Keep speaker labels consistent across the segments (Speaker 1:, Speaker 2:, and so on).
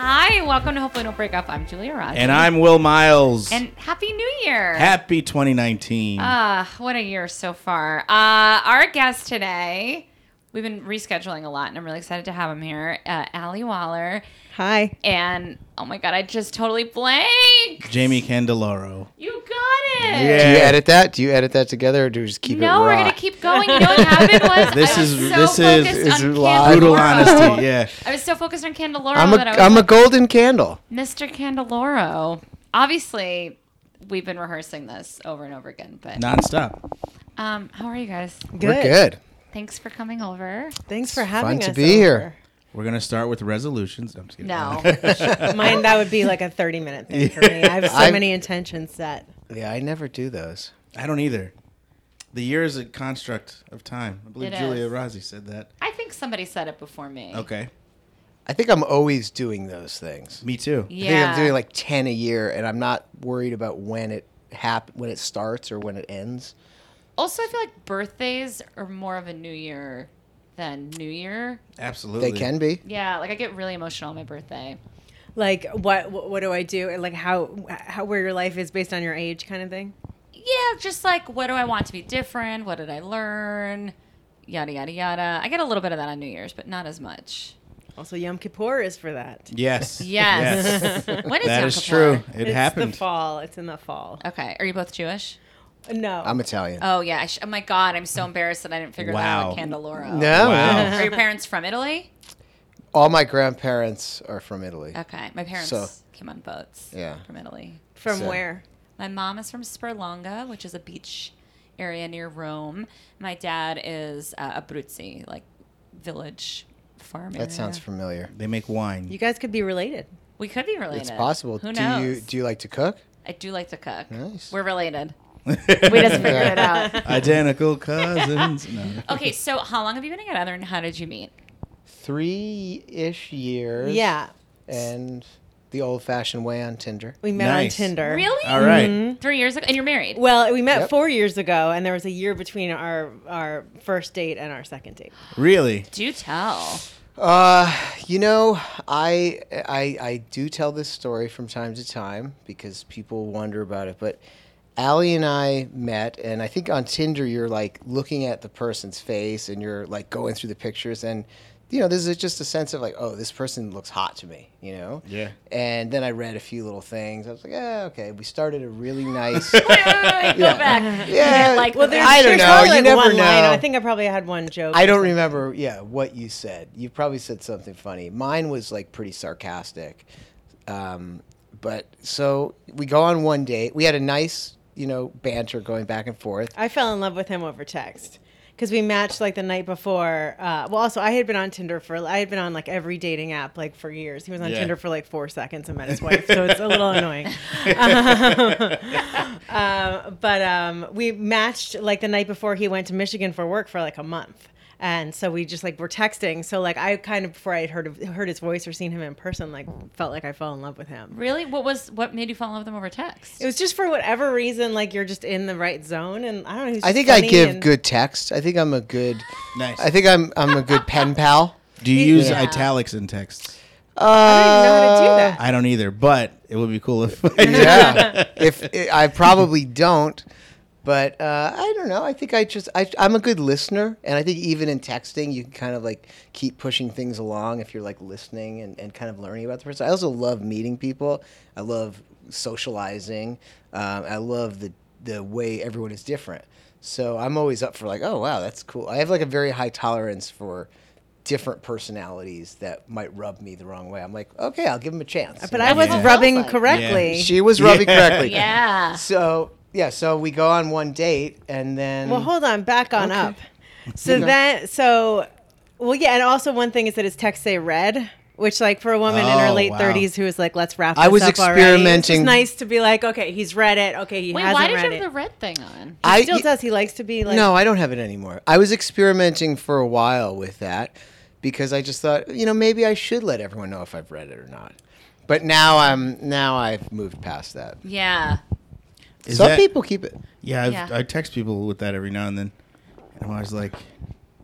Speaker 1: Hey, welcome to Hopefully Don't Break Up. I'm Julia Ross.
Speaker 2: And I'm Will Miles.
Speaker 1: And Happy New Year.
Speaker 2: Happy 2019.
Speaker 1: Ah, what a year so far. Uh, our guest today, we've been rescheduling a lot, and I'm really excited to have him here. Uh, Allie Waller.
Speaker 3: Hi.
Speaker 1: And oh my God, I just totally blanked.
Speaker 2: Jamie Candeloro.
Speaker 1: You got it.
Speaker 2: Yeah.
Speaker 4: Do you edit that? Do you edit that together, or do we just keep it
Speaker 1: No,
Speaker 4: raw?
Speaker 1: we're gonna keep going. You know what happened was
Speaker 2: This
Speaker 1: I was
Speaker 2: is-
Speaker 1: so
Speaker 2: this is-
Speaker 1: focused
Speaker 4: is
Speaker 1: on
Speaker 4: live.
Speaker 2: Brutal
Speaker 1: Candeloro.
Speaker 2: honesty. Yeah.
Speaker 1: I was so focused on Candeloro
Speaker 4: I'm a
Speaker 1: that I was
Speaker 4: am a
Speaker 1: like,
Speaker 4: golden candle.
Speaker 1: Mr. Candeloro. Obviously, we've been rehearsing this over and over again, but
Speaker 2: Nonstop.
Speaker 1: um, how are you guys?
Speaker 3: Good.
Speaker 4: We're good.
Speaker 1: Thanks for coming over.
Speaker 3: Thanks for having
Speaker 4: fun
Speaker 3: us.
Speaker 4: to be here.
Speaker 2: We're going to start with resolutions. No, I'm just kidding.
Speaker 1: No,
Speaker 3: over. Mine that would be like a 30 minute thing for me. I have so
Speaker 4: I've-
Speaker 3: many intentions set.
Speaker 4: Yeah, I never do those.
Speaker 2: I don't either. The year is a construct of time. I believe
Speaker 1: It
Speaker 2: Julia
Speaker 1: is.
Speaker 2: Rossi said that.
Speaker 1: I think somebody said it before me.
Speaker 2: Okay.
Speaker 4: I think I'm always doing those things.
Speaker 2: Me too.
Speaker 4: I think
Speaker 1: Yeah.
Speaker 4: I'm doing like ten a year, and I'm not worried about when it hap- when it starts or when it ends.
Speaker 1: also, I feel like birthdays are more of a New Year than New Year.
Speaker 2: Absolutely.
Speaker 4: They can be.
Speaker 1: Yeah, like I get really emotional on my birthday.
Speaker 3: Like what what what do I do? Like how how where your life is based on your age kind of thing.
Speaker 1: Yeah, just like what do I want to be different? What did I learn? Yada yada yada. I get a little bit of that on New Year's, but not as much.
Speaker 3: Also Yom Kippur is for that.
Speaker 2: Yes.
Speaker 1: Yes.
Speaker 2: Yes.
Speaker 1: when is
Speaker 2: that
Speaker 1: Yom
Speaker 2: is
Speaker 1: Kippur?
Speaker 2: true. It
Speaker 3: it's
Speaker 2: happened.
Speaker 3: the fall. It's in the fall.
Speaker 1: Okay. Are you both Jewish?
Speaker 3: No.
Speaker 4: I'm Italian.
Speaker 1: Oh yeah. I sh- oh my God, I'm so embarrassed that I didn't figure
Speaker 2: Wow.
Speaker 1: that out. Candeloro.
Speaker 4: No.
Speaker 2: Wow.
Speaker 1: Are your parents from Italy?
Speaker 4: All my grandparents are from Italy.
Speaker 1: Okay. My parents
Speaker 4: So-
Speaker 1: came on boats.
Speaker 4: Yeah.
Speaker 1: From Italy.
Speaker 3: From
Speaker 4: So-
Speaker 3: where?
Speaker 1: My mom is from Sperlonga, which is a beach area near Rome. My dad is uh, Abruzzi, like village farm.
Speaker 4: That sounds
Speaker 1: area.
Speaker 4: familiar.
Speaker 2: They make wine.
Speaker 3: You guys could be related.
Speaker 1: We could be related.
Speaker 4: It's possible.
Speaker 1: Who
Speaker 4: do
Speaker 1: knows?
Speaker 4: you do you like to cook?
Speaker 1: I do like to cook.
Speaker 4: Nice.
Speaker 1: We're related. We just figured it out.
Speaker 2: Identical cousins. No.
Speaker 1: Okay, so how long have you been together, and how did you meet?
Speaker 4: Three ish years.
Speaker 3: Yeah.
Speaker 4: And the old fashioned way on Tinder.
Speaker 3: We met
Speaker 2: Nice.
Speaker 3: on Tinder. Mm-hmm.
Speaker 1: Really?
Speaker 2: All right.
Speaker 1: Three years ago, and you're married.
Speaker 3: Well, we met
Speaker 4: Yep.
Speaker 3: 4 years ago and there was a year between our our first date and our second date.
Speaker 2: Really?
Speaker 1: do tell.
Speaker 4: Uh, you know, I, I I do tell this story from time to time because people wonder about it. But Allie and I met, and I think on Tinder you're like looking at the person's face and you're like going through the pictures, and you know, this is just a sense of like, oh, this person looks hot to me, you know.
Speaker 2: Yeah.
Speaker 4: And then I read a few little things. I was like, yeah, okay. We started a really nice.
Speaker 1: Wait, wait, wait, wait, go
Speaker 4: Yeah.
Speaker 1: back. You
Speaker 4: Yeah.
Speaker 1: didn't like
Speaker 3: Well,
Speaker 1: the
Speaker 3: there's,
Speaker 4: I don't
Speaker 3: there's
Speaker 4: know.
Speaker 3: probably,
Speaker 4: You
Speaker 3: like,
Speaker 4: never
Speaker 3: one Line.
Speaker 4: know.
Speaker 3: I think I probably had one joke.
Speaker 4: I don't remember, yeah, what you said. You probably said something funny. Mine was like pretty sarcastic. Um, but so we go on one date. We had a nice, you know, banter going back and forth.
Speaker 3: I fell in love with him over text because we matched like the night before. Uh, well, also I had been on Tinder for I had been on like every dating app like for years. He was on
Speaker 2: Yeah.
Speaker 3: Tinder for like four seconds and met his wife, so it's a little annoying. Um, but um, we matched like the night before he went to Michigan for work for like a month. And so we just like were texting. So like I kind of before I had heard of, heard his voice or seen him in person, like felt like I fell in love with him.
Speaker 1: Really? What was what made you fall in love with them over text?
Speaker 3: It was just for whatever reason, like you're just in the right zone, and I don't know. he's
Speaker 4: I
Speaker 3: just
Speaker 4: think I
Speaker 3: funny
Speaker 4: give
Speaker 3: and-
Speaker 4: good text. I think I'm a good.
Speaker 2: Nice.
Speaker 4: I think I'm I'm a good pen pal.
Speaker 2: Do you use
Speaker 1: Yeah.
Speaker 2: italics in texts?
Speaker 4: Uh,
Speaker 3: I don't even know how to do that.
Speaker 2: I don't either, but it would be cool if I did.
Speaker 4: yeah. If I probably don't, but uh, I don't know. I think I just I, I'm a good listener, and I think even in texting, you can kind of like keep pushing things along if you're like listening and, and kind of learning about the person. I also love meeting people. I love socializing. Um, I love the the way everyone is different. So I'm always up for like, oh wow, that's cool. I have like a very high tolerance for different personalities that might rub me the wrong way. I'm like, okay, I'll give them a chance.
Speaker 3: But I was
Speaker 2: Yeah.
Speaker 3: rubbing
Speaker 1: Sounds like-
Speaker 3: correctly.
Speaker 4: She was rubbing
Speaker 2: Yeah.
Speaker 4: correctly.
Speaker 1: yeah.
Speaker 4: So yeah, so we go on one date and then
Speaker 3: Well, hold on, back on
Speaker 4: Okay.
Speaker 3: up. So
Speaker 4: Okay.
Speaker 3: that so well, yeah, and also one thing is that his text say red, which like for a woman in her
Speaker 2: Oh,
Speaker 3: late
Speaker 2: wow.
Speaker 3: thirties who is like, let's wrap. This
Speaker 4: I was
Speaker 3: up already," it's just
Speaker 4: experimenting.
Speaker 3: nice to be like, okay, he's read it. Okay, he
Speaker 1: Wait,
Speaker 3: hasn't
Speaker 1: why did you
Speaker 3: read
Speaker 1: have
Speaker 3: it.
Speaker 1: the red thing on?
Speaker 4: I e-
Speaker 3: he still does. He likes to be like.
Speaker 4: no, I don't have it anymore. I was experimenting for a while with that because I just thought, you know, maybe I should let everyone know if I've read it or not. But now I'm now I've moved past that.
Speaker 1: Yeah.
Speaker 2: Is
Speaker 4: Some
Speaker 2: that-
Speaker 4: people keep it.
Speaker 2: Yeah, I've,
Speaker 1: Yeah.
Speaker 2: I text people with that every now and then, and I'm always like,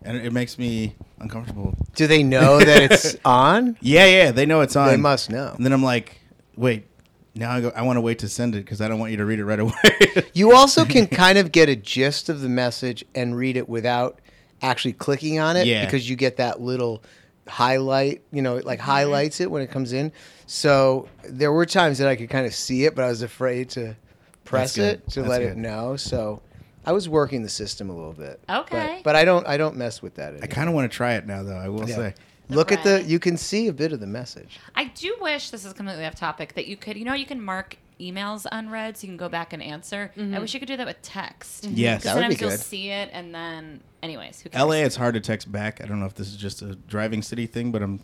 Speaker 2: and it makes me uncomfortable.
Speaker 4: Do they know that it's on?
Speaker 2: Yeah, yeah, they know it's on.
Speaker 4: They must know.
Speaker 2: And then I'm like, wait, now I go. I want to wait to send it because I don't want you to read it right away.
Speaker 4: You also can kind of get a gist of the message and read it without actually clicking on it
Speaker 2: Yeah.
Speaker 4: because you get that little highlight, you know, it like
Speaker 1: Mm-hmm.
Speaker 4: highlights it when it comes in. So there were times that I could kind of see it, but I was afraid to press
Speaker 2: good.
Speaker 4: it to
Speaker 2: That's
Speaker 4: let it
Speaker 2: good.
Speaker 4: know. So I was working the system a little bit. But-
Speaker 1: Okay.
Speaker 4: But, I don't I don't mess with that
Speaker 2: I
Speaker 4: anymore.
Speaker 2: kind of want to try it now, though. I will
Speaker 4: Yeah.
Speaker 2: say.
Speaker 4: Look at the
Speaker 1: Right.
Speaker 4: you can see a bit of the message.
Speaker 1: I do wish this is completely off topic that you could, you know, you can mark emails unread so you can go back and answer.
Speaker 3: Mm-hmm.
Speaker 1: I wish you could do that with text.
Speaker 2: Yes.
Speaker 1: 'Cause
Speaker 4: That would be
Speaker 1: sometimes you'll
Speaker 4: good.
Speaker 1: see it and then, anyways, who cares?
Speaker 2: LA, it's hard to text back. I don't know if this is just a driving city thing, but I'm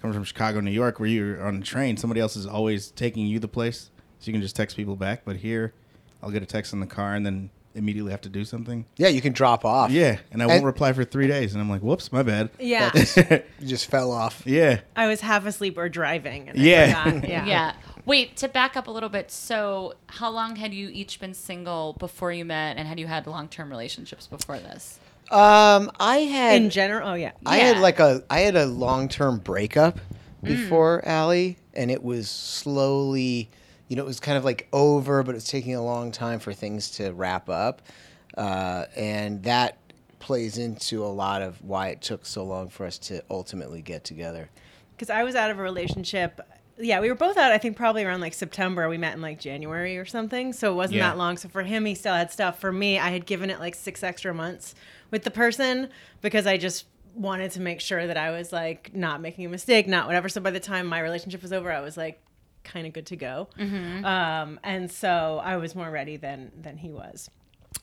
Speaker 2: coming from Chicago, New York, where you're on a train. Somebody else is always taking you the place, so you can just text people back. But here, I'll get a text in the car and then immediately have to do something.
Speaker 4: Yeah, you can drop off.
Speaker 2: Yeah, and I
Speaker 4: And-
Speaker 2: won't reply for three days, and I'm like, whoops, my bad.
Speaker 3: Yeah.
Speaker 4: You just fell off.
Speaker 2: yeah.
Speaker 3: I was half asleep or driving. And I
Speaker 2: Yeah.
Speaker 3: forgot. yeah.
Speaker 1: Yeah. Wait, to back up a little bit. So, how long had you each been single before you met, and had you had long term relationships before this?
Speaker 4: Um I had
Speaker 3: In general, oh yeah.
Speaker 4: I
Speaker 1: Yeah.
Speaker 4: had
Speaker 1: Mm.
Speaker 4: like a I had a long term breakup before Allie, and it was slowly, you know, it was kind of like over, but it was taking a long time for things to wrap up, uh, and that plays into a lot of why it took so long for us to ultimately get together.
Speaker 3: because I was out of a relationship. Yeah, we were both out. I think probably around like September. We met in like January or something, so it wasn't
Speaker 2: Yeah.
Speaker 3: that long. So for him, he still had stuff. For me, I had given it like six extra months with the person because I just wanted to make sure that I was like not making a mistake, not whatever. So by the time my relationship was over, I was like kind of good to go, um, and so I was more ready than than he was.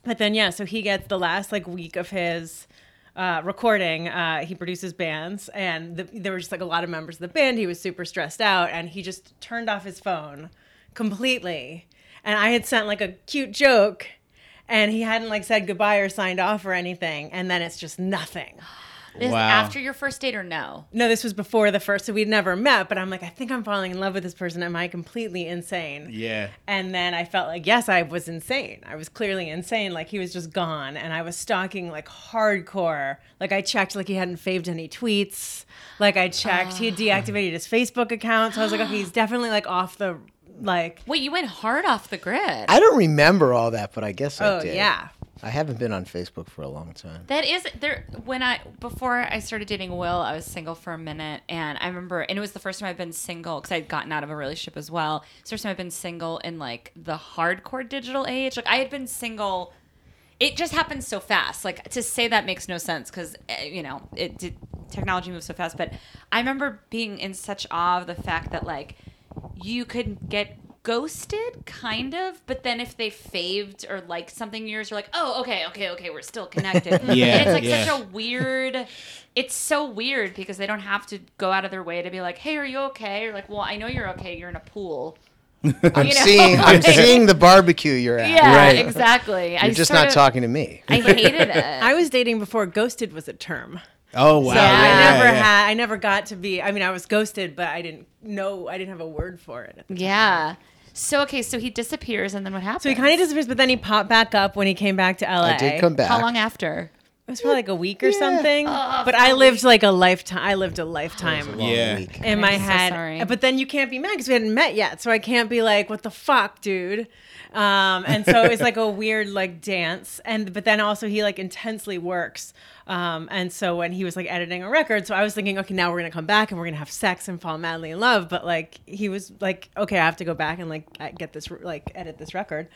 Speaker 3: But then yeah, so he gets the last like week of his uh, recording. Uh, he produces bands, and the, there were just like a lot of members of the band. He was super stressed out, and he just turned off his phone completely. And I had sent like a cute joke, and he hadn't like said goodbye or signed off or anything. And then it's just nothing.
Speaker 1: This
Speaker 2: Wow.
Speaker 1: After your first date or no?
Speaker 3: No, this was before the first, so we'd never met. But I'm like, I think I'm falling in love with this person. Am I completely insane?
Speaker 2: Yeah.
Speaker 3: And then I felt like, yes, I was insane. I was clearly insane. Like he was just gone. And I was stalking like hardcore. Like I checked, like he hadn't faved any tweets. Like I checked, he had deactivated his Facebook account. So I was like, okay, he's definitely like off the, like,
Speaker 1: Wait, you went hard off the grid.
Speaker 4: I don't remember all that, but I guess I
Speaker 3: oh,
Speaker 4: did.
Speaker 3: yeah.
Speaker 4: I haven't been on Facebook for a long time.
Speaker 1: That is there when I before I started dating Will, I was single for a minute, and I remember, and it was the first time I've been single because I'd gotten out of a relationship as well. It's the first time I've been single in like the hardcore digital age. Like I had been single. It just happened so fast. Like to say that makes no sense because you know it did. Technology moves so fast, but I remember being in such awe of the fact that like you could get ghosted kind of but then if they faved or liked something yours you're like oh okay okay okay we're still connected
Speaker 2: Yeah,
Speaker 1: and it's like
Speaker 2: yeah.
Speaker 1: such a weird it's so weird because they don't have to go out of their way to be like hey are you okay or like well i know you're okay you're in a pool
Speaker 4: I'm
Speaker 1: You know,
Speaker 4: seeing I'm
Speaker 1: like-
Speaker 4: seeing the barbecue you're at.
Speaker 1: yeah
Speaker 2: Right.
Speaker 1: exactly
Speaker 4: You're
Speaker 1: i
Speaker 4: just
Speaker 1: sort
Speaker 4: not
Speaker 1: of-
Speaker 4: talking to me.
Speaker 1: i hated it
Speaker 3: I was dating before ghosted was a term.
Speaker 2: Oh wow.
Speaker 3: So
Speaker 2: yeah,
Speaker 3: I
Speaker 2: yeah,
Speaker 3: never
Speaker 2: yeah.
Speaker 3: had, I never got to be, I mean, I was ghosted, but I didn't know, I didn't have a word for it.
Speaker 1: yeah so okay so he disappears and then what happens
Speaker 3: So he kind of disappears, but then he popped back up when he came back to LA.
Speaker 4: I did come back.
Speaker 1: how long after
Speaker 3: It was probably like a week or
Speaker 4: Yeah.
Speaker 3: something. but I lived like a lifetime. I lived a lifetime
Speaker 4: Long
Speaker 2: Yeah.
Speaker 4: week.
Speaker 3: in my
Speaker 1: I'm so
Speaker 3: head.
Speaker 1: sorry.
Speaker 3: But then you can't be mad because we hadn't met yet. So I can't be like, what the fuck, dude? Um, and so it was like a weird like dance. And but then also he like intensely works. Um, and so when he was like editing a record, so I was thinking, okay, now we're gonna come back and we're gonna have sex and fall madly in love. But like he was like, okay, I have to go back and like e-, get this like edit this record.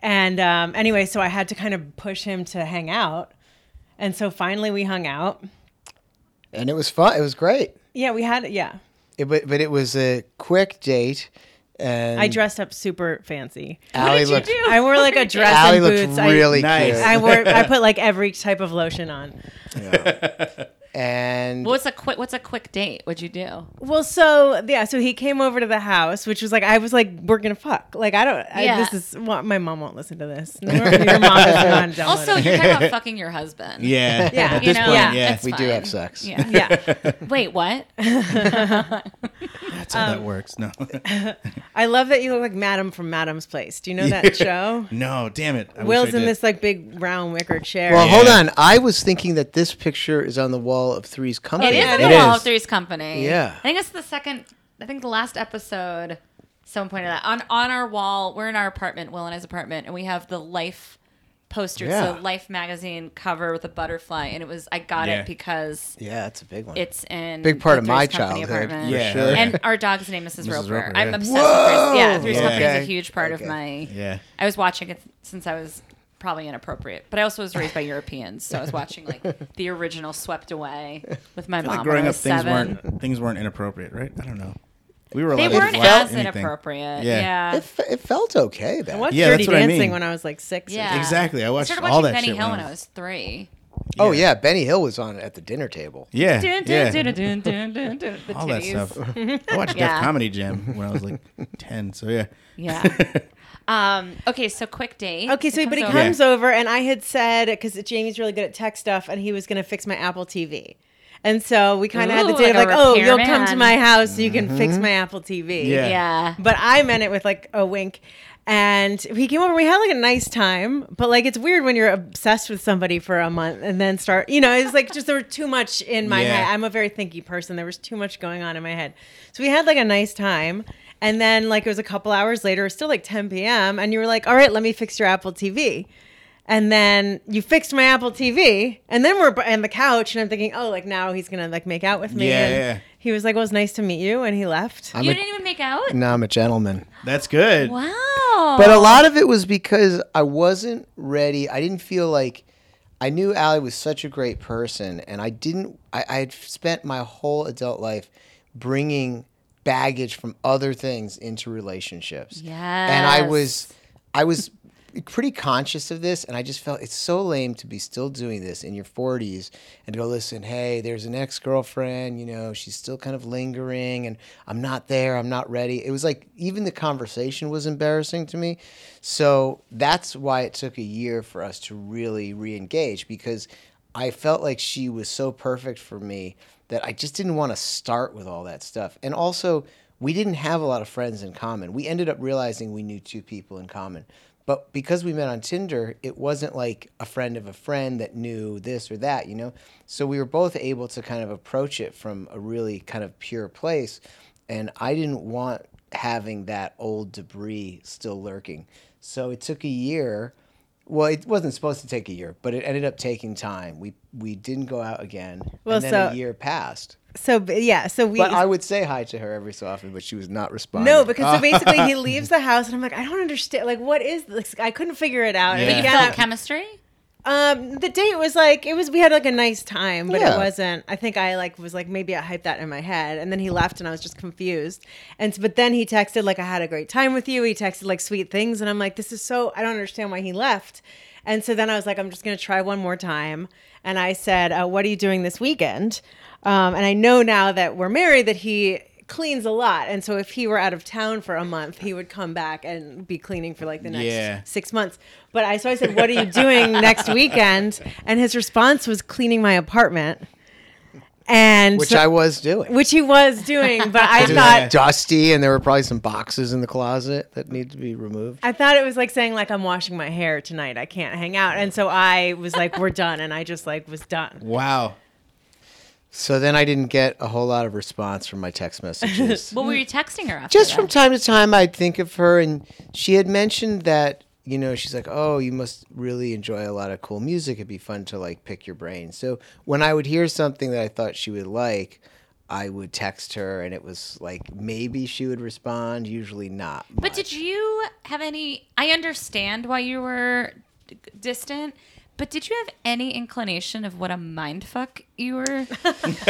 Speaker 3: And um, anyway, so I had to kind of push him to hang out. And so finally we hung out.
Speaker 4: And it was fun. It was great.
Speaker 3: Yeah, we had yeah.
Speaker 4: It, but, but it was a quick date, and
Speaker 3: I
Speaker 1: Mm.
Speaker 3: dressed up super fancy.
Speaker 4: Allie
Speaker 1: what
Speaker 4: looked.
Speaker 1: did you do
Speaker 3: I wore like a dress
Speaker 4: Allie
Speaker 3: and
Speaker 4: looked
Speaker 3: boots.
Speaker 4: really
Speaker 2: Nice.
Speaker 4: cute.
Speaker 3: I, I wore I put like every type of lotion on.
Speaker 4: and
Speaker 1: what's a quick what's a quick date what'd you do
Speaker 3: Well, so yeah, so he came over to the house, which was like I was like we're gonna fuck. Like I don't. I,
Speaker 1: Yeah.
Speaker 3: this is well, my mom won't listen to this. Nor- Your mom doesn't want to download
Speaker 1: also
Speaker 3: it.
Speaker 1: you're talking about fucking your husband
Speaker 2: Yeah.
Speaker 3: Yeah,
Speaker 2: At
Speaker 1: you
Speaker 2: this
Speaker 1: know,
Speaker 2: point,
Speaker 3: yeah,
Speaker 2: yeah.
Speaker 1: it's
Speaker 4: we do
Speaker 1: fine.
Speaker 4: have sex.
Speaker 1: yeah
Speaker 3: yeah.
Speaker 1: Wait, what?
Speaker 2: That's how
Speaker 3: Um,
Speaker 2: that works. No.
Speaker 3: I love that you look like Madam from Madam's Place. Do you know that show?
Speaker 2: No, damn it. I wish
Speaker 3: Will's
Speaker 2: I
Speaker 3: in
Speaker 2: did.
Speaker 3: this like big round wicker chair.
Speaker 4: Well, hold
Speaker 2: Yeah.
Speaker 4: on. I was thinking that this picture is on the wall of Three's Company.
Speaker 1: It is on
Speaker 3: It
Speaker 1: the Wall of
Speaker 4: is.
Speaker 1: Three's Company.
Speaker 4: Yeah.
Speaker 1: I think it's the second. I think the last episode. Someone pointed out on on our wall. We're in our apartment, Will and I's apartment, and we have the Life poster.
Speaker 4: Yeah.
Speaker 1: It's a Life magazine cover with a butterfly, and it was I got
Speaker 2: Yeah.
Speaker 1: it because
Speaker 4: Yeah, it's a big one.
Speaker 1: it's in
Speaker 4: Big part
Speaker 1: the
Speaker 4: of my
Speaker 1: Three's Company
Speaker 4: childhood,
Speaker 1: apartment.
Speaker 4: for
Speaker 2: Yeah.
Speaker 4: sure.
Speaker 1: And our dog's name is Mrs.
Speaker 2: Mrs.
Speaker 1: Roper.
Speaker 2: Roper,
Speaker 1: I'm
Speaker 2: yeah.
Speaker 1: obsessed with Three's. Yeah, Three's
Speaker 4: Whoa!
Speaker 1: Company is
Speaker 4: Okay.
Speaker 1: a huge part
Speaker 4: Okay.
Speaker 1: of my.
Speaker 2: Yeah.
Speaker 1: I was watching it since I was probably inappropriate, but I also was raised by Europeans, so I was watching like the original Swept Away with my mom.
Speaker 2: Like
Speaker 1: when
Speaker 2: growing
Speaker 1: I
Speaker 2: up,
Speaker 1: was
Speaker 2: things
Speaker 1: seven.
Speaker 2: weren't things weren't inappropriate, right? I don't know. We were
Speaker 1: They
Speaker 2: allowed to
Speaker 1: weren't
Speaker 2: watch
Speaker 1: as
Speaker 2: anything.
Speaker 1: inappropriate.
Speaker 2: Yeah.
Speaker 1: Yeah.
Speaker 4: it, fe- it felt okay
Speaker 3: I
Speaker 4: then.
Speaker 3: watched
Speaker 2: Yeah,
Speaker 3: Dirty
Speaker 2: that's what I
Speaker 3: Dancing
Speaker 2: mean.
Speaker 3: when I was like six. or
Speaker 1: Yeah.
Speaker 3: something.
Speaker 2: Exactly. I
Speaker 1: I
Speaker 2: watched
Speaker 1: started
Speaker 2: all
Speaker 1: watching
Speaker 2: that
Speaker 1: Benny
Speaker 2: shit.
Speaker 1: Hill
Speaker 2: when
Speaker 1: when I was three.
Speaker 4: Oh yeah, Benny Hill was on at the dinner table.
Speaker 2: Yeah.
Speaker 1: Dun,
Speaker 2: yeah.
Speaker 1: dun, dun, dun, dun, dun, dun, The
Speaker 2: all that
Speaker 1: titties.
Speaker 2: stuff. I watched Def
Speaker 1: Yeah.
Speaker 2: Comedy Jam when I was like ten. So yeah.
Speaker 1: Yeah. Um, okay, so quick date.
Speaker 3: Okay, so
Speaker 1: It
Speaker 3: but he
Speaker 1: comes over.
Speaker 3: comes over, and I had said because Jamie's really good at tech stuff, and he was going to fix my Apple TV, and so we kind of had the
Speaker 1: Ooh,
Speaker 3: date
Speaker 1: like
Speaker 3: of
Speaker 1: a
Speaker 3: like, oh, you'll come to
Speaker 1: repairman.
Speaker 3: my house, you can fix my Apple TV.
Speaker 2: Yeah.
Speaker 1: Yeah.
Speaker 3: But I meant it with like a wink. And he came over. We had like a nice time, but like it's weird when you're obsessed with somebody for a month and then start. You know, it's like just there was too much in my
Speaker 2: Yeah.
Speaker 3: head. I'm a very thinky person. There was too much going on in my head. So we had like a nice time, and then like it was a couple hours later, it was still like 10 p.m. And you were like, "All right, let me fix your Apple TV." And then you fixed my Apple TV, and then we're b- on the couch, and I'm thinking, "Oh, like now he's gonna like make out with me."
Speaker 2: Yeah,
Speaker 3: and
Speaker 2: yeah.
Speaker 3: He was like, "Well, it was nice to meet you," and he left.
Speaker 4: I'm
Speaker 1: you
Speaker 4: a,
Speaker 1: didn't even make out?
Speaker 4: no, I'm a gentleman.
Speaker 2: That's good.
Speaker 1: Wow.
Speaker 4: But a lot of it was because I wasn't ready. I didn't feel like I knew Allie was such a great person, and I didn't. I, I had spent my whole adult life bringing baggage from other things into relationships. and I
Speaker 1: Yes.
Speaker 4: was, I was pretty conscious of this, and I just felt it's so lame to be still doing this in your 40s and to go listen. Hey, there's an ex girlfriend. You know, she's still kind of lingering, and I'm not there. I'm not ready. It was like even the conversation was embarrassing to me. So that's why it took a year for us to really re-engage because I felt like she was so perfect for me that I just didn't want to start with all that stuff. And also, we didn't have a lot of friends in common. We ended up realizing we knew two people in common. But because we met on Tinder, it wasn't like a friend of a friend that knew this or that, you know? So we were both able to kind of approach it from a really kind of pure place. And I didn't want having that old debris still lurking. So it took a year well, it wasn't supposed to take a year, but it ended up taking time. We we didn't go out again,
Speaker 3: Well,
Speaker 4: and then
Speaker 3: so-
Speaker 4: a year passed.
Speaker 3: So b- yeah, so we.
Speaker 4: But I would say hi to her every so often, but she was not responding.
Speaker 3: no, because so basically he leaves the house, and I'm like, I don't understand. Like, what is this? I couldn't figure it
Speaker 2: But
Speaker 3: out.
Speaker 1: But
Speaker 3: And
Speaker 1: you
Speaker 2: Yeah.
Speaker 1: felt
Speaker 3: again,
Speaker 1: chemistry?
Speaker 3: um, the date was like it was. We had like a nice time, but
Speaker 4: Yeah.
Speaker 3: it wasn't. I think I like was like maybe I hyped that in my head, and then he left, and I was just confused. And s- but then he texted like I had a great time with you. He texted like sweet things, and I'm like, this is so. I don't understand why he left. And so then I was like, I'm just gonna try one more time. And I said, uh, What are you doing this weekend? Um, and I know now that we're married that he cleans a lot. And so if he were out of town for a month, he would come back and be cleaning for like the next
Speaker 2: Yeah.
Speaker 3: six months. But I so I said, What are you doing next weekend? And his response was cleaning my apartment. And
Speaker 4: which
Speaker 3: so-
Speaker 4: I was doing.
Speaker 3: which he was doing, but I
Speaker 4: it was
Speaker 3: thought
Speaker 4: dusty, and there were probably some boxes in the closet that needed to be removed.
Speaker 3: I thought it was like saying like I'm washing my hair tonight. I can't hang out. And so I was like, We're done and I just like was done.
Speaker 2: Wow.
Speaker 4: So then I didn't get a whole lot of response from my text messages.
Speaker 1: What were you texting her after?
Speaker 4: just
Speaker 1: that?
Speaker 4: from time to time i'd think of her and she had mentioned that you know she's like oh you must really enjoy a lot of cool music it'd be fun to like pick your brain so when i would hear something that i thought she would like i would text her and it was like maybe she would respond usually not
Speaker 1: But did you have any? I understand why you were d- distant, but did you have any inclination of what a mind fuck you were doing here? Like,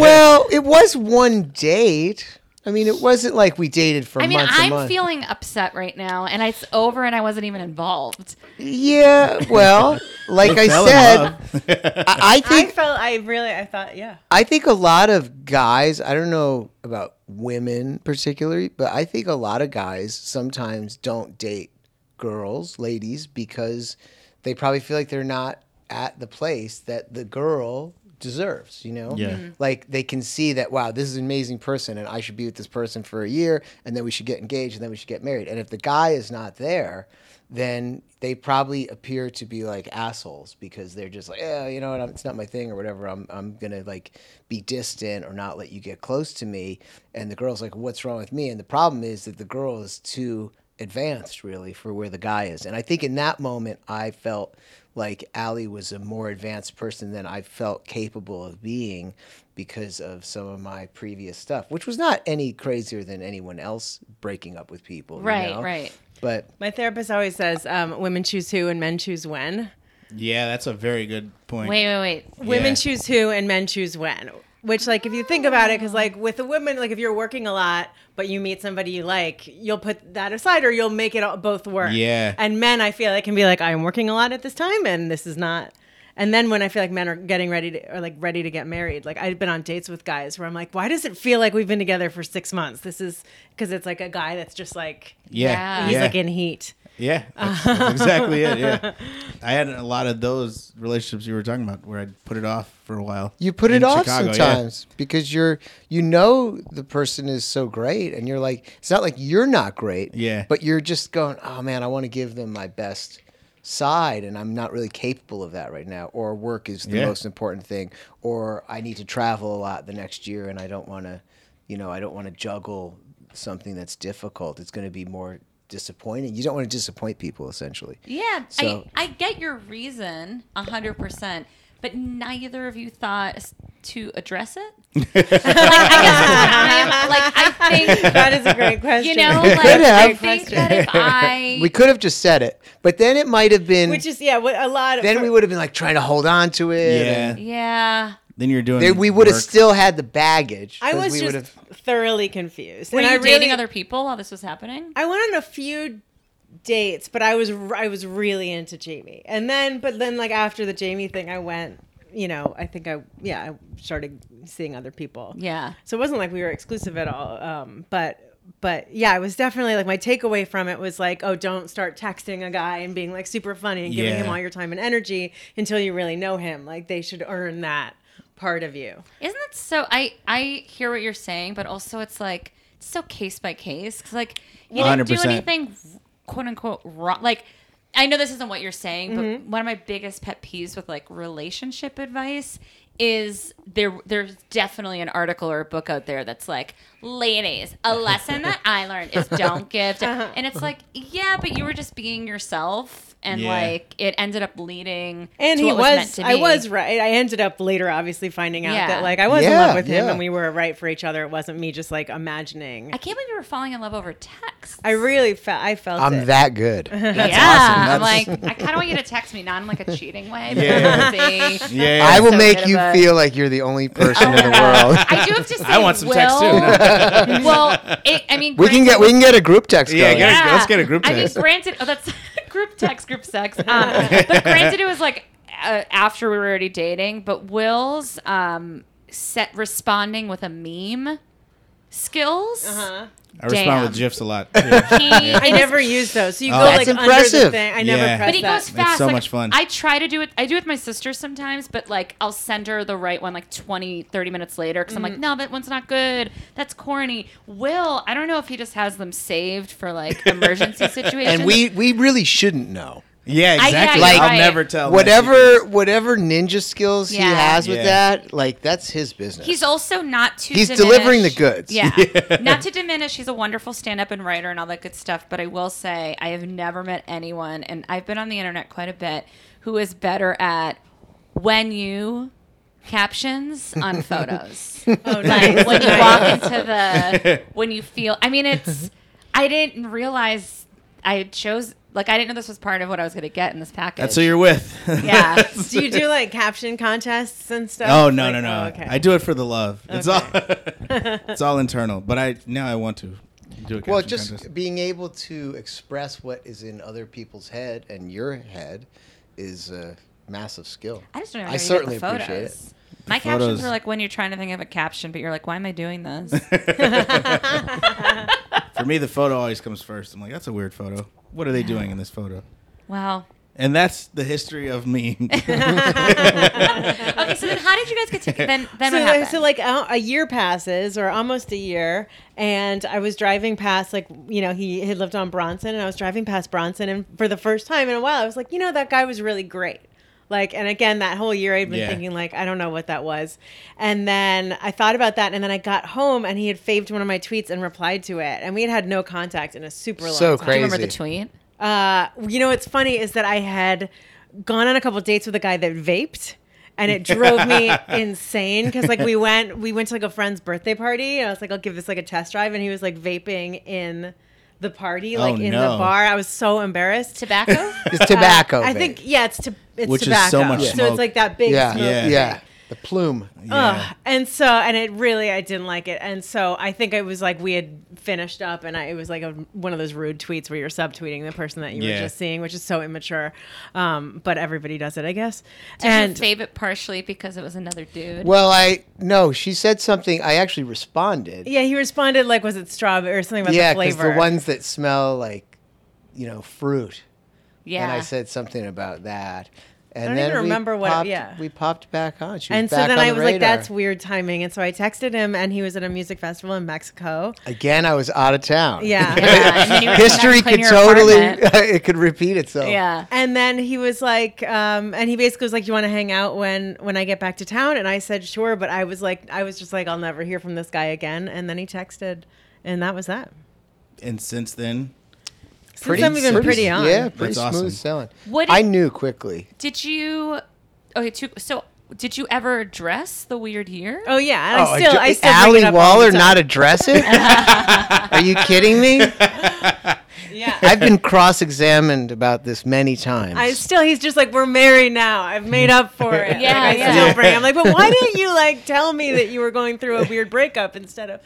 Speaker 4: well it was one date i mean it wasn't like we dated for
Speaker 1: I mean,
Speaker 4: months and
Speaker 1: I'm
Speaker 4: months
Speaker 1: feeling upset right now, and it's over, and I wasn't even involved.
Speaker 4: yeah well like i
Speaker 2: Fell in
Speaker 4: said
Speaker 2: love.
Speaker 4: I, I
Speaker 3: I
Speaker 4: think
Speaker 3: felt I really I thought, yeah.
Speaker 4: I think a lot of guys, I don't know about women particularly, but I think a lot of guys sometimes don't date girls, ladies, because they probably feel like they're not at the place that the girl deserves, you know?
Speaker 2: Yeah. Mhm.
Speaker 4: Like they can see that, wow, this is an amazing person and I should be with this person for a year and then we should get engaged and then we should get married. And if the guy is not there, then they probably appear to be like assholes because they're just like, yeah, you know what, I'm, it's not my thing or whatever. I'm, I'm going to like be distant or not let you get close to me. And the girl's like, what's wrong with me? And the problem is that the girl is too advanced really for where the guy is. And I think in that moment, I felt like Allie was a more advanced person than I felt capable of being because of some of my previous stuff, which was not any crazier than anyone else breaking up with people. you
Speaker 1: Right,
Speaker 4: know?
Speaker 1: right.
Speaker 4: But
Speaker 3: My therapist always says um, women choose who and men choose when.
Speaker 2: Yeah, that's a very good point.
Speaker 1: Wait, wait, wait.
Speaker 2: Yeah.
Speaker 3: Women choose who and men choose when. Which, like, if you think about it, because, like, with a woman, like, if you're working a lot, but you meet somebody you like, you'll put that aside or you'll make it all, both work.
Speaker 2: Yeah.
Speaker 3: And men, I feel like, can be like, I'm working a lot at this time and this is not. And then when I feel like men are getting ready to, or like ready to get married, like I've been on dates with guys where I'm like, why does it feel like we've been together for six months? This is because it's like a guy that's just like,
Speaker 2: Yeah,
Speaker 1: Yeah.
Speaker 3: he's
Speaker 2: yeah,
Speaker 3: like in heat.
Speaker 2: yeah. That's, that's exactly it. Yeah, I had a lot of those relationships you were talking about where I'd put it off for a while.
Speaker 4: you put it
Speaker 2: In
Speaker 4: off
Speaker 2: Chicago, yeah.
Speaker 4: sometimes because you're you know the person is so great and you're like it's not like you're not great
Speaker 2: Yeah.
Speaker 4: but you're just going oh man i want to give them my best side and i'm not really capable of that right now or work is the
Speaker 2: Yeah.
Speaker 4: most important thing or i need to travel a lot the next year and i don't want to you know i don't want to juggle something that's difficult it's going to be more disappointing you don't want to disappoint people essentially
Speaker 1: Yeah,
Speaker 4: So-
Speaker 1: I, I get your reason 100%, but neither of you thought s- to address it. like, I guess I am, like, I think,
Speaker 3: That is a great question.
Speaker 1: you know,
Speaker 4: Could
Speaker 1: like, I
Speaker 4: have.
Speaker 1: think that if I.
Speaker 4: we could have just said it but then it might have been
Speaker 3: which is, yeah, what a lot of.
Speaker 4: then we would have been like trying to hold on to it.
Speaker 2: Yeah,
Speaker 4: and
Speaker 1: yeah.
Speaker 2: then you're doing.
Speaker 4: they- we would have
Speaker 2: work.
Speaker 4: still had the baggage.
Speaker 3: I
Speaker 4: 'cause
Speaker 3: was
Speaker 4: we
Speaker 3: just
Speaker 4: would've-
Speaker 3: thoroughly confused.
Speaker 1: Were
Speaker 3: and
Speaker 1: you
Speaker 3: I
Speaker 1: dating
Speaker 3: really-
Speaker 1: other people while this was happening?
Speaker 3: I went on a few dates, but I was r- I was really into Jamie. And then, but then, like after the Jamie thing, I went. You know, I think I yeah, I started seeing other people.
Speaker 1: Yeah.
Speaker 3: So it wasn't like we were exclusive at all. Um, but but yeah, it was definitely like my takeaway from it was like, oh, don't start texting a guy and being like super funny and giving
Speaker 2: Yeah.
Speaker 3: him all your time and energy until you really know him. Like they should earn that part of you.
Speaker 1: Isn't it so? I I hear what you're saying, but also it's like it's so case by case. 'Cause, like you didn't do
Speaker 2: 100%.
Speaker 1: anything quote unquote wrong. Like I know this isn't what you're saying, but
Speaker 3: Mm-hmm.
Speaker 1: one of my biggest pet peeves with like relationship advice is there there's definitely an article or a book out there that's like ladies a lesson that i learned is don't give to-"
Speaker 3: Uh-huh.
Speaker 1: and it's like yeah but you were just being yourself and
Speaker 2: Yeah.
Speaker 1: like it ended up leading
Speaker 3: And
Speaker 1: to
Speaker 3: he
Speaker 1: what
Speaker 3: was,
Speaker 1: meant to
Speaker 3: I
Speaker 1: be.
Speaker 3: was right. I ended up later, obviously, finding out
Speaker 1: Yeah.
Speaker 3: that like I was in
Speaker 4: Yeah,
Speaker 3: love with him
Speaker 4: yeah.
Speaker 3: and we were right for each other. It wasn't me just like imagining.
Speaker 1: i can't believe you were falling in love over text
Speaker 3: I really felt, I felt
Speaker 4: I'm
Speaker 3: it.
Speaker 4: that good.
Speaker 1: yeah,
Speaker 2: awesome.
Speaker 1: I'm like, I kind of want you to text me, not in like a cheating way.
Speaker 2: Yeah.
Speaker 1: But yeah.
Speaker 2: Yeah,
Speaker 4: I will
Speaker 1: So
Speaker 4: make
Speaker 1: good
Speaker 4: you
Speaker 1: about-
Speaker 4: feel like you're the only person in the world.
Speaker 1: I do have to say,
Speaker 2: I want some
Speaker 1: Will,
Speaker 2: text, too.
Speaker 1: well, it, I mean,
Speaker 4: We can get we can get a group text
Speaker 2: Yeah,
Speaker 4: going.
Speaker 2: get a- let's get a group text.
Speaker 1: I mean, granted, oh, that's group text, group sex. Um, but granted, it was like uh, after we were already dating. But Will's um, set responding with a meme skills.
Speaker 3: Uh-huh.
Speaker 2: I respond with
Speaker 1: Damn.
Speaker 2: gifs a lot. Yeah.
Speaker 1: He,
Speaker 3: I never used those. So you
Speaker 2: Oh.
Speaker 3: go
Speaker 2: That's
Speaker 3: like under
Speaker 4: impressive.
Speaker 3: the thing. I never
Speaker 2: Yeah.
Speaker 3: pressed
Speaker 1: But he
Speaker 3: that.
Speaker 1: goes fast.
Speaker 2: so
Speaker 1: like,
Speaker 2: much fun.
Speaker 1: I try to do it. I do it with my sister sometimes, but like I'll send her the right one like 20, 30 minutes later because
Speaker 4: Mm.
Speaker 1: I'm like, no, that one's not good. That's corny. Will, I don't know if he just has them saved for like emergency situations.
Speaker 4: And we we really shouldn't know.
Speaker 2: yeah,
Speaker 1: I- yeah,
Speaker 2: exactly.
Speaker 1: you're
Speaker 2: I'll
Speaker 1: right.
Speaker 2: never tell. my
Speaker 4: Whatever
Speaker 2: secrets.
Speaker 4: whatever ninja skills he
Speaker 1: Yeah.
Speaker 4: has with
Speaker 2: Yeah.
Speaker 4: that, like that's his business.
Speaker 1: He's also not too.
Speaker 4: He's
Speaker 1: diminish-
Speaker 4: delivering the goods.
Speaker 1: Yeah, not to diminish. He's a wonderful stand-up and writer and all that good stuff. But I will say, I have never met anyone, and I've been on the internet quite a bit, who is better at when you captions on photos.
Speaker 3: Oh,
Speaker 1: like
Speaker 3: nice.
Speaker 1: when you walk into the when you feel i mean it's i didn't realize i chose like i didn't know this was part of what i was going to get in this package
Speaker 2: That's who you're with.
Speaker 1: yeah
Speaker 3: do you do like caption contests and stuff?
Speaker 2: Oh no
Speaker 3: Like,
Speaker 2: no no!
Speaker 3: oh, okay.
Speaker 2: I do it for the love. It's all it's all internal. But I now I want to do a
Speaker 4: Well,
Speaker 2: caption
Speaker 4: just
Speaker 2: contest.
Speaker 4: being able to express what is in other people's head and your head is a massive skill.
Speaker 1: i just don't know
Speaker 4: I
Speaker 1: where you get
Speaker 4: certainly
Speaker 1: the photos.
Speaker 4: appreciate it.
Speaker 1: my
Speaker 2: photos-
Speaker 1: captions were like when you're trying to think of a caption but you're like why am i doing this
Speaker 2: for me the photo always comes first. I'm like that's a weird photo. What are they doing in this photo?
Speaker 1: well
Speaker 2: And that's the history of me.
Speaker 1: okay, so then how did you guys get to then? Then
Speaker 3: so,
Speaker 1: what happened?
Speaker 3: so like a, a year passes or almost a year and i was driving past like you know he had lived on bronson and i was driving past bronson and for the first time in a while i was like you know that guy was really great like and again that whole year i'd been
Speaker 2: Yeah.
Speaker 3: thinking like i don't know what that was and then i thought about that and then i got home and he had faved one of my tweets and replied to it and we had had no contact in a super long time.
Speaker 4: So
Speaker 1: Do
Speaker 4: crazy.
Speaker 1: you remember the tweet?
Speaker 3: Uh, you know, what's funny is that I had gone on a couple dates with a guy that vaped. And it drove me insane because like we went we went to like a friend's birthday party and I was like I'll give this like a test drive and he was like vaping in the party like in
Speaker 2: Oh, no.
Speaker 3: the bar I was so embarrassed
Speaker 1: Tobacco?
Speaker 4: It's tobacco.
Speaker 3: I
Speaker 4: vape.
Speaker 3: think yeah it's to it's
Speaker 2: Which is
Speaker 3: tobacco
Speaker 2: so much
Speaker 3: so
Speaker 2: smoke.
Speaker 3: it's like that big
Speaker 4: Yeah.
Speaker 3: smoke
Speaker 4: Yeah.
Speaker 2: Yeah.
Speaker 4: The plume.
Speaker 2: Yeah.
Speaker 3: Ugh. And so, and it really, I didn't like it. And so I think it was like we had finished up and I, it was like a, one of those rude tweets where you're subtweeting the person that you
Speaker 2: Yeah.
Speaker 3: were just seeing, which is so immature. Um, but everybody does it, I guess.
Speaker 1: And
Speaker 3: and
Speaker 1: fave it partially because it was another dude.
Speaker 4: Well, I no, she said something. I actually responded.
Speaker 3: yeah, he responded like, was it strawberry or something about
Speaker 4: Yeah,
Speaker 3: the
Speaker 4: because
Speaker 3: flavor?
Speaker 4: the ones that smell like, you know, fruit.
Speaker 1: yeah.
Speaker 4: And I said something about that. And
Speaker 3: don't
Speaker 4: then
Speaker 3: even
Speaker 4: we
Speaker 3: remember what-
Speaker 4: Popped,
Speaker 3: yeah.
Speaker 4: We popped back on. She was
Speaker 3: and so
Speaker 4: back
Speaker 3: then
Speaker 4: on
Speaker 3: I
Speaker 4: the
Speaker 3: was like,
Speaker 4: radar.
Speaker 3: that's weird timing. And so I texted him and he was at a music festival in Mexico.
Speaker 4: Again, I was out of town.
Speaker 3: Yeah.
Speaker 1: Yeah, and then you were trying to
Speaker 4: History could
Speaker 1: clean your
Speaker 4: totally
Speaker 1: apartment.
Speaker 4: it could repeat itself.
Speaker 1: Yeah.
Speaker 3: And then he was like, um, and he basically was like, "You want to hang out when when I get back to town?" And I said, "Sure," but I was like, I was just like, "I'll never hear from this guy again." And then he texted, and that was that.
Speaker 2: and since then,
Speaker 3: Since I'm even pretty, on.
Speaker 4: Yeah, pretty
Speaker 2: That's
Speaker 4: smooth
Speaker 2: awesome.
Speaker 4: selling.
Speaker 1: What
Speaker 4: I
Speaker 1: did-
Speaker 4: knew quickly.
Speaker 1: Did you? Okay, two, so did you ever address the weird year?
Speaker 3: Oh yeah, and I still,
Speaker 4: adre-
Speaker 3: I still bring it
Speaker 4: Allie
Speaker 3: up all the
Speaker 4: Waller
Speaker 3: time.
Speaker 4: not address it? Are you kidding me?
Speaker 3: Yeah.
Speaker 4: I've been cross-examined about this many times.
Speaker 3: I still, he's just like, we're married now. I've made up for it.
Speaker 1: Yeah,
Speaker 3: Like, I
Speaker 1: yeah.
Speaker 3: still bring. it. I'm like, but why didn't you like tell me that you were going through a weird breakup instead of?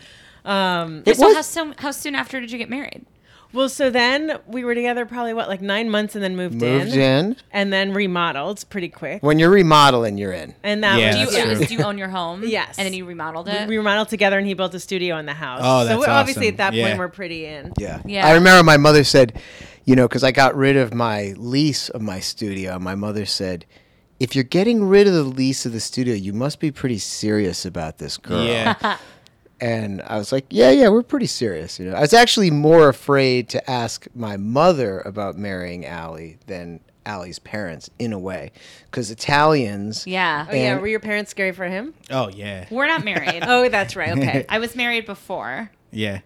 Speaker 3: Um,
Speaker 4: It
Speaker 1: so
Speaker 4: was-
Speaker 1: how soon? How soon after did you get married?
Speaker 3: well, so then we were together probably what like nine months, and then moved,
Speaker 4: moved
Speaker 3: in,
Speaker 4: in.
Speaker 3: and then remodeled pretty quick.
Speaker 4: When you're remodeling, you're in.
Speaker 3: And that
Speaker 2: Yeah,
Speaker 3: was
Speaker 1: Do you,
Speaker 2: that's
Speaker 1: it was-
Speaker 2: true.
Speaker 1: do you own your home?
Speaker 3: Yes.
Speaker 1: And then you remodeled
Speaker 3: We-
Speaker 1: it.
Speaker 3: We remodeled together, and he built a studio in the house.
Speaker 2: Oh, that's
Speaker 3: so we're, obviously
Speaker 2: awesome.
Speaker 3: at that
Speaker 2: Yeah.
Speaker 3: point we're pretty in. Oh,
Speaker 4: Yeah.
Speaker 1: Yeah.
Speaker 4: I remember my mother said, you know, because I got rid of my lease of my studio. My mother said, if you're getting rid of the lease of the studio, you must be pretty serious about this girl.
Speaker 2: yeah,
Speaker 4: And I was like, yeah, yeah, we're pretty serious. You know, I was actually more afraid to ask my mother about marrying Allie than Allie's parents in a way, because Italians.
Speaker 1: yeah.
Speaker 3: Oh yeah,
Speaker 4: And-
Speaker 3: were your parents scary for him?
Speaker 2: oh yeah,
Speaker 1: We're not married.
Speaker 3: Oh, that's right. Okay.
Speaker 1: I was married before.
Speaker 2: yeah.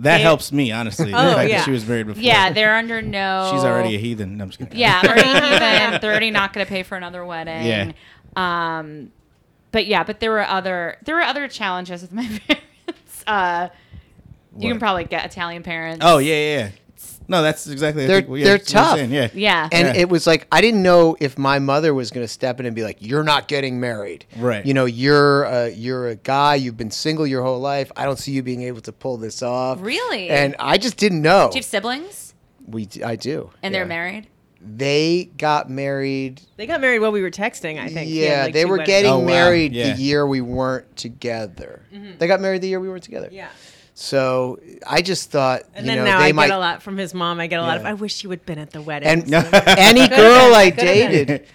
Speaker 2: That helps me honestly. the
Speaker 3: Oh,
Speaker 2: fact that
Speaker 3: yeah.
Speaker 2: she was married before.
Speaker 1: Yeah, they're under no.
Speaker 2: she's already a heathen. No, I'm just kidding.
Speaker 1: Oh. Yeah, I'm already even. They're already not going to pay for another wedding.
Speaker 2: Yeah.
Speaker 1: Um, but yeah, but there were other there were other challenges with my parents. Uh, you can
Speaker 2: What?
Speaker 1: probably get Italian parents.
Speaker 2: Oh yeah, yeah. yeah. No, that's exactly. I
Speaker 4: They're-
Speaker 2: think- well, yeah,
Speaker 4: they're
Speaker 2: that's what I'm
Speaker 4: tough.
Speaker 2: saying, Yeah,
Speaker 1: Yeah.
Speaker 4: And
Speaker 2: Yeah.
Speaker 4: it was like I didn't know if my mother was going to step in and be like, "You're not getting married,
Speaker 2: Right.
Speaker 4: You know, you're a, you're a guy. You've been single your whole life. I don't see you being able to pull this off,
Speaker 1: Really?
Speaker 4: And I just didn't know.
Speaker 1: Do you have siblings?
Speaker 4: we d- I do,
Speaker 1: And
Speaker 4: yeah.
Speaker 1: they're married.
Speaker 4: They got married.
Speaker 3: They got married while we were texting. I think. He had,
Speaker 4: yeah,
Speaker 3: like,
Speaker 4: they
Speaker 3: two
Speaker 4: were
Speaker 3: weddings.
Speaker 4: getting
Speaker 2: Oh, wow.
Speaker 4: married
Speaker 2: Yeah.
Speaker 4: the year we weren't together. They got married the year we weren't together.
Speaker 3: Mm-hmm. Yeah.
Speaker 4: So I just thought,
Speaker 3: And
Speaker 4: you
Speaker 3: then
Speaker 4: know,
Speaker 3: now
Speaker 4: they
Speaker 3: I
Speaker 4: might.
Speaker 3: get a lot from his mom. I get a lot of.
Speaker 2: Yeah.
Speaker 3: I wish you had been at the wedding.
Speaker 4: And
Speaker 3: So-
Speaker 4: any
Speaker 3: Could've
Speaker 4: girl
Speaker 3: been,
Speaker 4: I
Speaker 3: could've been.
Speaker 4: dated,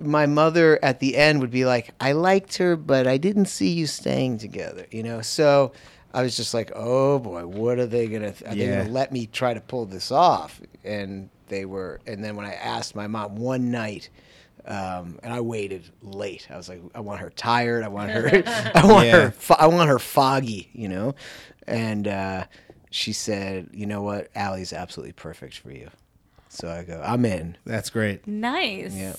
Speaker 4: my mother at the end would be like, I liked her, but I didn't see you staying together, you know? So I was just like, oh boy, what are they going to, are they
Speaker 2: Yeah.
Speaker 4: going to let me try to pull this off? And they were, and then when I asked my mom one night, um, and I waited late. I was like, I want her tired. I want her, I want
Speaker 2: Yeah.
Speaker 4: her, fo- I want her foggy, you know? And, uh, she said, you know what? Allie's absolutely perfect for you. So I go, I'm in.
Speaker 2: that's great.
Speaker 1: Nice.
Speaker 4: Yep.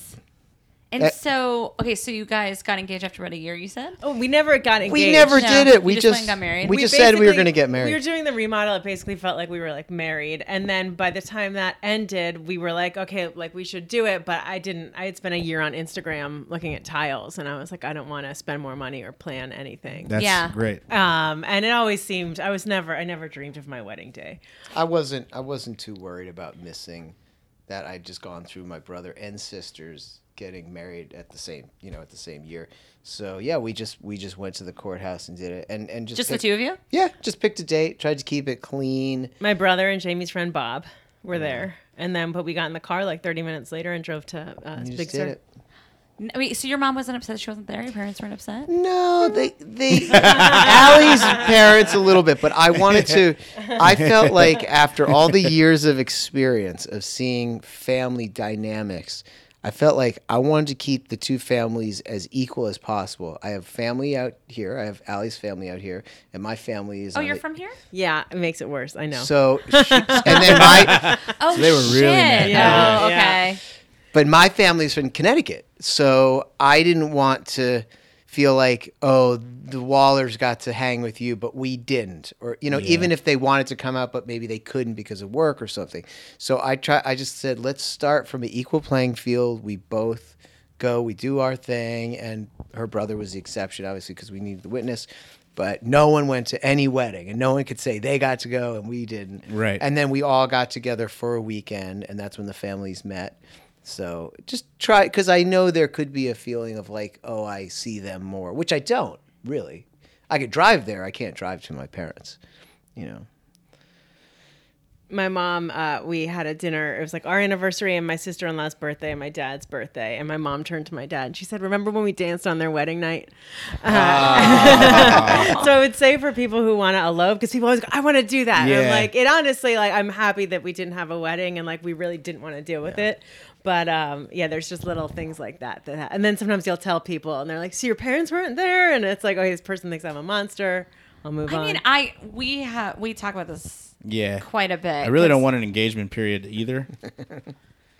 Speaker 1: And
Speaker 2: Eh.
Speaker 4: That-
Speaker 1: so, okay, so you guys got engaged after about a year. You said.
Speaker 3: oh, we never got engaged.
Speaker 4: We never
Speaker 1: No,
Speaker 4: did it.
Speaker 1: you
Speaker 4: We
Speaker 1: just
Speaker 4: just,
Speaker 1: went and got married?
Speaker 4: We,
Speaker 1: We
Speaker 4: just said we were
Speaker 3: basically-
Speaker 4: going to get
Speaker 3: We were
Speaker 4: married.
Speaker 3: doing the remodel. It basically felt like we were like married, and then by the time that ended, we were like, okay, like we should do it. But I didn't. I had spent a year on Instagram looking at tiles, and I was like, I don't want to spend more money or plan anything.
Speaker 2: That's
Speaker 1: Yeah.
Speaker 2: great.
Speaker 3: um, and it always seemed I was never. I never dreamed of my wedding day.
Speaker 4: I wasn't. I wasn't too worried about missing that. I'd just gone through my brother and sisters getting married at the same, you know, at the same year. So yeah, we just we just went to the courthouse and did it, and and just
Speaker 1: Just the
Speaker 4: picked-
Speaker 1: two of you.
Speaker 4: Yeah, just picked a date, tried to keep it clean.
Speaker 3: My brother and Jamie's friend Bob. were there, and then but we got in the car like 30 minutes later and drove to uh,
Speaker 4: You
Speaker 3: Big
Speaker 4: just did
Speaker 3: Sur.
Speaker 4: it.
Speaker 1: N- Wait, so your mom wasn't upset she wasn't there? Your parents weren't upset?
Speaker 4: No, they they Allie's parents a little bit, but I wanted to. I felt like after all the years of experience of seeing family dynamics, I felt like I wanted to keep the two families as equal as possible. I have family out here. I have Allie's family out here, and my family is.
Speaker 1: Oh,
Speaker 4: on
Speaker 1: you're
Speaker 4: the-
Speaker 1: from here?
Speaker 3: Yeah, it makes it worse. I know.
Speaker 4: So, she, and then my
Speaker 1: Oh,
Speaker 2: they were really
Speaker 1: shit.
Speaker 2: mad.
Speaker 3: Yeah.
Speaker 1: Oh,
Speaker 3: Yeah.
Speaker 1: okay.
Speaker 4: but my family's from Connecticut, so I didn't want to feel like oh the Wallers got to hang with you, but we didn't, or you know even if they wanted to come out, but maybe they couldn't because of work or something. So I try. I just said let's start from an equal playing field. We both go, we do our thing, and her brother was the exception, obviously, because we needed the witness. But no one went to any wedding, and no one could say they got to go and we didn't.
Speaker 2: Right.
Speaker 4: And then we all got together for a weekend, and that's when the families met. So just try, because I know there could be a feeling of like, oh, I see them more, which I don't really. I could drive there, I can't drive to my parents, you know.
Speaker 3: my mom, uh, we had a dinner. It was like our anniversary and my sister in law's birthday and my dad's birthday. And my mom turned to my dad and she said, Remember when we danced on their wedding night? Uh, so I would say for people who want to elope, because people always go, I want to do that. And I'm
Speaker 2: Yeah.
Speaker 3: like, it honestly, like, I'm happy that we didn't have a wedding and like we really didn't want to deal with it. But um, yeah, there's just little things like that, that. ha- And then sometimes you'll tell people and they're like, So your parents weren't there? And it's like, Oh, this person thinks I'm a monster. I'll move on.
Speaker 1: I mean, I we have we talk about this
Speaker 2: Yeah.
Speaker 1: quite a bit.
Speaker 2: I really don't want an engagement period either.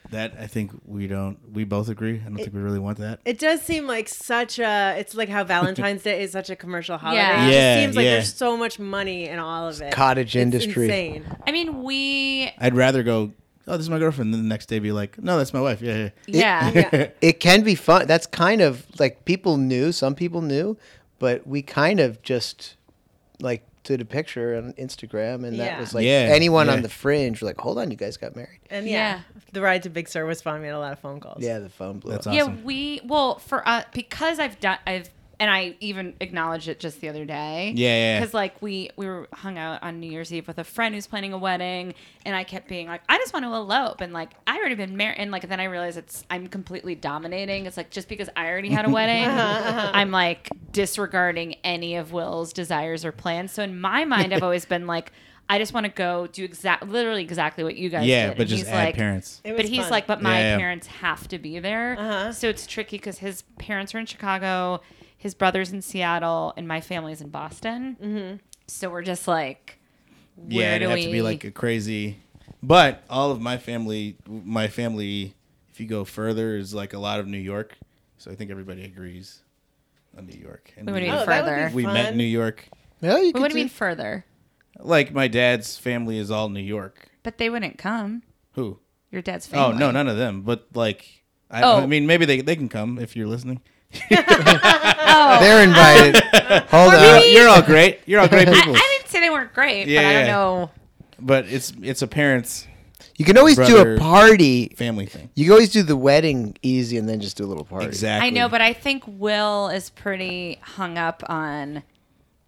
Speaker 2: that I think we don't. We both agree. I don't think we really want that.
Speaker 3: It does seem like such a. It's like how Valentine's Day is such a commercial holiday.
Speaker 1: Yeah.
Speaker 3: It
Speaker 2: Yeah,
Speaker 3: just seems like
Speaker 2: yeah.
Speaker 3: there's so much money in all of it.
Speaker 4: Cottage
Speaker 3: It's
Speaker 4: industry.
Speaker 3: Insane.
Speaker 1: I mean, we
Speaker 2: I'd rather go. Oh, this is my girlfriend. Then the next day, be like, no, that's my wife. Yeah, yeah.
Speaker 1: yeah.
Speaker 4: It can be fun. That's kind of like people knew, some people knew, but we kind of just like did a picture on Instagram, and that
Speaker 3: Yeah.
Speaker 4: was like
Speaker 2: Yeah,
Speaker 4: anyone on
Speaker 2: yeah.
Speaker 4: the fringe were like, hold on, you guys got married.
Speaker 3: And yeah,
Speaker 1: Yeah.
Speaker 3: the ride to Big Sur was fun. We had a lot of phone calls.
Speaker 4: Yeah, the phone blew
Speaker 2: That's
Speaker 4: up.
Speaker 1: Yeah,
Speaker 2: Awesome.
Speaker 1: we well for uh because I've done I've and I even acknowledged it just the other day.
Speaker 2: Yeah, yeah, yeah.
Speaker 1: Because like we we were hung out on New Year's Eve with a friend who's planning a wedding, and I kept being like, I just want to elope, and like I already been married, and like then I realized it's I'm completely dominating. It's like just because I already had a wedding, I'm like disregarding any of Will's desires or plans. So in my mind, I've always been like. I just want to go do exact, literally exactly what you guys
Speaker 2: Yeah,
Speaker 1: did.
Speaker 2: but
Speaker 1: And
Speaker 2: just
Speaker 1: he's
Speaker 2: add
Speaker 1: like-
Speaker 2: parents.
Speaker 3: It
Speaker 1: but
Speaker 3: was
Speaker 1: he's
Speaker 3: fun. Uh-huh.
Speaker 1: like, but my
Speaker 2: Yeah.
Speaker 1: parents have to be there. So it's tricky because his parents are in Chicago, his brother's in Seattle, and my family's in Boston. Mm-hmm. So we're just like, where
Speaker 2: yeah, it'd
Speaker 1: do
Speaker 2: have
Speaker 1: we?
Speaker 2: to be like a crazy. But all of my family, my family, if you go further, is like a lot of New York. So I think everybody agrees on New York. And
Speaker 1: We wouldn't
Speaker 2: we-
Speaker 1: even
Speaker 3: Oh, that would
Speaker 1: further.
Speaker 3: be
Speaker 2: we met
Speaker 3: fun.
Speaker 2: in New York.
Speaker 4: Yeah, you
Speaker 1: But
Speaker 4: could
Speaker 1: what do you
Speaker 4: do-
Speaker 1: mean further?
Speaker 2: Like my dad's family is all New York.
Speaker 1: But they wouldn't come.
Speaker 2: Who?
Speaker 1: Your dad's
Speaker 2: Oh
Speaker 1: family.
Speaker 2: no, none of them. But like, I,
Speaker 1: Oh.
Speaker 2: I mean, maybe they they can come if you're listening.
Speaker 4: They're invited. Hold
Speaker 2: You're all-
Speaker 4: on.
Speaker 2: you're all great. You're all great
Speaker 1: I,
Speaker 2: people.
Speaker 1: I didn't say they weren't great, but I
Speaker 2: Yeah,
Speaker 1: don't
Speaker 2: yeah.
Speaker 1: know.
Speaker 2: but it's it's a parents
Speaker 4: You can always do
Speaker 2: Brother-
Speaker 4: a party.
Speaker 2: family thing.
Speaker 4: You can always do the wedding easy and then just do a little party.
Speaker 2: Exactly.
Speaker 1: I know, but I think Will is pretty hung up on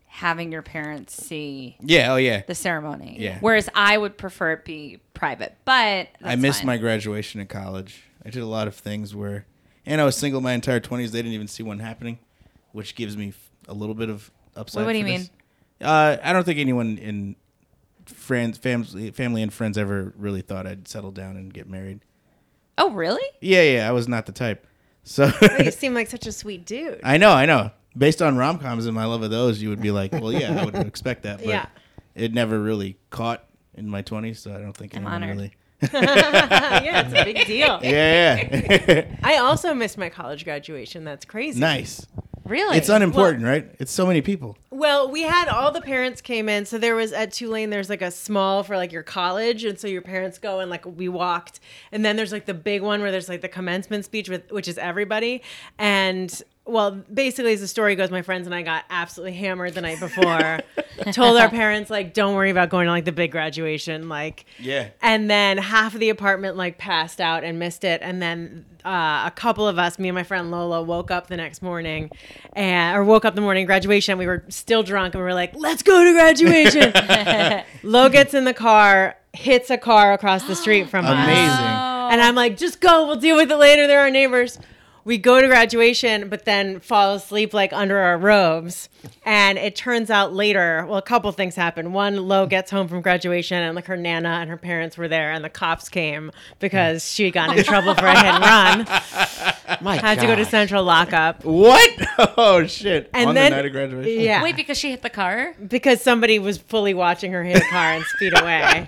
Speaker 1: having your parents see
Speaker 2: yeah, oh yeah.
Speaker 1: the ceremony.
Speaker 2: Yeah.
Speaker 1: Whereas I would prefer it be private, but
Speaker 2: I missed my graduation in college. I did a lot of things where, and I was single my entire twenties. They didn't even see one happening, which gives me f- a little bit of upside.
Speaker 1: Wait, what do
Speaker 2: for
Speaker 1: you
Speaker 2: this. Uh, I don't think anyone in friends, family, family, and friends ever really thought I'd settle down and get married.
Speaker 1: Oh, really?
Speaker 2: Yeah, yeah. I was not the type. So
Speaker 3: But you seem like such a sweet dude.
Speaker 2: I know, I know. Based on rom coms and my love of those, you would be like, well, yeah, I would expect that. But
Speaker 3: Yeah.
Speaker 2: it never really caught in my 20s, so I don't think anyone
Speaker 1: honored.
Speaker 2: really.
Speaker 3: yeah, it's a big deal.
Speaker 2: Yeah, yeah.
Speaker 3: I also missed my college graduation. That's crazy.
Speaker 2: nice.
Speaker 1: Really?
Speaker 2: It's unimportant, right? It's so many people.
Speaker 3: Well, we had all the parents came in. So there was at Tulane, there's like a small for like your college. And so your parents go and like we walked. And then there's like the big one where there's like the commencement speech, with, which is everybody. And well, basically, as the story goes, my friends and I got absolutely hammered the night before. told our parents, like, don't worry about going to like the big graduation. Like,
Speaker 2: Yeah.
Speaker 3: and then half of the apartment like passed out and missed it. And then uh, a couple of us, me and my friend Lola, woke up the next morning, and or woke up the morning of graduation. We were still drunk, and we were like, "Let's go to graduation." Lo gets in the car. hits a car across the street from us.
Speaker 2: Amazing.
Speaker 1: Um,
Speaker 3: And I'm like, just go. We'll deal with it later. They're our neighbors. We go to graduation, but then fall asleep like under our robes. And it turns out later, well, a couple things happen. One, Lo gets home from graduation, and like her nana and her parents were there, and the cops came because she got in trouble for a hit and run.
Speaker 4: My
Speaker 3: Had to go to
Speaker 4: God.
Speaker 3: central lockup.
Speaker 2: What? Oh shit!
Speaker 3: And
Speaker 2: On
Speaker 3: then-
Speaker 2: the night of graduation.
Speaker 3: Yeah.
Speaker 1: Wait, because she hit the car?
Speaker 3: because somebody was fully watching her hit a car and speed away.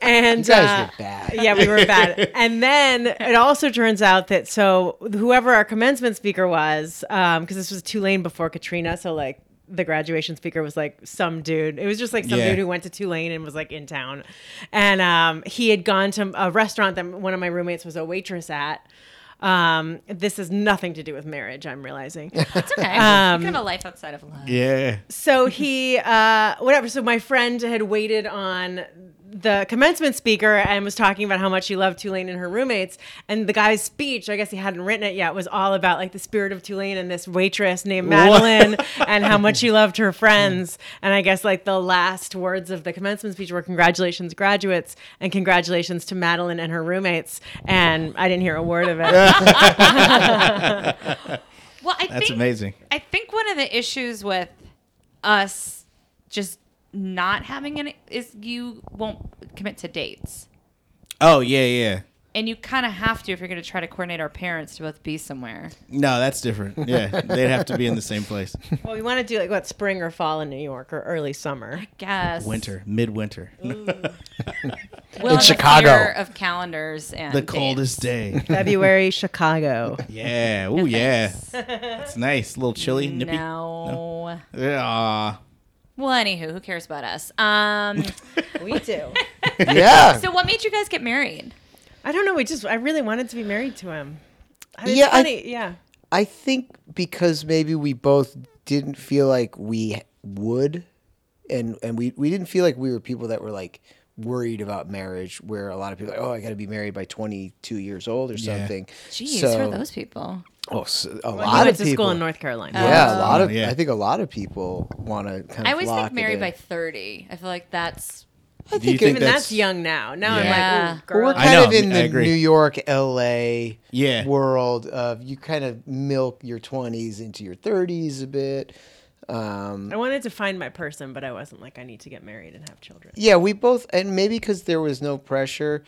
Speaker 3: And
Speaker 4: You guys
Speaker 3: uh,
Speaker 4: were bad.
Speaker 3: Yeah, we were bad. And then it also turns out that so whoever our commencement speaker was, because this was Tulane before Katrina, so like the graduation speaker was like some dude. It was just like some
Speaker 2: Yeah.
Speaker 3: dude who went to Tulane and was like in town, and um, he had gone to a restaurant that one of my roommates was a waitress at. Um, this has nothing to do with marriage. I'm realizing.
Speaker 1: It's okay. you can have a life outside of love.
Speaker 2: Yeah.
Speaker 3: so he uh whatever so my friend had waited on the commencement speaker and was talking about how much she loved Tulane and her roommates and the guy's speech I guess he hadn't written it yet was all about like the spirit of Tulane and this waitress named Madeline and how much she loved her friends and I guess like the last words of the commencement speech were congratulations graduates and congratulations to Madeline and her roommates and I didn't hear a word of it
Speaker 1: Well, I
Speaker 2: That's
Speaker 1: think
Speaker 2: amazing.
Speaker 1: I think one of the issues with us just not having an is you won't commit to dates.
Speaker 2: Oh yeah, yeah.
Speaker 1: And you kind of have to if you're going to try to coordinate our parents to both be somewhere.
Speaker 2: No, that's different. Yeah, they'd have to be in the same place.
Speaker 3: well we want to do like what spring or fall in New York or early summer
Speaker 1: Guess
Speaker 2: Winter, midwinter,
Speaker 1: Will the
Speaker 4: Chicago.
Speaker 1: fear of calendars and
Speaker 2: the
Speaker 1: dates.
Speaker 2: coldest day.
Speaker 3: February Chicago
Speaker 2: Yeah. Oh yeah. It's nice. A little chilly, nippy.
Speaker 1: No.
Speaker 2: Yeah.
Speaker 1: Well, anywho, who cares about us? Um,
Speaker 3: we do
Speaker 4: Yeah.
Speaker 1: so what made you guys get married?
Speaker 3: I don't know. We just I really wanted to be married to him. I- It's
Speaker 4: Yeah, I-
Speaker 3: funny. yeah.
Speaker 4: I think because maybe we both didn't feel like we would, and and we we didn't feel like we were people that were like worried about marriage. Where a lot of people, are like, oh, I got to be married by twenty two years old or
Speaker 2: Yeah.
Speaker 4: something.
Speaker 1: Jeez,
Speaker 4: So-
Speaker 1: who are those people?
Speaker 4: Oh, so, a
Speaker 3: Well,
Speaker 4: lot
Speaker 3: he went
Speaker 4: of
Speaker 3: to
Speaker 4: people.
Speaker 3: school in North Carolina.
Speaker 4: yeah, a lot of.
Speaker 2: Oh, yeah.
Speaker 4: I think a lot of people want to kind of.
Speaker 1: I always
Speaker 4: lock
Speaker 1: think
Speaker 4: it
Speaker 1: married
Speaker 4: in.
Speaker 1: by 30. I feel like that's
Speaker 4: I
Speaker 2: Do you
Speaker 4: think,
Speaker 2: think
Speaker 4: it,
Speaker 3: Even that's,
Speaker 2: that's-
Speaker 3: young now. Now I'm
Speaker 1: Yeah.
Speaker 3: like, ooh,
Speaker 4: well,
Speaker 3: girl.
Speaker 4: we're
Speaker 2: I
Speaker 4: kind
Speaker 2: know,
Speaker 4: of in
Speaker 2: I
Speaker 4: the
Speaker 2: agree.
Speaker 4: New York, L.A.
Speaker 2: Yeah.
Speaker 4: world of you kind of milk your twenties into your thirties a bit. Um,
Speaker 3: I wanted to find my person, but I wasn't like I need to get married and have children.
Speaker 4: Yeah, we both, and maybe because there was no pressure,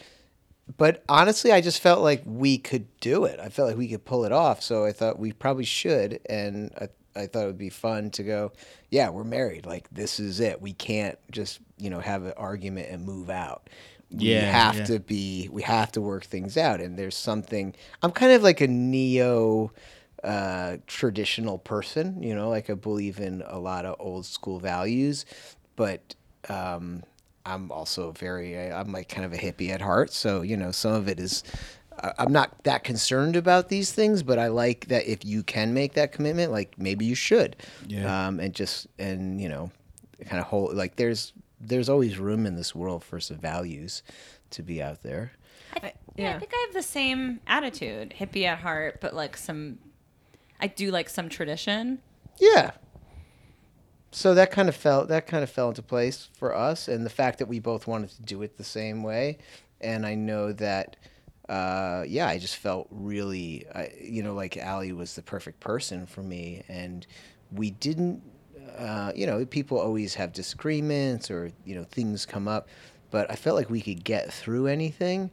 Speaker 4: but honestly, I just felt like we could do it. I felt like we could pull it off. So I thought we probably should, and I, I thought it would be fun to go. Yeah, we're married. Like this is it. We can't just you know have an argument and move out. We
Speaker 2: Yeah,
Speaker 4: have
Speaker 2: yeah.
Speaker 4: to be. We have to work things out. And there's something. I'm kind of like a neo uh, traditional person. You know, like I believe in a lot of old school values, but um, I'm also very, I- I'm like kind of a hippie at heart. So, you know, some of it is, I- I'm not that concerned about these things, but I like that if you can make that commitment, like maybe you should.
Speaker 2: Yeah.
Speaker 4: Um, and just, and, you know, kind of whole, like there's, there's always room in this world for some values to be out there.
Speaker 1: I, yeah.
Speaker 3: yeah.
Speaker 1: I think I have the same attitude, hippie at heart, but like some, I do like some tradition.
Speaker 4: Yeah. So that kind of fell that kind of fell into place for us, and the fact that we both wanted to do it the same way, and I know that, uh, yeah, I just felt really, I, you know, like Allie was the perfect person for me, and we didn't, uh, you know, people always have disagreements or you know things come up, but I felt like we could get through anything,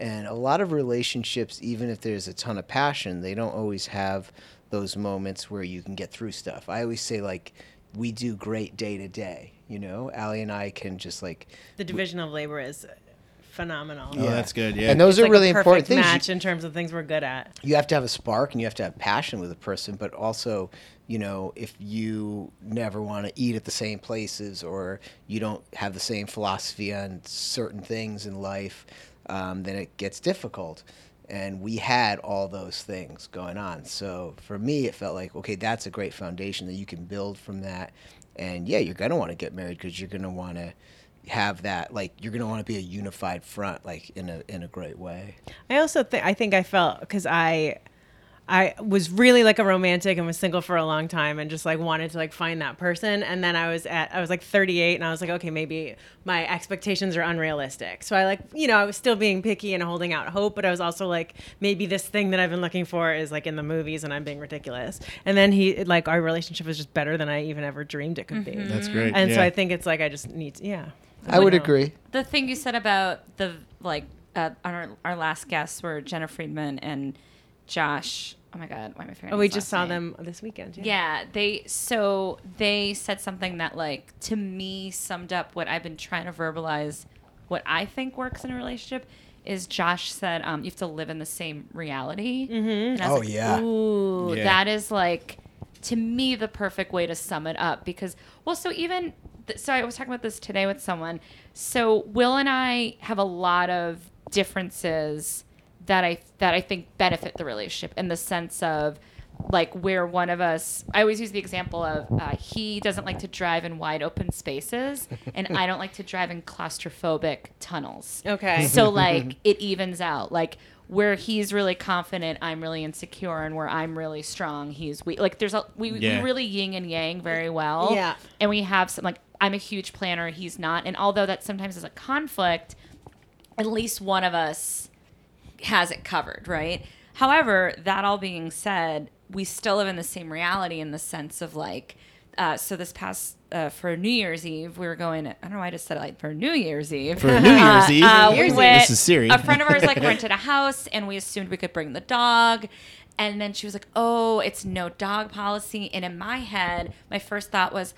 Speaker 4: and a lot of relationships, even if there's a ton of passion, they don't always have those moments where you can get through stuff. I always say, like, we do great day to day. You know, Allie and I can just like,
Speaker 3: The division of labor is phenomenal.
Speaker 2: Oh, that's good. Yeah.
Speaker 4: and those
Speaker 3: It's
Speaker 4: are
Speaker 3: like
Speaker 4: really
Speaker 3: a perfect
Speaker 4: important things. You-
Speaker 3: match in terms of things we're good at.
Speaker 4: you have to have a spark and you have to have passion with a person but also you know if you never want to eat at the same places or you don't have the same philosophy on certain things in life um, then it gets difficult and we had all those things going on so for me it felt like okay that's a great foundation that you can build from that and yeah you're going to want to get married because you're going to want to have that like you're going to want to be a unified front like in a in a great way
Speaker 3: I also think I think I felt because I I was really like a romantic and was single for a long time and just like wanted to like find that person. And then I was at, I was like 38 and I was like, okay, maybe my expectations are unrealistic. So I like, you know, I was still being picky and holding out hope, but I was also like, maybe this thing that I've been looking for is like in the movies and I'm being ridiculous. And then he, like, our relationship was just better than I even ever dreamed it could be.
Speaker 2: That's great.
Speaker 3: And so
Speaker 2: yeah.
Speaker 3: I think it's like, I just need to, yeah.
Speaker 4: Mm-hmm. I would agree.
Speaker 1: the thing you said about the like uh, on our, our last guests were Jenna Friedman and Josh. Oh my God, why am I forgetting?
Speaker 3: Oh, we
Speaker 1: his
Speaker 3: just
Speaker 1: last
Speaker 3: saw
Speaker 1: name?
Speaker 3: them this weekend.
Speaker 1: Yeah, they so they said something that like to me summed up what I've been trying to verbalize what I think works in a relationship is Josh said um, you have to live in the same reality. Mm-hmm. And I was
Speaker 4: Oh,
Speaker 1: like,
Speaker 4: yeah.
Speaker 1: Ooh,
Speaker 2: Yeah.
Speaker 1: that is like to me the perfect way to sum it up because well so even th- so I was talking about this today with someone. So Will and I have a lot of differences that I that I think benefit the relationship in the sense of like where one of us I always use the example of uh, he doesn't like to drive in wide open spaces and I don't like to drive in claustrophobic tunnels.
Speaker 3: Okay.
Speaker 1: So like it evens out. Like where he's really confident, I'm really insecure, and where I'm really strong, he's weak. Like there's a we,
Speaker 2: Yeah.
Speaker 1: we really yin and yang very well.
Speaker 3: Yeah.
Speaker 1: And we have some like I'm a huge planner, he's not. And although that sometimes is a conflict, at least one of us has it covered, right? However, that all being said, we still live in the same reality in the sense of like, uh, so this past uh, for New Year's Eve, we were going. I don't know why I just said it like for New Year's Eve.
Speaker 2: For New Year's
Speaker 1: Uh,
Speaker 2: Eve,
Speaker 1: uh, we went-
Speaker 2: this is Siri.
Speaker 1: A friend of ours like rented a house, and we assumed we could bring the dog. And then she was like, "Oh, it's no dog policy." And in my head, my first thought was,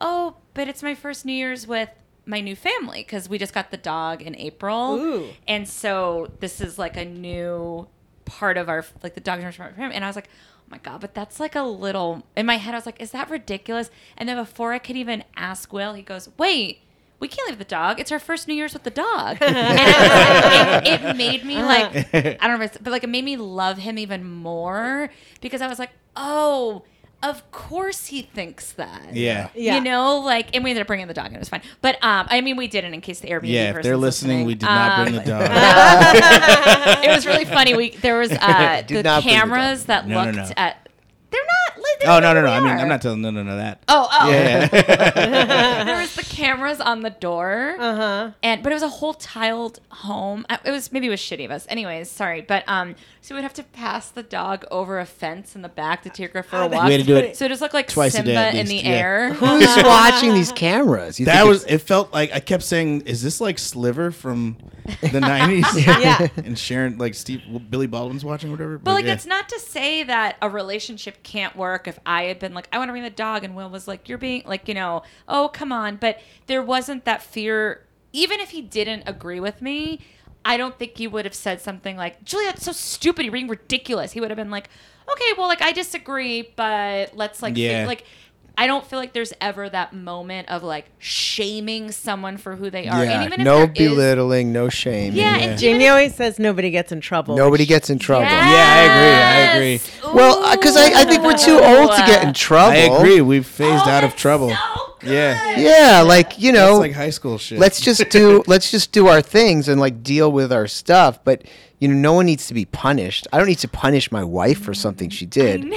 Speaker 1: "Oh, but it's my first New Year's with." My new family because we just got the dog in April,
Speaker 3: Ooh.
Speaker 1: and so this is like a new part of our like the dog's nurse program. And I was like, oh my god, but that's like a little in my head. I was like, is that ridiculous? And then before I could even ask Will, he goes, wait. We can't leave the dog. It's our first New Year's with the dog. And I was like, it, it made me like, I don't know if it's, but like it made me love him even more because I was like, oh, of course he thinks that.
Speaker 2: yeah.
Speaker 3: Yeah.
Speaker 1: You know, like, and we ended up bringing the dog, and it was fine. But um, I mean, we didn't in case the Airbnb.
Speaker 2: Yeah, if they're
Speaker 1: person's
Speaker 2: listening, we did not
Speaker 1: Um,
Speaker 2: bring the dog.
Speaker 1: it was really funny. We there was uh, the
Speaker 4: Did not bring the dog.
Speaker 1: cameras that
Speaker 2: No, no,
Speaker 1: looked
Speaker 2: no.
Speaker 1: at. They're not. Like, they
Speaker 2: Oh
Speaker 1: don't
Speaker 2: no
Speaker 1: know
Speaker 2: no
Speaker 1: who
Speaker 2: no!
Speaker 1: we
Speaker 2: I mean,
Speaker 1: are.
Speaker 2: I'm not telling no no no that.
Speaker 1: Oh oh.
Speaker 2: Yeah.
Speaker 1: There was the cameras on the door,
Speaker 3: Uh huh.
Speaker 1: and but it was a whole tiled home. I- It was maybe it was shitty of us. Anyways, sorry, but um, so we'd have to pass the dog over a fence in the back to take her for a walk.
Speaker 2: we had to do it.
Speaker 1: So it just looked like
Speaker 2: Twice a day
Speaker 1: Simba
Speaker 2: at
Speaker 1: in the
Speaker 2: least, yeah.
Speaker 1: air.
Speaker 4: Who's watching these cameras? You
Speaker 2: That
Speaker 4: think
Speaker 2: was. It felt like I kept saying, "Is this like Sliver from the '90s?"
Speaker 3: Yeah.
Speaker 2: And Sharon, like Steve, Billy Baldwin's watching, or whatever.
Speaker 1: But like
Speaker 2: yeah.
Speaker 1: that's not to say that a relationship can't work if I had been like, I want to bring the dog and Will was like, You're being like, you know, oh come on. But there wasn't that fear even if he didn't agree with me, I don't think he would have said something like, Julia, that's so stupid, you're being ridiculous. He would have been like, Okay, well like I disagree, but let's like
Speaker 2: Yeah.
Speaker 1: think, like I don't feel like there's ever that moment of like shaming someone for who they are.
Speaker 2: Yeah,
Speaker 1: and even if
Speaker 4: no
Speaker 1: there is-
Speaker 4: belittling, no shame.
Speaker 1: yeah,
Speaker 2: Yeah.
Speaker 1: and even
Speaker 3: Jamie
Speaker 1: if-
Speaker 3: always says nobody gets in trouble.
Speaker 4: Nobody gets in trouble.
Speaker 2: Yeah, I agree, uh, I
Speaker 1: Yes!
Speaker 4: Well, because I, I think we're too old to get in trouble.
Speaker 2: I agree. We've phased
Speaker 1: Oh,
Speaker 2: out of
Speaker 1: that's
Speaker 2: trouble.
Speaker 1: so good.
Speaker 2: Yeah.
Speaker 4: Yeah, like you know,
Speaker 2: It's like high school shit.
Speaker 4: let's just do let's just do our things and like deal with our stuff. But you know, no one needs to be punished. I don't need to punish my wife for something she did.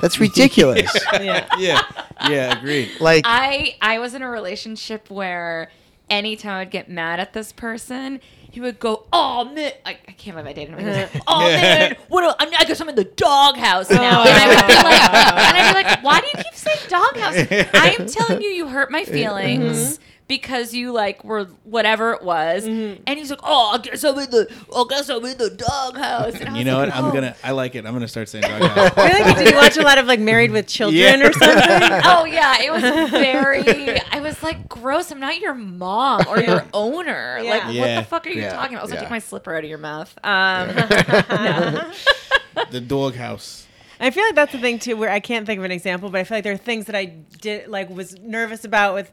Speaker 4: That's ridiculous.
Speaker 3: Yeah.
Speaker 2: yeah, yeah, agreed.
Speaker 4: Like
Speaker 1: I I was in a relationship where anytime I'd get mad at this person, he would go, "Oh man, I, I can't believe I dated him." He goes, Oh man, what? do- I'm I guess I'm in the doghouse now, and I would be like, and I'd be like, "Why do you keep saying doghouse?" I am telling you, you hurt
Speaker 2: Mm-hmm.
Speaker 1: my feelings. Because you like were whatever it was,
Speaker 2: Mm-hmm.
Speaker 1: and he's like, "Oh, I guess I'm in the, I guess I'm in the doghouse." And I
Speaker 2: You
Speaker 1: was
Speaker 2: know
Speaker 1: like,
Speaker 2: what? I'm
Speaker 1: "Oh,
Speaker 2: gonna. I like it. I'm gonna start saying doghouse.
Speaker 3: I feel like did you watch a lot of like Married with Children
Speaker 2: Yeah.
Speaker 3: or something?
Speaker 1: oh yeah, it was very. I was like, gross. I'm not your mom or your owner.
Speaker 3: Yeah.
Speaker 1: Like, what
Speaker 2: Yeah.
Speaker 1: the fuck are you
Speaker 4: Yeah.
Speaker 1: talking about? Also,
Speaker 4: Yeah.
Speaker 1: take my slipper out of your mouth. Um,
Speaker 2: the doghouse.
Speaker 3: I feel like that's the thing too, where I can't think of an example, but I feel like there are things that I did like was nervous about with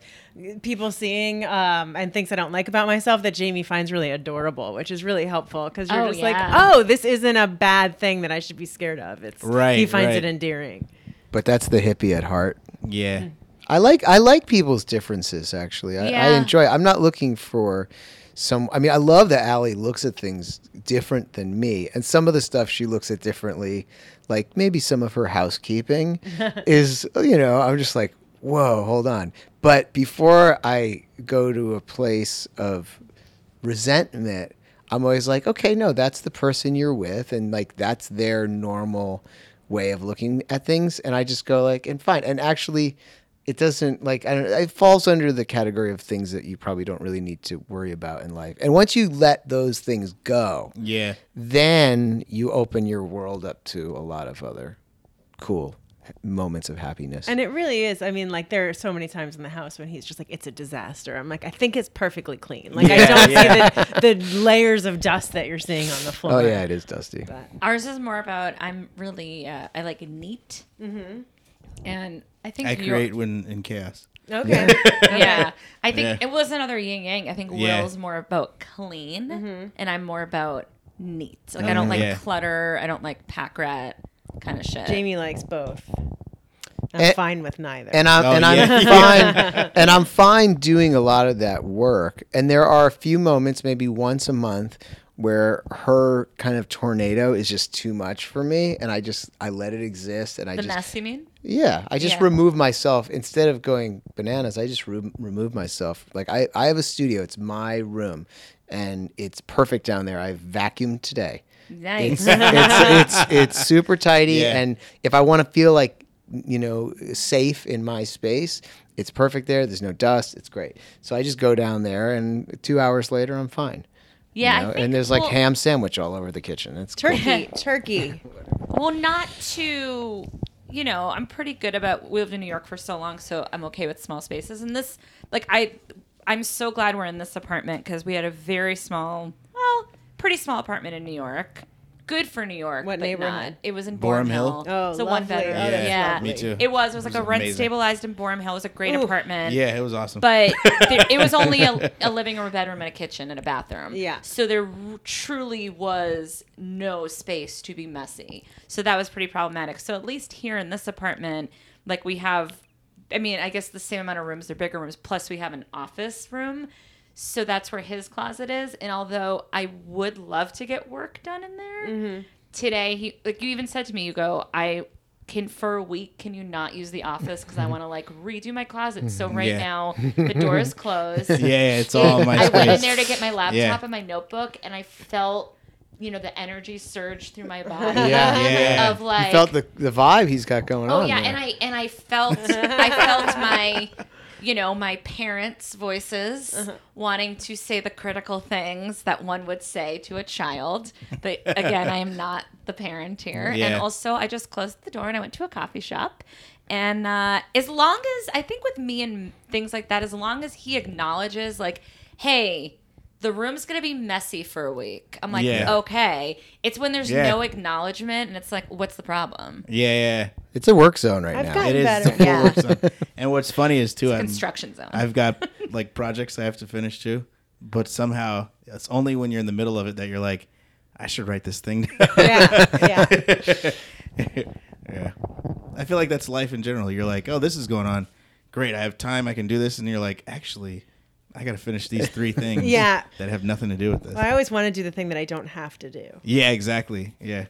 Speaker 3: people seeing, um, and things I don't like about myself that Jamie finds really adorable, which is really helpful because you're
Speaker 1: Oh,
Speaker 3: just
Speaker 1: yeah.
Speaker 3: like, oh, this isn't a bad thing that I should be scared of. It's
Speaker 2: Right,
Speaker 3: He finds
Speaker 2: right.
Speaker 3: it endearing.
Speaker 4: but that's the hippie at heart.
Speaker 2: Yeah.
Speaker 4: I like I like people's differences actually. I, I
Speaker 1: Yeah.
Speaker 4: enjoy. I'm not looking for some. I mean, I love that Allie looks at things different than me, and some of the stuff she looks at differently, like maybe some of her housekeeping, is you know, I'm just like, whoa, hold on. But before I go to a place of resentment, I'm always like, okay, no, that's the person you're with, and like that's their normal way of looking at things, and I just go like, and fine, and actually, it doesn't like I don't. It falls under the category of things that you probably don't really need to worry about in life, and once you let those things go,
Speaker 2: Yeah.
Speaker 4: then you open your world up to a lot of other cool moments of happiness.
Speaker 3: And it really is. I mean, like there are so many times in the house when he's just like, "It's a disaster." I'm like, I think it's perfectly clean. Like I don't see the, the layers of dust that you're seeing on the floor.
Speaker 4: oh yeah, it is dusty.
Speaker 1: Ours is more about I'm really uh, I like neat,
Speaker 3: Mm-hmm.
Speaker 1: and I think
Speaker 2: I
Speaker 1: your-
Speaker 2: create when in chaos.
Speaker 3: Okay.
Speaker 1: yeah, I think
Speaker 2: Yeah.
Speaker 1: it was another yin yang. I think
Speaker 2: Yeah.
Speaker 1: Will's more about clean,
Speaker 3: Mm-hmm.
Speaker 1: and I'm more about neat. Like I don't like
Speaker 2: Yeah.
Speaker 1: clutter. I don't like pack rat kind of shit.
Speaker 3: Jamie likes both. I'm
Speaker 4: And-
Speaker 3: fine with neither.
Speaker 4: and I'm
Speaker 2: Oh,
Speaker 4: and I'm fine and I'm fine doing a lot of that work. And there are a few moments, maybe once a month, where her kind of tornado is just too much for me, and I just I let it exist, and I
Speaker 1: the
Speaker 4: just
Speaker 1: mess, you mean?
Speaker 4: yeah, I just
Speaker 1: Yeah.
Speaker 4: remove myself instead of going bananas. I just re- remove myself. Like I, I have a studio. It's my room, and it's perfect down there. I vacuumed today.
Speaker 1: Nice.
Speaker 4: it's, it's it's super tidy,
Speaker 2: Yeah.
Speaker 4: and if I want to feel like you know safe in my space, it's perfect there. There's no dust. It's great. So I just go down there, and two hours later, I'm fine. you
Speaker 1: Yeah, I
Speaker 4: know?
Speaker 1: think-
Speaker 4: and there's
Speaker 1: well-
Speaker 4: like ham sandwich all over the kitchen. It's cool.
Speaker 3: turkey, turkey.
Speaker 1: Well, not to, you know, I'm pretty good about. We lived in New York for so long, so I'm okay with small spaces. And this, like, I, I'm so glad we're in this apartment because we had a very small, well, pretty small apartment in New York. Good for New York.
Speaker 3: What
Speaker 1: but
Speaker 3: neighborhood?
Speaker 1: not- It was in
Speaker 2: Boreham
Speaker 1: Boreham Hill.
Speaker 2: Hill?
Speaker 3: Oh,
Speaker 1: so one
Speaker 3: lovely.
Speaker 1: bedroom.
Speaker 3: Oh,
Speaker 1: Yeah,
Speaker 3: that's
Speaker 2: me too.
Speaker 1: It was. It was like
Speaker 2: It
Speaker 1: a
Speaker 2: was
Speaker 1: rent
Speaker 2: amazing.
Speaker 1: stabilized in Boreham Hill. It was a great
Speaker 3: Ooh.
Speaker 1: apartment
Speaker 2: Yeah, it was awesome.
Speaker 1: but there, it was only a, a living room, a bedroom, and a kitchen and a bathroom.
Speaker 3: Yeah.
Speaker 1: So there r- truly was no space to be messy. So that was pretty problematic. So at least here in this apartment, like we have, I mean, I guess the same amount of rooms, they're bigger rooms, plus we have an office room. So that's where his closet is. And although I would love to get work done in there, today he like you even said to me you go i can for a week can you not use the office because i want to like redo my closet so right
Speaker 2: Yeah.
Speaker 1: now the door is closed
Speaker 2: yeah, it's all my
Speaker 1: i went in
Speaker 2: space.
Speaker 1: there to get my laptop
Speaker 2: Yeah.
Speaker 1: and my notebook and i felt you know the energy surge through my body
Speaker 4: Yeah.
Speaker 2: Yeah.
Speaker 1: of like
Speaker 4: you felt the, the vibe he's got going
Speaker 1: oh
Speaker 4: on.
Speaker 1: yeah
Speaker 4: there.
Speaker 1: and i and i felt i felt my you know my parents voices wanting to say the critical things that one would say to a child but again i am not the parent here and
Speaker 2: Yeah.
Speaker 1: also i just closed the door and i went to a coffee shop and uh, as long as i think with me and things like that as long as he acknowledges like hey the room's gonna be messy for a week. I'm like,
Speaker 2: Yeah.
Speaker 1: okay. It's when there's
Speaker 2: Yeah.
Speaker 1: no acknowledgement, and it's like, what's the problem?
Speaker 2: yeah,
Speaker 4: it's a work zone right
Speaker 3: I've
Speaker 4: now.
Speaker 3: got-
Speaker 2: yeah. It is.
Speaker 3: Better.
Speaker 2: the full
Speaker 1: Yeah.
Speaker 2: work zone. And what's funny is too, I'm,
Speaker 1: construction zone.
Speaker 2: I've got like projects I have to finish too, but somehow it's only when you're in the middle of it that you're like, I should write this thing. down.
Speaker 3: Yeah, yeah.
Speaker 2: yeah, I feel like that's life in general. You're like, oh, this is going on, great. I have time. I can do this, and you're like, actually, I got to finish these three things.
Speaker 3: Yeah.
Speaker 2: that have nothing to do with this.
Speaker 3: I always want to do the thing that I don't have to do.
Speaker 2: Yeah, exactly. Yeah.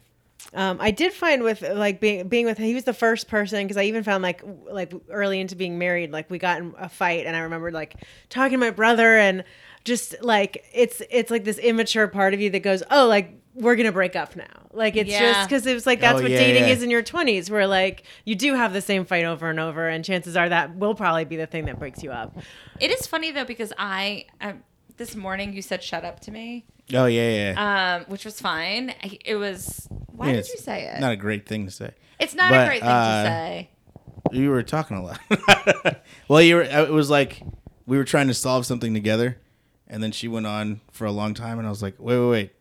Speaker 3: Um, I did find with like being being with he was the first person because I even found like w- like early into being married like we got in a fight and I remember like talking to my brother and just like it's it's like this immature part of you that goes oh like we're gonna break up now like it's
Speaker 1: Yeah.
Speaker 3: just because it was like that's
Speaker 2: Oh,
Speaker 3: what
Speaker 2: yeah,
Speaker 3: dating
Speaker 2: yeah.
Speaker 3: is in your twenties where like you do have the same fight over and over and chances are that will probably be the thing that breaks you up
Speaker 1: It is funny though because I um, this morning you said shut up to me,
Speaker 2: Oh yeah, yeah.
Speaker 1: um, which was fine. I, it was why
Speaker 2: Yeah,
Speaker 1: did
Speaker 2: it's
Speaker 1: you say it?
Speaker 2: Not a great thing to say.
Speaker 1: it's not
Speaker 2: but,
Speaker 1: a great thing
Speaker 2: uh,
Speaker 1: to say.
Speaker 2: You were talking a lot. well, you were. uh, It was like we were trying to solve something together, and then she went on for a long time, and I was like, wait, wait, wait.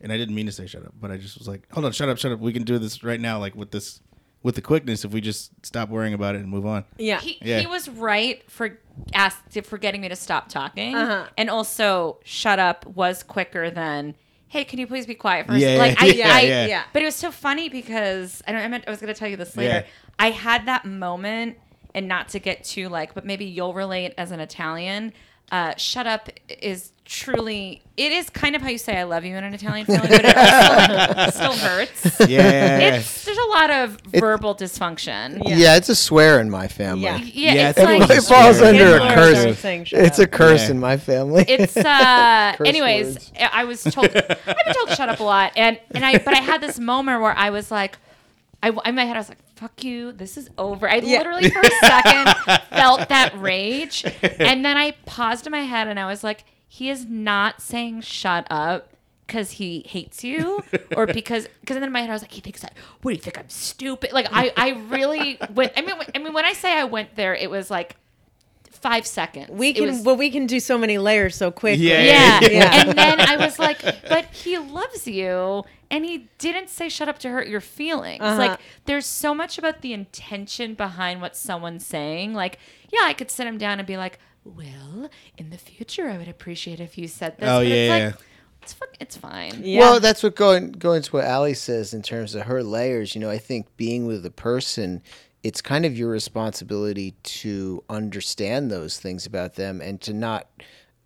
Speaker 2: And I didn't mean to say shut up, but I just was like, hold on, shut up, shut up. We can do this right now, like with this, with the quickness, if we just stop worrying about it and move on.
Speaker 3: yeah
Speaker 1: He,
Speaker 2: yeah.
Speaker 1: he was right for asked for getting me to stop talking,
Speaker 3: Uh-huh.
Speaker 1: and also shut up was quicker than hey, can you please be quiet for a
Speaker 2: Yeah,
Speaker 1: second? Like
Speaker 2: yeah,
Speaker 1: I,
Speaker 2: yeah,
Speaker 1: I,
Speaker 3: yeah.
Speaker 1: But it was so funny because I don't. I meant I was going to tell you this later.
Speaker 2: Yeah.
Speaker 1: I had that moment, and not to get too like, but maybe you'll relate as an Italian uh, "Shut up" is truly. It is kind of how you say "I love you" in an Italian feeling, but it also like, still hurts.
Speaker 2: Yeah.
Speaker 1: It's there's a lot of verbal dysfunction.
Speaker 3: Yeah.
Speaker 4: Yeah. it's a swear in my family.
Speaker 3: Yeah.
Speaker 1: Yeah,
Speaker 2: Yeah,
Speaker 1: it's
Speaker 2: it's
Speaker 1: like
Speaker 2: a
Speaker 4: It falls
Speaker 2: swear.
Speaker 4: under a
Speaker 3: Yeah. Sorry,
Speaker 4: curse.
Speaker 3: saying shut
Speaker 4: It's a
Speaker 3: up.
Speaker 4: curse
Speaker 2: Yeah.
Speaker 4: in my family.
Speaker 1: It's uh
Speaker 4: Curse
Speaker 1: anyways,
Speaker 4: words.
Speaker 1: I was told I've been told to shut up a lot and and I but I had this moment where I was like I in my head I was like fuck you, this is over. I
Speaker 3: Yeah.
Speaker 1: literally for a second felt that rage and then I paused in my head and I was like he is not saying shut up because he hates you or because because then in my head I was like he thinks that what do you think I'm stupid like I I really went I mean when- I mean when I say I went there it was like five seconds
Speaker 3: We
Speaker 1: It
Speaker 3: can,
Speaker 1: was-
Speaker 3: well, we can do so many layers so quickly.
Speaker 2: Yeah.
Speaker 1: yeah.
Speaker 3: Yeah.
Speaker 1: And then I was like, but he loves you. And he didn't say shut up to hurt your feelings.
Speaker 3: Uh-huh.
Speaker 1: Like, there's so much about the intention behind what someone's saying. Like, yeah, I could sit him down and be like, well, in the future, I would appreciate if you said this.
Speaker 2: Oh,
Speaker 1: but
Speaker 2: yeah.
Speaker 1: It's, like, it's, fuck, it's fine.
Speaker 3: Yeah.
Speaker 4: Well, that's what going going to what Ali says in terms of her layers. You know, I think being with the person, it's kind of your responsibility to understand those things about them and to not.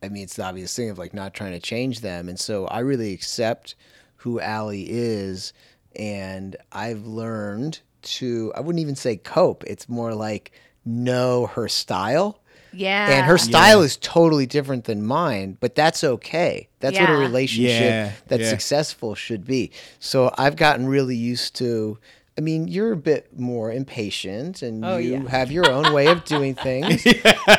Speaker 4: I mean, it's the obvious thing of like not trying to change them, and so I really accept who Ali is, and I've learned to. I wouldn't even say cope. It's more like know her style.
Speaker 1: Yeah.
Speaker 4: And her style is totally different than mine, but that's okay. That's what a
Speaker 1: Yeah.
Speaker 4: relationship
Speaker 2: Yeah,
Speaker 4: that's
Speaker 2: yeah.
Speaker 4: successful should be. So I've gotten really used to. I mean, you're a bit more impatient, and
Speaker 3: Oh,
Speaker 4: you
Speaker 3: yeah.
Speaker 4: have your own way of doing things.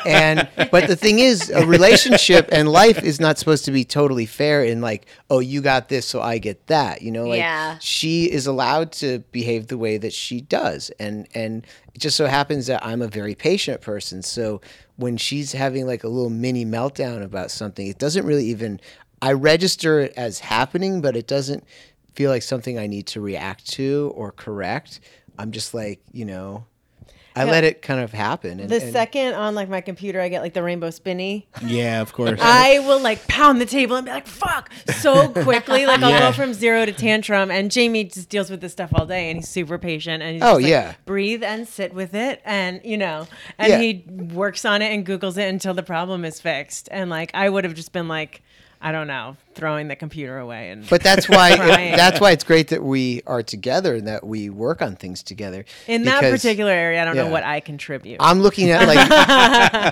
Speaker 4: And but the thing is, a relationship and life is not supposed to be totally fair. In like, oh, you got this, so I get that. You know, like
Speaker 1: Yeah.
Speaker 4: she is allowed to behave the way that she does and and it just so happens that i'm a very patient person so when she's having like a little mini meltdown about something it doesn't really even i register it as happening but it doesn't feel like something i need to react to or correct i'm just like you know i let it kind of happen and,
Speaker 3: The
Speaker 4: and-
Speaker 3: second on like my computer, I get like the rainbow spinny.
Speaker 2: yeah, of course.
Speaker 3: I will like pound the table and be like, fuck, so quickly. Like, I'll
Speaker 2: Yeah.
Speaker 3: go from zero to tantrum. And Jamie just deals with this stuff all day and he's super patient. And he's
Speaker 4: Oh,
Speaker 3: just like,
Speaker 4: yeah.
Speaker 3: breathe and sit with it. And, you know, and
Speaker 4: Yeah.
Speaker 3: he works on it and Googles it until the problem is fixed. And like, I would have just been like, I don't know, throwing the computer away. And
Speaker 4: but that's why
Speaker 3: Right.
Speaker 4: that's why it's great that we are together and that we work on things together
Speaker 3: in that
Speaker 4: because-
Speaker 3: particular area, I don't
Speaker 4: yeah.
Speaker 3: know what I contribute.
Speaker 4: I'm looking at like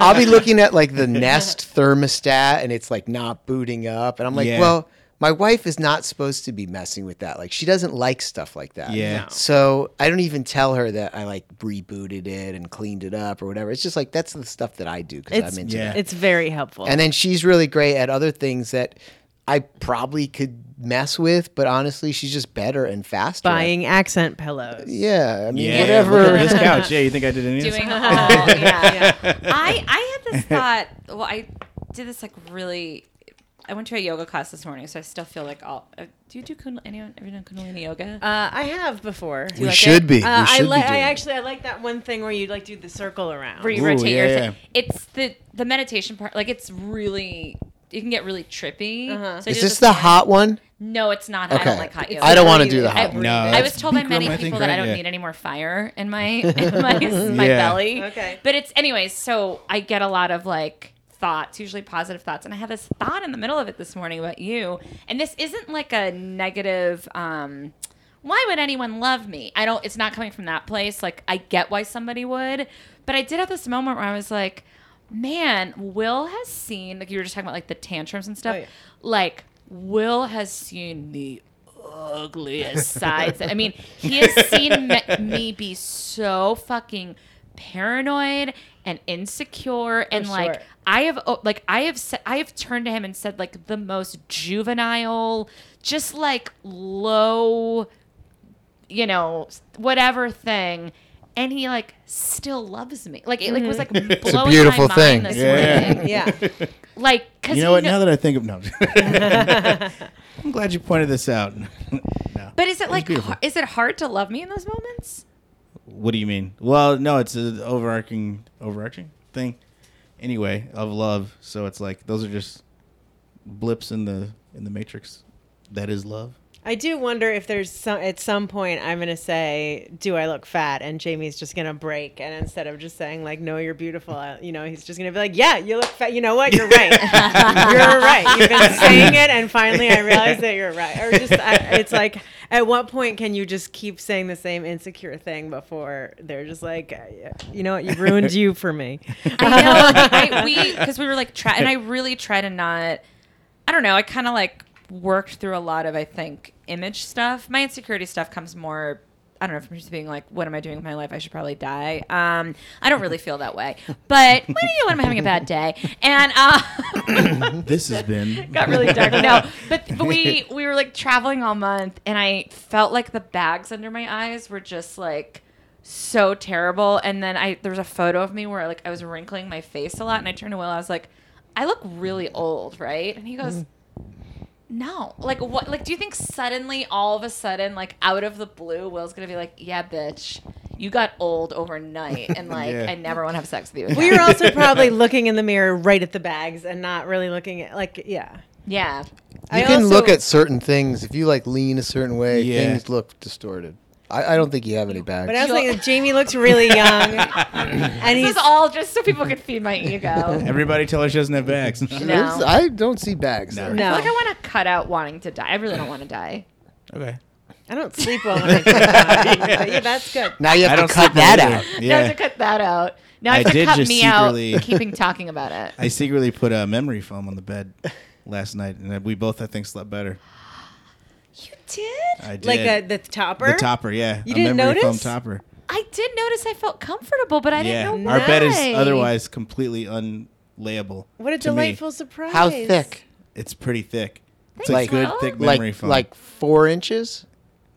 Speaker 4: I'll be looking at like the Nest thermostat and it's like not booting up and I'm like,
Speaker 2: Yeah.
Speaker 4: well, my wife is not supposed to be messing with that. Like she doesn't like stuff like that.
Speaker 2: Yeah. No.
Speaker 4: So I don't even tell her that I like rebooted it and cleaned it up or whatever. It's just like that's the stuff that I do because
Speaker 3: It's-
Speaker 4: I'm into
Speaker 2: Yeah.
Speaker 4: that.
Speaker 3: it's very helpful.
Speaker 4: And then she's really great at other things that I probably could mess with, but honestly, she's just better and faster. at-
Speaker 3: Buying accent pillows.
Speaker 4: Yeah. I mean,
Speaker 2: yeah,
Speaker 4: whatever.
Speaker 2: Look at this couch. Yeah, you think I did any of this?
Speaker 1: doing all yeah. I I had this thought. Well, I did this like really. I went to a yoga class this morning, so I still feel like all. Uh, do you do kundalini? Anyone ever done kundalini yoga?
Speaker 3: Uh, I have before.
Speaker 4: we
Speaker 1: like
Speaker 4: should
Speaker 1: it?
Speaker 4: be.
Speaker 3: Uh,
Speaker 4: we
Speaker 3: I
Speaker 4: should
Speaker 3: like.
Speaker 4: be doing
Speaker 3: I
Speaker 4: it.
Speaker 3: actually I like that one thing where you like do the circle around.
Speaker 1: where you
Speaker 2: Ooh,
Speaker 1: rotate your
Speaker 2: yeah,
Speaker 1: thing. It's the the meditation part. Like it's really it can get really trippy. So I
Speaker 4: Is
Speaker 1: did
Speaker 4: this the
Speaker 1: morning.
Speaker 4: hot one?
Speaker 1: No, it's not. I
Speaker 4: Okay.
Speaker 1: don't like hot yoga.
Speaker 4: I don't want to do the
Speaker 1: I,
Speaker 4: hot one.
Speaker 2: No,
Speaker 1: I was
Speaker 2: that's
Speaker 1: told by
Speaker 2: Bikram,
Speaker 1: many
Speaker 2: I
Speaker 1: people
Speaker 2: think,
Speaker 1: that I
Speaker 2: right?
Speaker 1: don't
Speaker 2: Yeah.
Speaker 1: need any more fire in my in my, my
Speaker 2: Yeah.
Speaker 1: belly.
Speaker 3: Okay.
Speaker 1: But it's anyways. So I get a lot of like thoughts, usually positive thoughts, and I had this thought in the middle of it this morning about you. And this isn't like a negative. um why would anyone love me? I don't. It's not coming from that place. Like I get why somebody would, but I did have this moment where I was like, man, Will has seen like you were just talking about like the tantrums and stuff.
Speaker 3: Oh, yeah.
Speaker 1: Like Will has seen the ugliest sides. I mean, he has seen me, me be so fucking paranoid and insecure and like
Speaker 3: sure.
Speaker 1: I have oh, like I have said I have turned to him and said like the most juvenile just like low you know whatever thing and he like still loves me like it like was like blowing
Speaker 4: a
Speaker 1: my
Speaker 4: beautiful
Speaker 1: mind
Speaker 4: thing.
Speaker 1: this
Speaker 2: Mm-hmm. Yeah.
Speaker 1: morning.
Speaker 3: Yeah.
Speaker 1: like because
Speaker 2: You know what? Now that I think of no, I'm glad you pointed this out. no.
Speaker 1: but is it like
Speaker 2: beautiful.
Speaker 1: har- is it hard to love me in those moments
Speaker 2: What do you mean? Well, no, it's an overarching, overarching thing. Anyway, of love. So it's like those are just blips in the in the matrix. That is love.
Speaker 3: I do wonder if there's some, at some point I'm going to say, "Do I look fat?" and Jamie's just going to break, and instead of just saying like, "No, you're beautiful," I- you know, he's just going to be like, "Yeah, you look fat." You know what? You're right. you're right. You've been saying it, and finally I realize that you're right. Or just I, it's like, at what point can you just keep saying the same insecure thing before they're just like, "Uh, "You know what? You ruined you for me."
Speaker 1: I know. like, I, we because we were like try, and I really try to not. I don't know. I kind of like worked through a lot of I think image stuff. My insecurity stuff comes more. I don't know from just being like, what am I doing with my life? I should probably die. Um, I don't really feel that way, but well, you know, when I'm having a bad day, and uh,
Speaker 2: This has been.
Speaker 1: got really dark. No, but, but we we were like traveling all month, and I felt like the bags under my eyes were just like so terrible. And then I there was a photo of me where like I was wrinkling my face a lot, and I turned to Will. I was like, I look really old, right? And he
Speaker 3: Mm.
Speaker 1: goes. No, like what? Like, do you think suddenly, all of a sudden, like out of the blue, Will's gonna be like, "Yeah, bitch, you got old overnight, and like,
Speaker 2: Yeah.
Speaker 1: I never want to have sex with you." Again.
Speaker 3: We were also probably looking in the mirror right at the bags and not really looking at like yeah.
Speaker 1: yeah,
Speaker 4: You
Speaker 3: I
Speaker 4: can look
Speaker 3: also-
Speaker 4: at certain things. If you like lean a certain way,
Speaker 2: Yeah.
Speaker 4: things look distorted. I, I don't think you have any bags.
Speaker 3: But I was
Speaker 1: You'll-
Speaker 3: thinking Jamie looks really young, and
Speaker 1: this
Speaker 3: he's
Speaker 1: is all just so people could feed my ego.
Speaker 2: Everybody tell her she doesn't have bags.
Speaker 1: No.
Speaker 4: There's- I don't see bags.
Speaker 2: No.
Speaker 4: there.
Speaker 3: no.
Speaker 1: I feel like I want to cut out wanting to die. I really don't want to die.
Speaker 2: Okay.
Speaker 3: I don't sleep well. When I think about it. But yeah, that's good.
Speaker 4: Now you have to
Speaker 2: sleep
Speaker 4: cut that
Speaker 2: either.
Speaker 4: out.
Speaker 1: Yeah.
Speaker 2: Yeah.
Speaker 1: to cut that out. Now I,
Speaker 2: I
Speaker 1: have to
Speaker 2: did
Speaker 1: cut
Speaker 2: just
Speaker 1: me
Speaker 2: secretly-
Speaker 1: out keeping talking about it.
Speaker 2: I secretly put a memory foam on the bed last night, and we both, I think, slept better.
Speaker 1: You did?
Speaker 2: I did.
Speaker 3: Like uh, the the topper.
Speaker 2: The topper, yeah.
Speaker 3: You
Speaker 2: a
Speaker 3: didn't
Speaker 2: memory foam
Speaker 3: notice?
Speaker 2: topper.
Speaker 1: I did notice I felt comfortable, but I
Speaker 2: yeah.
Speaker 1: didn't know
Speaker 2: Our
Speaker 1: why.
Speaker 2: bed is otherwise completely unlayable.
Speaker 3: What a
Speaker 2: to me.
Speaker 3: delightful surprise!
Speaker 4: How thick?
Speaker 2: It's pretty thick. It's
Speaker 1: Thanks,
Speaker 2: a good
Speaker 1: Will.
Speaker 2: thick memory
Speaker 4: Like
Speaker 2: foam.
Speaker 4: like four inches?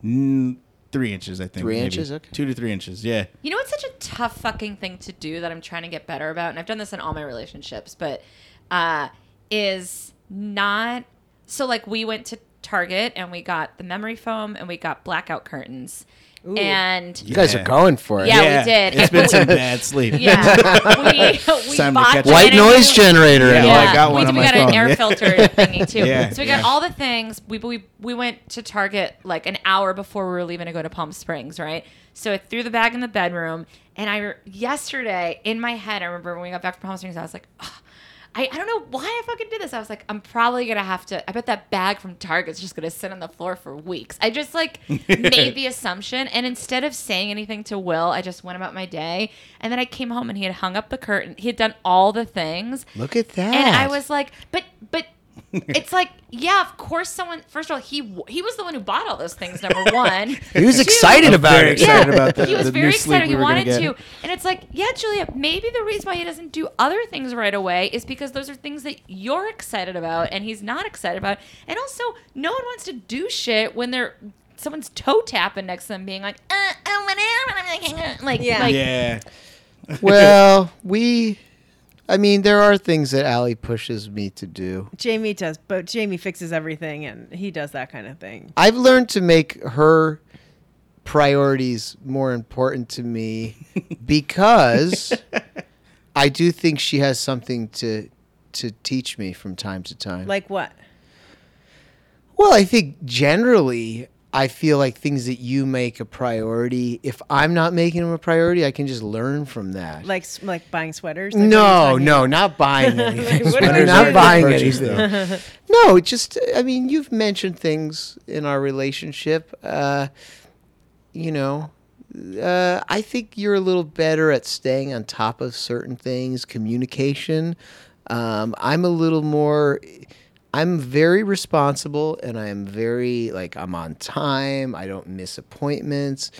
Speaker 2: Mm, three inches, I think.
Speaker 4: Three
Speaker 2: maybe.
Speaker 4: inches? Okay.
Speaker 2: Two to three inches, yeah.
Speaker 1: You know, it's such a tough fucking thing to do that I'm trying to get better about, and I've done this in all my relationships, but uh, is not so like we went to Target and we got the memory foam and we got blackout curtains. And
Speaker 4: You guys are going for it.
Speaker 1: Yeah, we did.
Speaker 2: It's been
Speaker 1: We-
Speaker 2: some bad sleep.
Speaker 1: yeah, we, we
Speaker 2: Time to
Speaker 1: bought
Speaker 2: catch up.
Speaker 4: White
Speaker 1: and
Speaker 4: noise
Speaker 1: we-
Speaker 4: generator.
Speaker 2: Yeah,
Speaker 4: in
Speaker 2: well,
Speaker 4: there.
Speaker 2: I got one
Speaker 1: we,
Speaker 2: on
Speaker 1: we
Speaker 2: my
Speaker 1: got an
Speaker 2: phone,
Speaker 1: air
Speaker 2: yeah.
Speaker 1: filter thingy too.
Speaker 2: Yeah,
Speaker 1: so we
Speaker 2: yeah.
Speaker 1: got all the things. We, we we went to Target like an hour before we were leaving to go to Palm Springs, right? So I threw the bag in the bedroom, and I re- yesterday in my head, I remember when we got back from Palm Springs, I was like. "Ugh, I, I don't know why I fucking did this. I was like, I'm probably gonna have to. I bet that bag from Target's just gonna sit on the floor for weeks. I just like made the assumption, and instead of saying anything to Will, I just went about my day. And then I came home, and he had hung up the curtain. He had done all the things,
Speaker 4: Look at that.
Speaker 1: and I was like, but but it's like, yeah, of course someone first of all, he w- he was the one who bought all those things number 1.
Speaker 4: He was
Speaker 1: Two,
Speaker 4: excited
Speaker 2: I'm
Speaker 4: about
Speaker 2: very
Speaker 4: it.
Speaker 2: excited about the-
Speaker 1: He was
Speaker 2: the new
Speaker 1: very
Speaker 2: sleep
Speaker 1: excited.
Speaker 2: we
Speaker 1: he
Speaker 2: were gonna
Speaker 1: wanted
Speaker 2: get.
Speaker 1: to. And it's like, yeah, Julia, maybe the reason why he doesn't do other things right away is because those are things that you're excited about and he's not excited about. And also, no one wants to do shit when they're someone's toe tapping next to them being like, uh, oh, whatever. And I'm like, "Eh, eh," like,
Speaker 3: Yeah.
Speaker 1: like
Speaker 2: yeah.
Speaker 4: well, we. I mean, there are things that Allie pushes me to do.
Speaker 3: Jamie does, but Jamie fixes everything, and he does that kind of thing.
Speaker 4: I've learned to make her priorities more important to me because I do think she has something to to teach me from time to time.
Speaker 3: Like what?
Speaker 4: Well, I think generally, I feel like things that you make a priority, if I'm not making them a priority, I can just learn from that.
Speaker 3: Like s- like buying sweaters? Like, what are
Speaker 4: no,
Speaker 3: you talking
Speaker 4: no, not buying anything.
Speaker 3: What are
Speaker 4: We're
Speaker 3: we
Speaker 4: not
Speaker 3: doing?
Speaker 4: buying
Speaker 2: Purchase,
Speaker 4: anything. No, it just, I mean, you've mentioned things in our relationship. Uh, you know, uh, I think you're a little better at staying on top of certain things, communication. Um, I'm a little more, I'm very responsible and I am very, like, I'm on time. I don't miss appointments,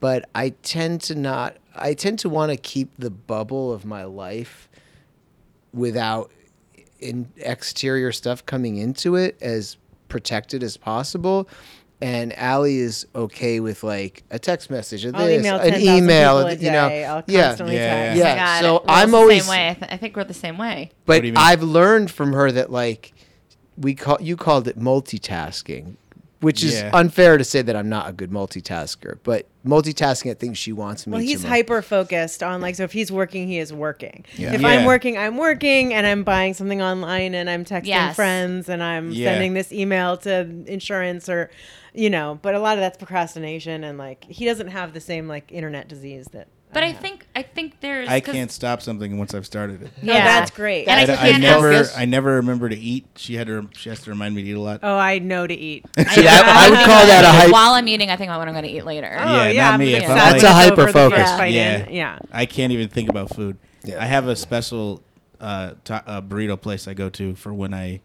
Speaker 4: but I tend to not, I tend to want to keep the bubble of my life without in exterior stuff coming into it as protected as possible. And Allie is okay with like a text message, a
Speaker 3: I'll
Speaker 4: this,
Speaker 3: email
Speaker 4: an
Speaker 3: 10,000
Speaker 4: email,
Speaker 3: people a
Speaker 4: you know,
Speaker 3: day. I'll
Speaker 4: yeah,
Speaker 3: constantly
Speaker 2: Yeah, yeah,
Speaker 3: text.
Speaker 1: Oh
Speaker 4: yeah.
Speaker 1: God,
Speaker 4: so
Speaker 1: we're
Speaker 4: I'm
Speaker 1: the
Speaker 4: always,
Speaker 1: same way. I, th- I think we're the same way.
Speaker 2: What
Speaker 4: but
Speaker 2: do you mean?
Speaker 4: I've learned from her that like we call you called it multitasking, which is
Speaker 2: Yeah.
Speaker 4: unfair to say that I'm not a good multitasker, but multitasking at things she wants me
Speaker 3: Well,
Speaker 4: to.
Speaker 3: he's
Speaker 4: mo-
Speaker 3: hyper focused on like so if he's working, he is working.
Speaker 2: Yeah.
Speaker 3: If
Speaker 2: Yeah.
Speaker 3: I'm working, I'm working and I'm buying something online and I'm texting
Speaker 1: Yes.
Speaker 3: friends and I'm
Speaker 2: Yeah.
Speaker 3: sending this email to insurance or you know, but a lot of that's procrastination and like he doesn't have the same like internet disease that
Speaker 1: But I
Speaker 3: have.
Speaker 1: think I think there's
Speaker 2: I
Speaker 1: 'cause-
Speaker 2: can't stop something once I've started it.
Speaker 3: Oh, that's great.
Speaker 1: And I,
Speaker 4: That's-
Speaker 2: I, I
Speaker 1: can't
Speaker 2: never,
Speaker 1: help.
Speaker 4: focus.
Speaker 2: I never remember to eat. She had to, she has to remind me to eat a lot.
Speaker 3: Oh, I know to eat.
Speaker 4: See, that- I would call that a hype.
Speaker 1: While I'm eating, I think about what I'm going to eat later.
Speaker 3: Uh, Oh,
Speaker 2: Yeah, not me. If I'm
Speaker 3: exactly.
Speaker 2: like-
Speaker 4: That's a
Speaker 3: Over the
Speaker 4: hyper-focus.
Speaker 3: first bite
Speaker 2: Yeah.
Speaker 3: in. yeah.
Speaker 2: I can't even think about food.
Speaker 4: Yeah.
Speaker 2: I have a special uh, ta- uh, burrito place I go to for when I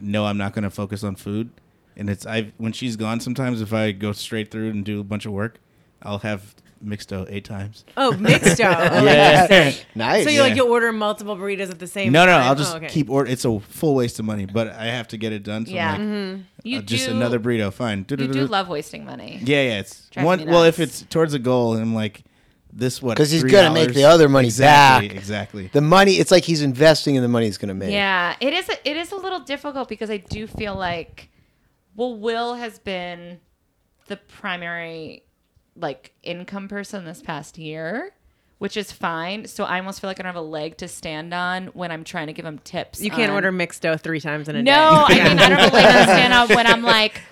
Speaker 2: know I'm not going to focus on food. And it's I when she's gone. Sometimes if I go straight through and do a bunch of work, I'll have mixto eight times.
Speaker 3: Oh, mixed dough.
Speaker 2: Yeah.
Speaker 4: nice.
Speaker 3: So you like
Speaker 2: Yeah.
Speaker 3: you'll order multiple burritos at the same
Speaker 2: no,
Speaker 3: time.
Speaker 2: no, I'll just
Speaker 3: Oh, okay.
Speaker 2: keep order. It's a full waste of money, but I have to get it done. So
Speaker 1: Yeah. Mm-hmm.
Speaker 2: I'm like,
Speaker 1: You
Speaker 2: uh, just
Speaker 1: do,
Speaker 2: another burrito. Fine.
Speaker 1: You do love wasting money.
Speaker 2: Yeah, yeah. It's
Speaker 1: Drives
Speaker 2: one.
Speaker 1: me
Speaker 2: Well, if
Speaker 1: nuts.
Speaker 2: it's towards a goal, and I'm like, this what?
Speaker 4: 'Cause he's
Speaker 2: $3?
Speaker 4: gonna make the other money
Speaker 2: exactly,
Speaker 4: back.
Speaker 2: Exactly.
Speaker 4: the money. It's like he's investing in the money he's going to make.
Speaker 1: Yeah, it is. A, it is a little difficult because I do feel like, well, Will has been the primary like income person this past year, which is fine. So I almost feel like I don't have a leg to stand on when I'm trying to give him tips.
Speaker 3: You can't
Speaker 1: on-
Speaker 3: order mixed dough three times in a day.
Speaker 1: Um, No, I mean I
Speaker 3: Yeah.
Speaker 1: don't have a leg to stand on when I'm like.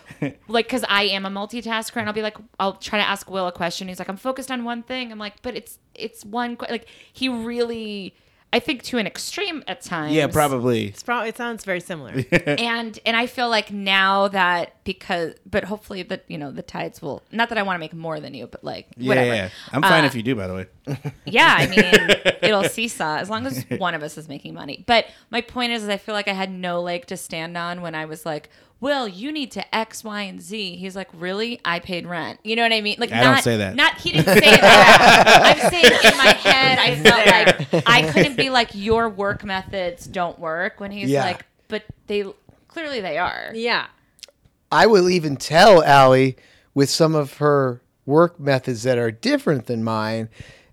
Speaker 1: Like, because I am a multitasker, and I'll be like, I'll try to ask Will a question. He's like, I'm focused on one thing. I'm like, but it's it's one. que-" Like, he really, I think, to an extreme at times.
Speaker 2: Yeah, probably.
Speaker 3: It's probably, it sounds very similar.
Speaker 1: and and I feel like now that because but hopefully that you know the tides will not that I want to make more than you but like
Speaker 2: Yeah,
Speaker 1: whatever
Speaker 2: yeah. I'm fine
Speaker 1: Uh,
Speaker 2: if you do, by the way.
Speaker 1: yeah I mean it'll seesaw as long as one of us is making money but my point is, is I feel like I had no leg to stand on when I was like Will you need to X Y and Z he's like really I paid rent you know what I mean like
Speaker 2: I
Speaker 1: not
Speaker 2: don't say that.
Speaker 1: not he didn't say that I'm saying in my head I felt like I couldn't be like your work methods don't work when he's
Speaker 4: Yeah.
Speaker 1: like but they clearly they are
Speaker 3: Yeah.
Speaker 4: I will even tell Allie with some of her work methods that are different than mine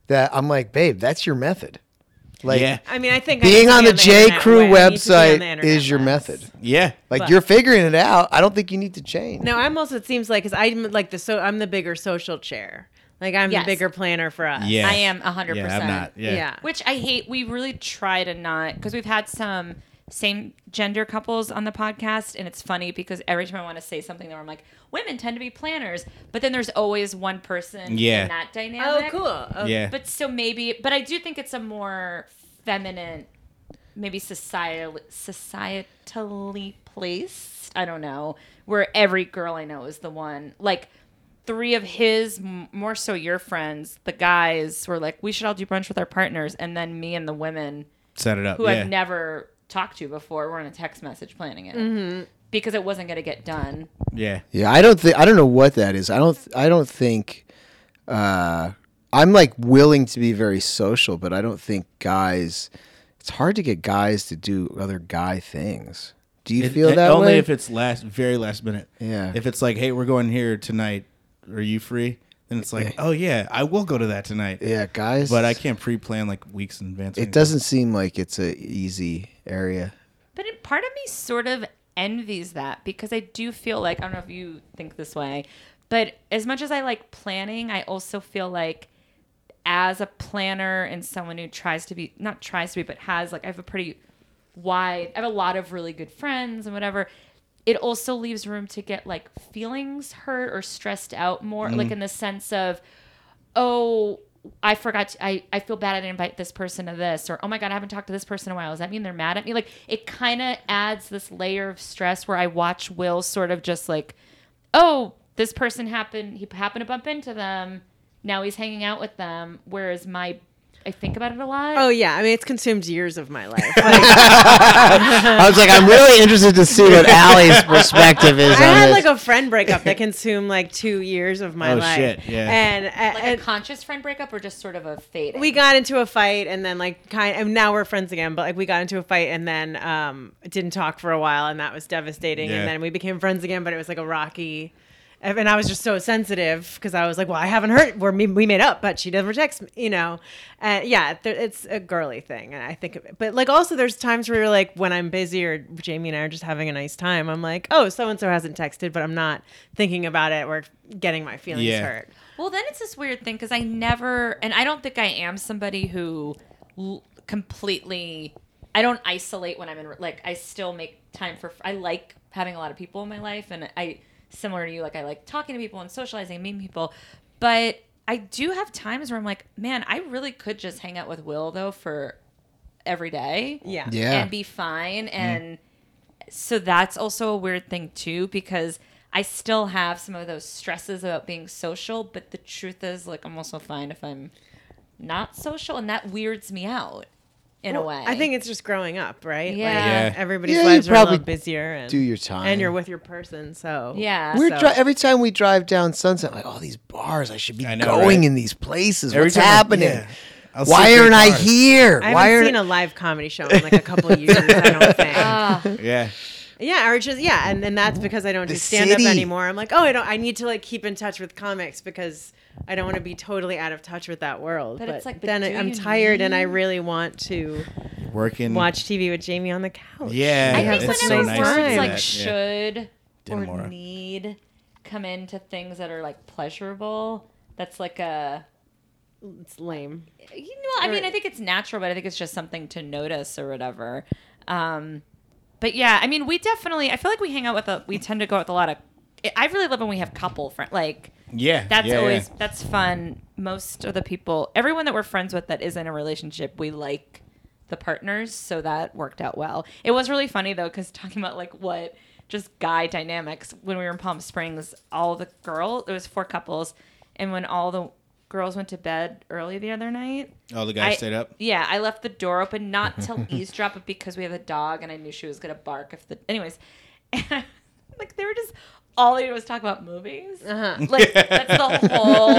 Speaker 4: that I'm like, babe, that's your method. Like
Speaker 2: yeah,
Speaker 3: I mean, I think I need
Speaker 4: being
Speaker 3: to
Speaker 4: on
Speaker 3: be
Speaker 4: the J
Speaker 3: internet less. I
Speaker 4: Crew
Speaker 3: need to be on the
Speaker 4: website
Speaker 3: internet
Speaker 4: is your
Speaker 3: less.
Speaker 4: method.
Speaker 2: yeah.
Speaker 4: Like
Speaker 3: But-
Speaker 4: you're figuring it out. I don't think you need to change.
Speaker 3: No, I'm also. It seems like because I'm like the so I'm the bigger social chair. Like I'm
Speaker 1: Yes.
Speaker 3: the bigger planner for us.
Speaker 2: yeah.
Speaker 1: I am 100%.
Speaker 2: Yeah, I'm not. Yeah.
Speaker 3: Yeah.
Speaker 1: Which I hate. We really try to not, because we've had some same gender couples on the podcast, and it's funny because every time I want to say something, there I'm like, women tend to be planners, but then there's always one person
Speaker 2: Yeah.
Speaker 1: in that
Speaker 3: Oh,
Speaker 1: dynamic.
Speaker 3: cool. Oh,
Speaker 2: Yeah.
Speaker 1: But so maybe, but I do think it's a more feminine, maybe societal, societally placed. I don't know where every girl I know is the one like three of his m- more so your friends the guys were like we should all do brunch with our partners and then me and the women
Speaker 2: Set it up.
Speaker 1: who
Speaker 2: yeah.
Speaker 1: I've never talked to before were in a text message planning it because it wasn't going to get done
Speaker 2: yeah.
Speaker 4: Yeah, I don't think I don't know what that is. I don't I don't think uh I'm like willing to be very social, but I don't think guys it's hard to get guys to do other guy things. Do you
Speaker 2: It-
Speaker 4: feel
Speaker 2: it-
Speaker 4: that
Speaker 2: only
Speaker 4: way?
Speaker 2: if it's last, very last minute.
Speaker 4: Yeah.
Speaker 2: If it's like, hey, we're going here tonight. Are you free? Then it's like, oh yeah, I will go to that tonight.
Speaker 4: yeah, guys.
Speaker 2: But I can't pre-plan like weeks in advance.
Speaker 4: It doesn't seem like it's a easy area.
Speaker 1: But it, part of me sort of envies that because I do feel like I don't know if you think this way, but as much as I like planning, I also feel like as a planner and someone who tries to be not tries to be but has like I have a pretty wide I have a lot of really good friends and whatever. It also leaves room to get like feelings hurt or stressed out more like in the sense of oh i forgot to, I, I feel bad i didn't invite this person to this or oh my god i haven't talked to this person in a while does that mean they're mad at me like it kind of adds this layer of stress where i watch will sort of just like oh this person happened he happened to bump into them now he's hanging out with them whereas my i think about it a lot
Speaker 3: Oh yeah. I mean, it's consumed years of my life.
Speaker 4: I was like, I'm really interested to see what Allie's perspective is
Speaker 3: I
Speaker 4: on
Speaker 3: had
Speaker 4: this.
Speaker 3: like a friend breakup that consumed like two years of my
Speaker 2: Oh,
Speaker 3: life.
Speaker 2: shit, yeah.
Speaker 3: And,
Speaker 1: like
Speaker 3: and
Speaker 1: a conscious friend breakup or just sort of a fading
Speaker 3: we got into a fight and then like kind and now we're friends again but like we got into a fight and then um didn't talk for a while and that was devastating
Speaker 2: Yeah.
Speaker 3: and then we became friends again but it was like a rocky and I was just so sensitive because I was like, well, I haven't heard. We're, we made up, but she never texts me, you know. Uh, yeah, there, it's a girly thing, and I think. But like, also, there's times where you're like, when I'm busy or Jamie and I are just having a nice time, I'm like, oh, so and so hasn't texted, but I'm not thinking about it or getting my feelings
Speaker 2: Yeah.
Speaker 3: hurt.
Speaker 1: Well, then it's this weird thing because I never, and I don't think I am somebody who l- completely. I don't isolate when I'm in. Like I still make time for. I like having a lot of people in my life, and I similar to you. Like I like talking to people and socializing, meeting people, but I do have times where I'm like, man, I really could just hang out with Will though for every day
Speaker 3: Yeah.
Speaker 4: Yeah.
Speaker 1: and be fine and so that's also a weird thing too because i still have some of those stresses about being social but the truth is like i'm also fine if i'm not social and that weirds me out in a
Speaker 3: Well,
Speaker 1: way
Speaker 3: I think it's just growing up, right?
Speaker 1: Yeah.
Speaker 2: Yeah.
Speaker 3: Everybody's
Speaker 4: Yeah, you
Speaker 3: lives are a little
Speaker 4: probably
Speaker 3: busier. And,
Speaker 4: do your time.
Speaker 3: And you're with your person, so
Speaker 1: yeah
Speaker 4: We're
Speaker 3: so-
Speaker 4: dri- every time we drive down Sunset, I'm like, oh, these bars, I should be
Speaker 2: I know,
Speaker 4: going
Speaker 2: right?
Speaker 4: in these places.
Speaker 2: Every
Speaker 4: What's
Speaker 2: time I-
Speaker 4: happening?
Speaker 2: yeah. I'll
Speaker 4: Why
Speaker 2: sit in
Speaker 4: aren't I
Speaker 2: cars.
Speaker 4: here?
Speaker 3: I
Speaker 4: Why
Speaker 3: haven't
Speaker 4: aren't
Speaker 3: seen a live comedy show in like a couple of years. I don't think.
Speaker 1: Ugh.
Speaker 2: Yeah.
Speaker 3: Yeah, or just yeah, and then that's because I don't
Speaker 4: The
Speaker 3: do stand up
Speaker 4: city.
Speaker 3: anymore. I'm like, oh, I don't. I need to like keep in touch with comics because I don't want to be totally out of touch with that world.
Speaker 1: But
Speaker 3: But,
Speaker 1: it's like, but
Speaker 3: then
Speaker 1: do
Speaker 3: I, I'm
Speaker 1: you
Speaker 3: tired, and I really want to
Speaker 4: Mm.
Speaker 2: Working.
Speaker 3: watch TV with Jamie on the couch.
Speaker 2: Yeah.
Speaker 1: I
Speaker 2: yeah,
Speaker 1: think
Speaker 3: it's
Speaker 1: whenever
Speaker 3: so
Speaker 1: words
Speaker 3: nice to
Speaker 2: do
Speaker 3: do
Speaker 1: like
Speaker 2: that, yeah.
Speaker 1: should
Speaker 2: Didn't
Speaker 1: or
Speaker 2: wanna-
Speaker 1: need come into things that are like pleasurable that's like a
Speaker 3: it's lame.
Speaker 1: you know, I mean,
Speaker 3: Or-
Speaker 1: I think it's natural, but I think it's just something to notice or whatever. Um, but yeah, I mean, we definitely, I feel like we hang out with a, we tend to go out with a lot of, I really love when we have couple friends. Like,
Speaker 2: Yeah.
Speaker 1: that's
Speaker 2: yeah,
Speaker 1: always,
Speaker 2: yeah.
Speaker 1: that's fun. Most of the people, everyone that we're friends with that is in a relationship, we like the partners. So that worked out well. It was really funny though, because talking about like what just guy dynamics, when we were in Palm Springs, all the girls, there was four couples. And when all the girls went to bed early the other night,
Speaker 2: Oh, the guy
Speaker 1: I-
Speaker 2: stayed up.
Speaker 1: yeah, I left the door open not till eavesdrop, but because we have a dog and I knew she was gonna bark if the. Anyways, and, like they were just all they did was talk about movies.
Speaker 3: Uh-huh.
Speaker 1: Like that's the whole.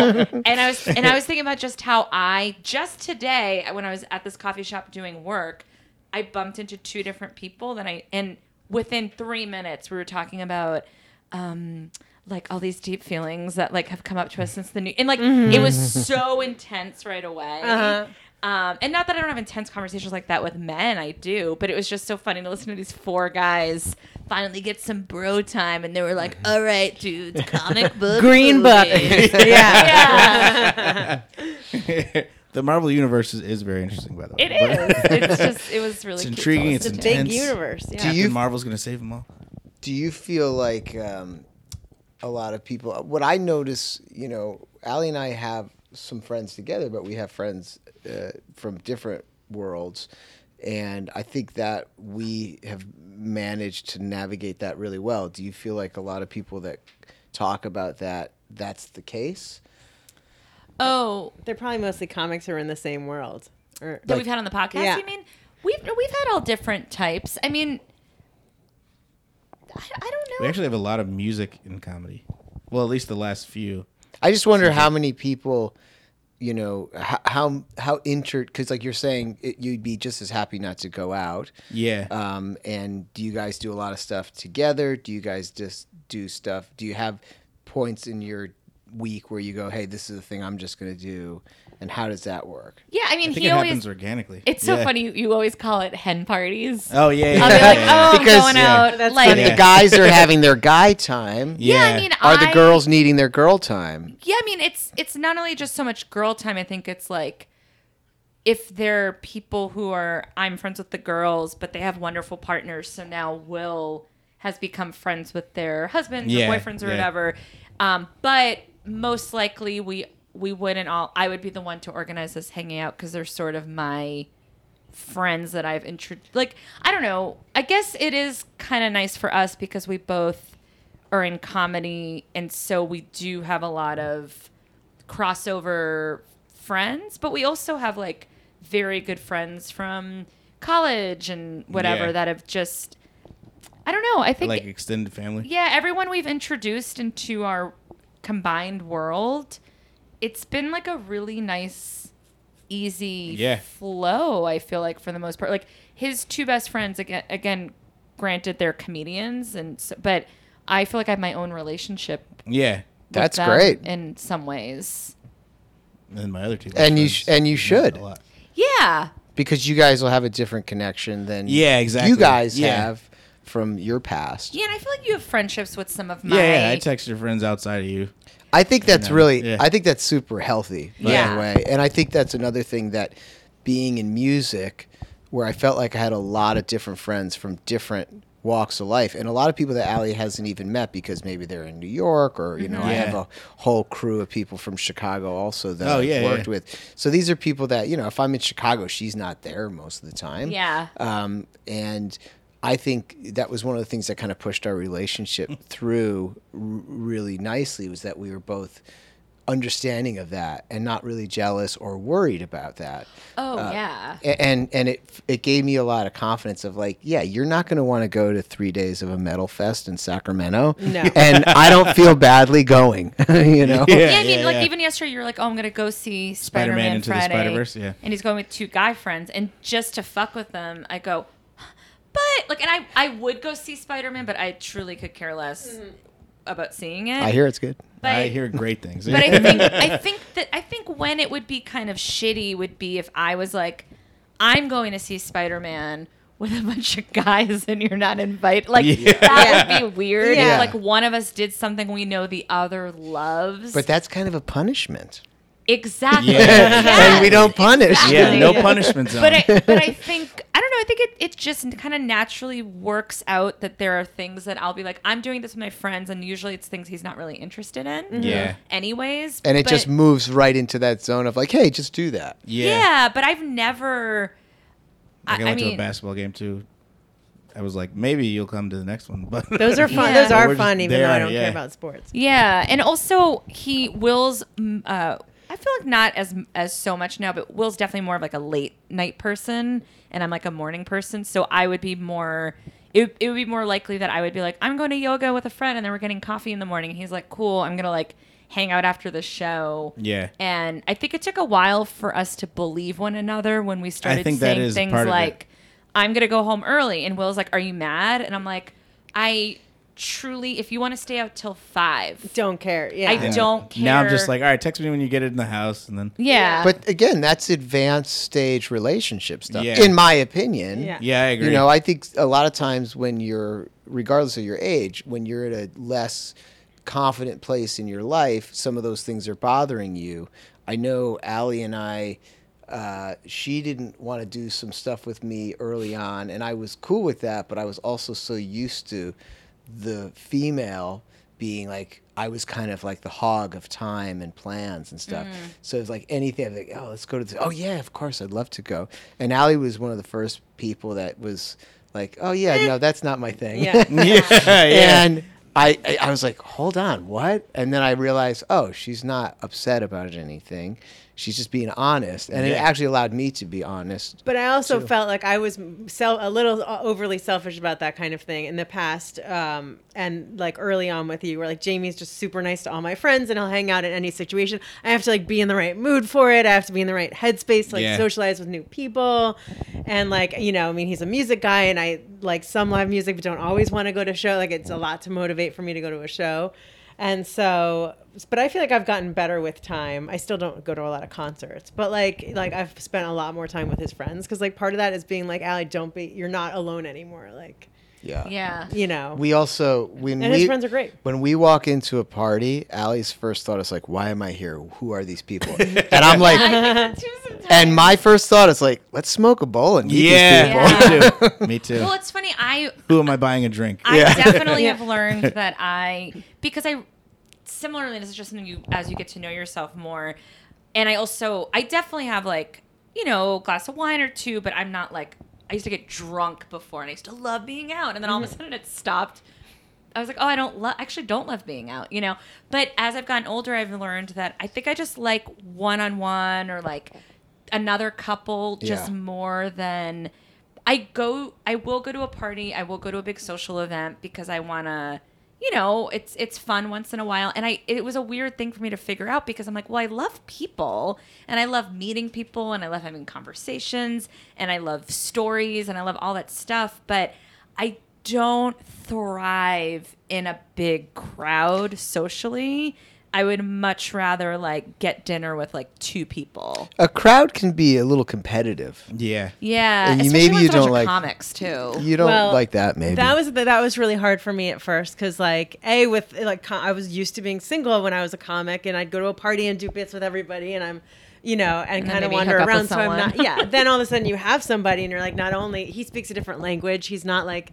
Speaker 1: And I was and I was thinking about just how I just today when I was at this coffee shop doing work, I bumped into two different people. Then I and within three minutes we were talking about. um like all these deep feelings that like have come up to us since the new and like it was so intense right away
Speaker 3: Mm-hmm. Uh-huh.
Speaker 1: um, and not that I don't have intense conversations like that with men, I do, but it was just so funny to listen to these four guys finally get some bro time, and they were like, "All right, dudes, comic book,
Speaker 3: Green book.
Speaker 1: movies."
Speaker 3: yeah.
Speaker 2: the Marvel universe is, is very interesting, by the way.
Speaker 1: It is.
Speaker 2: But-
Speaker 1: It's just it was really
Speaker 2: It's
Speaker 1: cute to
Speaker 2: intriguing, it's
Speaker 1: listen to.
Speaker 3: Big
Speaker 2: Intense.
Speaker 3: universe. Yeah.
Speaker 2: Captain
Speaker 4: you-
Speaker 2: Marvel's gonna save them all.
Speaker 4: do you feel like um, a lot of people uh, what i notice you know ali and i have some friends together but we have friends uh, from different worlds and i think that we have managed to navigate that really well do you feel like a lot of people that talk about that that's the case
Speaker 1: Oh,
Speaker 3: They're probably mostly comics who are in the same world. Or,
Speaker 1: that we've had on the podcast.
Speaker 3: Yeah.
Speaker 1: You mean we've we've had all different types. I mean, I, I don't know.
Speaker 2: We actually have a lot of music in comedy. Well, at least the last few.
Speaker 4: I just wonder how many people, you know, how how, how inter because like you're saying, it, you'd be just as happy not to go out.
Speaker 2: Yeah.
Speaker 4: Um, and do you guys do a lot of stuff together? Do you guys just do stuff? Do you have points in your week where you go, hey, this is the thing I'm just gonna do, and how does that work?
Speaker 1: yeah, I mean,
Speaker 2: I think
Speaker 1: he
Speaker 2: it
Speaker 1: always.
Speaker 2: happens organically.
Speaker 1: it's so
Speaker 2: Yeah.
Speaker 1: funny. You, you always call it hen parties.
Speaker 2: Oh yeah. yeah,
Speaker 1: I'll be
Speaker 2: yeah,
Speaker 1: like,
Speaker 2: yeah.
Speaker 1: oh,
Speaker 4: Because-
Speaker 1: I'm going
Speaker 2: Yeah.
Speaker 1: out.
Speaker 3: That's
Speaker 1: like,
Speaker 4: When
Speaker 2: Yeah.
Speaker 4: the guys are having their guy time,
Speaker 1: yeah. I mean,
Speaker 4: are the
Speaker 1: I-
Speaker 4: girls needing their girl time?
Speaker 1: yeah i mean it's it's not only just so much girl time i think it's like if there are people who are i'm friends with the girls but they have wonderful partners so now will has become friends with their husbands
Speaker 2: Yeah,
Speaker 1: or boyfriends or
Speaker 2: yeah.
Speaker 1: whatever um, but most likely we we wouldn't all i would be the one to organize this hanging out because they're sort of my friends that i've introduced like i don't know i guess it is kind of nice for us because we both are in comedy and so we do have a lot of crossover friends but we also have like very good friends from college and whatever
Speaker 2: Yeah.
Speaker 1: that have just i don't know i think
Speaker 2: like extended family.
Speaker 1: yeah everyone we've introduced into our combined world it's been like a really nice easy
Speaker 2: Yeah.
Speaker 1: flow i feel like for the most part like his two best friends again, again granted they're comedians and so, but I feel like I have my own relationship. with
Speaker 2: Yeah.
Speaker 4: That's
Speaker 1: them
Speaker 4: great.
Speaker 1: In some ways,
Speaker 2: And my other two. best
Speaker 4: And you
Speaker 2: friends
Speaker 4: sh- and you
Speaker 2: do that
Speaker 4: should.
Speaker 2: a lot.
Speaker 1: yeah,
Speaker 4: because you guys will have a different connection than
Speaker 2: Yeah, exactly.
Speaker 4: you guys
Speaker 2: Yeah.
Speaker 4: have from your past.
Speaker 1: yeah. And I feel like you have friendships with some of my.
Speaker 2: Yeah, yeah. I text your friends outside of you.
Speaker 4: I think that's
Speaker 2: know,
Speaker 4: really
Speaker 2: yeah.
Speaker 4: I think that's super healthy by
Speaker 1: Yeah.
Speaker 4: the way. And I think that's another thing that being in music where I felt like I had a lot of different friends from different walks of life and a lot of people that Ali hasn't even met because maybe they're in New York or you know I
Speaker 2: Mm-hmm. Yeah.
Speaker 4: have a whole crew of people from Chicago also that
Speaker 2: Oh,
Speaker 4: I've
Speaker 2: yeah,
Speaker 4: worked
Speaker 2: yeah.
Speaker 4: with. So these are people that, you know, if I'm in Chicago, she's not there most of the time.
Speaker 1: Yeah.
Speaker 4: Um, and I think that was one of the things that kind of pushed our relationship through r- really nicely was that we were both understanding of that and not really jealous or worried about that.
Speaker 1: Oh
Speaker 2: Uh,
Speaker 1: yeah.
Speaker 4: A- And and it it gave me a lot of confidence of like, yeah, you're not going to want to go to 3 days of a metal fest in Sacramento.
Speaker 3: No.
Speaker 4: And I don't feel badly going, you know.
Speaker 1: Yeah, I mean,
Speaker 2: yeah,
Speaker 1: like
Speaker 2: yeah.
Speaker 1: even yesterday, you were like, "Oh, I'm gonna go see
Speaker 2: Spider-Man
Speaker 1: Spider-Man,
Speaker 2: Into the
Speaker 1: Friday,"
Speaker 2: Spider-Verse, yeah.
Speaker 1: and he's going with two guy friends, and just to fuck with them, I go, "But like," and I I would go see Spider-Man, but I truly could care less about seeing it.
Speaker 4: I hear it's good.
Speaker 1: but,
Speaker 2: I hear great things.
Speaker 1: but I think I think that I think when it would be kind of shitty would be if I was like, "I'm going to see Spider-Man." With a bunch of guys and you're not invited, like
Speaker 2: Yeah.
Speaker 1: that would be weird.
Speaker 3: Yeah.
Speaker 1: If, like one of us did something we know the other loves,
Speaker 4: But that's kind of a punishment.
Speaker 1: Exactly.
Speaker 2: Yeah.
Speaker 4: and we don't punish.
Speaker 1: exactly.
Speaker 2: yeah, no
Speaker 1: Yeah.
Speaker 2: punishment zone.
Speaker 1: But I, but I think I don't know. I think it, it just kind of naturally works out that there are things that I'll be like, I'm doing this with my friends, and usually it's things he's not really interested in.
Speaker 2: Yeah.
Speaker 1: Anyways,
Speaker 4: and it
Speaker 1: but-
Speaker 4: just moves right into that zone of like, hey, just do that.
Speaker 1: yeah. But I've never.
Speaker 2: Like I,
Speaker 1: I, I
Speaker 2: went to a
Speaker 1: mean,
Speaker 2: basketball game too. I was like, maybe you'll come to the next one, but
Speaker 3: Those are fun.
Speaker 1: Yeah.
Speaker 3: Those
Speaker 2: We're
Speaker 3: are
Speaker 2: just
Speaker 3: fun, even though I
Speaker 2: there,
Speaker 3: don't
Speaker 2: yeah.
Speaker 3: care about sports.
Speaker 1: yeah, and also he Will's. mm, Uh, I feel like not as as so much now, but Will's definitely more of like a late night person, and I'm like a morning person. So I would be more. It, it would be more likely that I would be like, I'm going to yoga with a friend, and then we're getting coffee in the morning. He's like, cool. I'm gonna like hang out after the show.
Speaker 2: Yeah.
Speaker 1: And I think it took a while for us to believe one another when we started
Speaker 2: think that
Speaker 1: saying
Speaker 2: is
Speaker 1: things
Speaker 2: part of it.
Speaker 1: like, I'm gonna go home early. And Will's like, Are you mad? And I'm like, I truly, if you want to stay out till five,
Speaker 3: Don't care. Yeah.
Speaker 1: I don't care.
Speaker 2: Now I'm just like, all right, text me when you get it in the house, and then
Speaker 1: yeah,
Speaker 4: But again, that's advanced stage relationship stuff,
Speaker 2: Yeah.
Speaker 4: in my opinion.
Speaker 3: Yeah.
Speaker 2: yeah, I agree.
Speaker 4: You know, I think a lot of times when you're, regardless of your age, when you're at a less confident place in your life, some of those things are bothering you. I know Allie and I, uh, she didn't want to do some stuff with me early on, and I was cool with that, but I was also so used to the female being like, I was kind of like the hog of time and plans and stuff. So it's like anything, I'm like, oh, let's go to this. Oh, yeah, of course, I'd love to go. And Allie was one of the first people that was like, oh, yeah, no, that's not my thing.
Speaker 3: Yeah.
Speaker 2: yeah, yeah.
Speaker 4: And I, I, I was like, hold on, what? And then I realized, oh, she's not upset about anything. She's just being honest. And it
Speaker 2: Yeah.
Speaker 4: actually allowed me to be honest.
Speaker 3: But I also felt like I was self, a little uh, overly selfish about that kind of thing in the past. Um, and like early on with you, where like Jamie's just super nice to all my friends and he'll hang out in any situation. I have to like be in the right mood for it. I have to be in the right headspace to like
Speaker 2: Yeah.
Speaker 3: socialize with new people. And like, you know, I mean, he's a music guy and I like some live music, but don't always want to go to show. Like, it's a lot to motivate for me to go to a show. And so, but I feel like I've gotten better with time. I still don't go to a lot of concerts, but like, like I've spent a lot more time with his friends because like part of that is being like, Allie, don't be, you're not alone anymore. Like,
Speaker 4: Yeah.
Speaker 1: yeah,
Speaker 3: you know,
Speaker 4: We also, when
Speaker 3: and
Speaker 4: we,
Speaker 3: his friends are great.
Speaker 4: When we walk into a party, Allie's first thought is like, "Why am I here? Who are these people?" and I'm like,
Speaker 1: I think so too sometimes.
Speaker 4: and my first thought is like, "Let's smoke a bowl and meet
Speaker 2: yeah.
Speaker 1: these people.
Speaker 2: Me too. me too.
Speaker 1: well, it's funny. I
Speaker 2: Who am I buying a drink?
Speaker 1: I
Speaker 4: Yeah.
Speaker 1: definitely
Speaker 3: Yeah.
Speaker 1: have learned that I because I similarly this is just something you as you get to know yourself more and I also I definitely have like you know a glass of wine or two but I'm not like I used to get drunk before and I used to love being out and then all of a sudden it stopped I was like, oh, I don't love, actually don't love being out, you know? But as I've gotten older, I've learned that I think I just like one on one or like another couple just
Speaker 4: Yeah.
Speaker 1: more than I go, I will go to a party, I will go to a big social event because I want to. You know, it's it's fun once in a while, and I it was a weird thing for me to figure out because I'm like, well, I love people, and I love meeting people, and I love having conversations, and I love stories, and I love all that stuff, but I don't thrive in a big crowd socially. I would much rather like get dinner with like two people.
Speaker 4: A crowd can be a little competitive.
Speaker 2: Yeah.
Speaker 1: Yeah,
Speaker 4: And you-
Speaker 1: especially
Speaker 4: maybe
Speaker 1: when
Speaker 4: you
Speaker 1: it's a bunch
Speaker 4: don't
Speaker 1: of
Speaker 4: like-
Speaker 1: comics too.
Speaker 4: You don't
Speaker 3: Well,
Speaker 4: like that, maybe.
Speaker 3: That was that was really hard for me at first because like a with like com- I was used to being single when I was a comic and I'd go to a party and do bits with everybody and I'm you know and,
Speaker 1: then
Speaker 3: kind of
Speaker 1: maybe hook
Speaker 3: wander
Speaker 1: up with
Speaker 3: around so I'm not
Speaker 1: someone.
Speaker 3: yeah then all of a sudden you have somebody and you're like not only he speaks a different language he's not like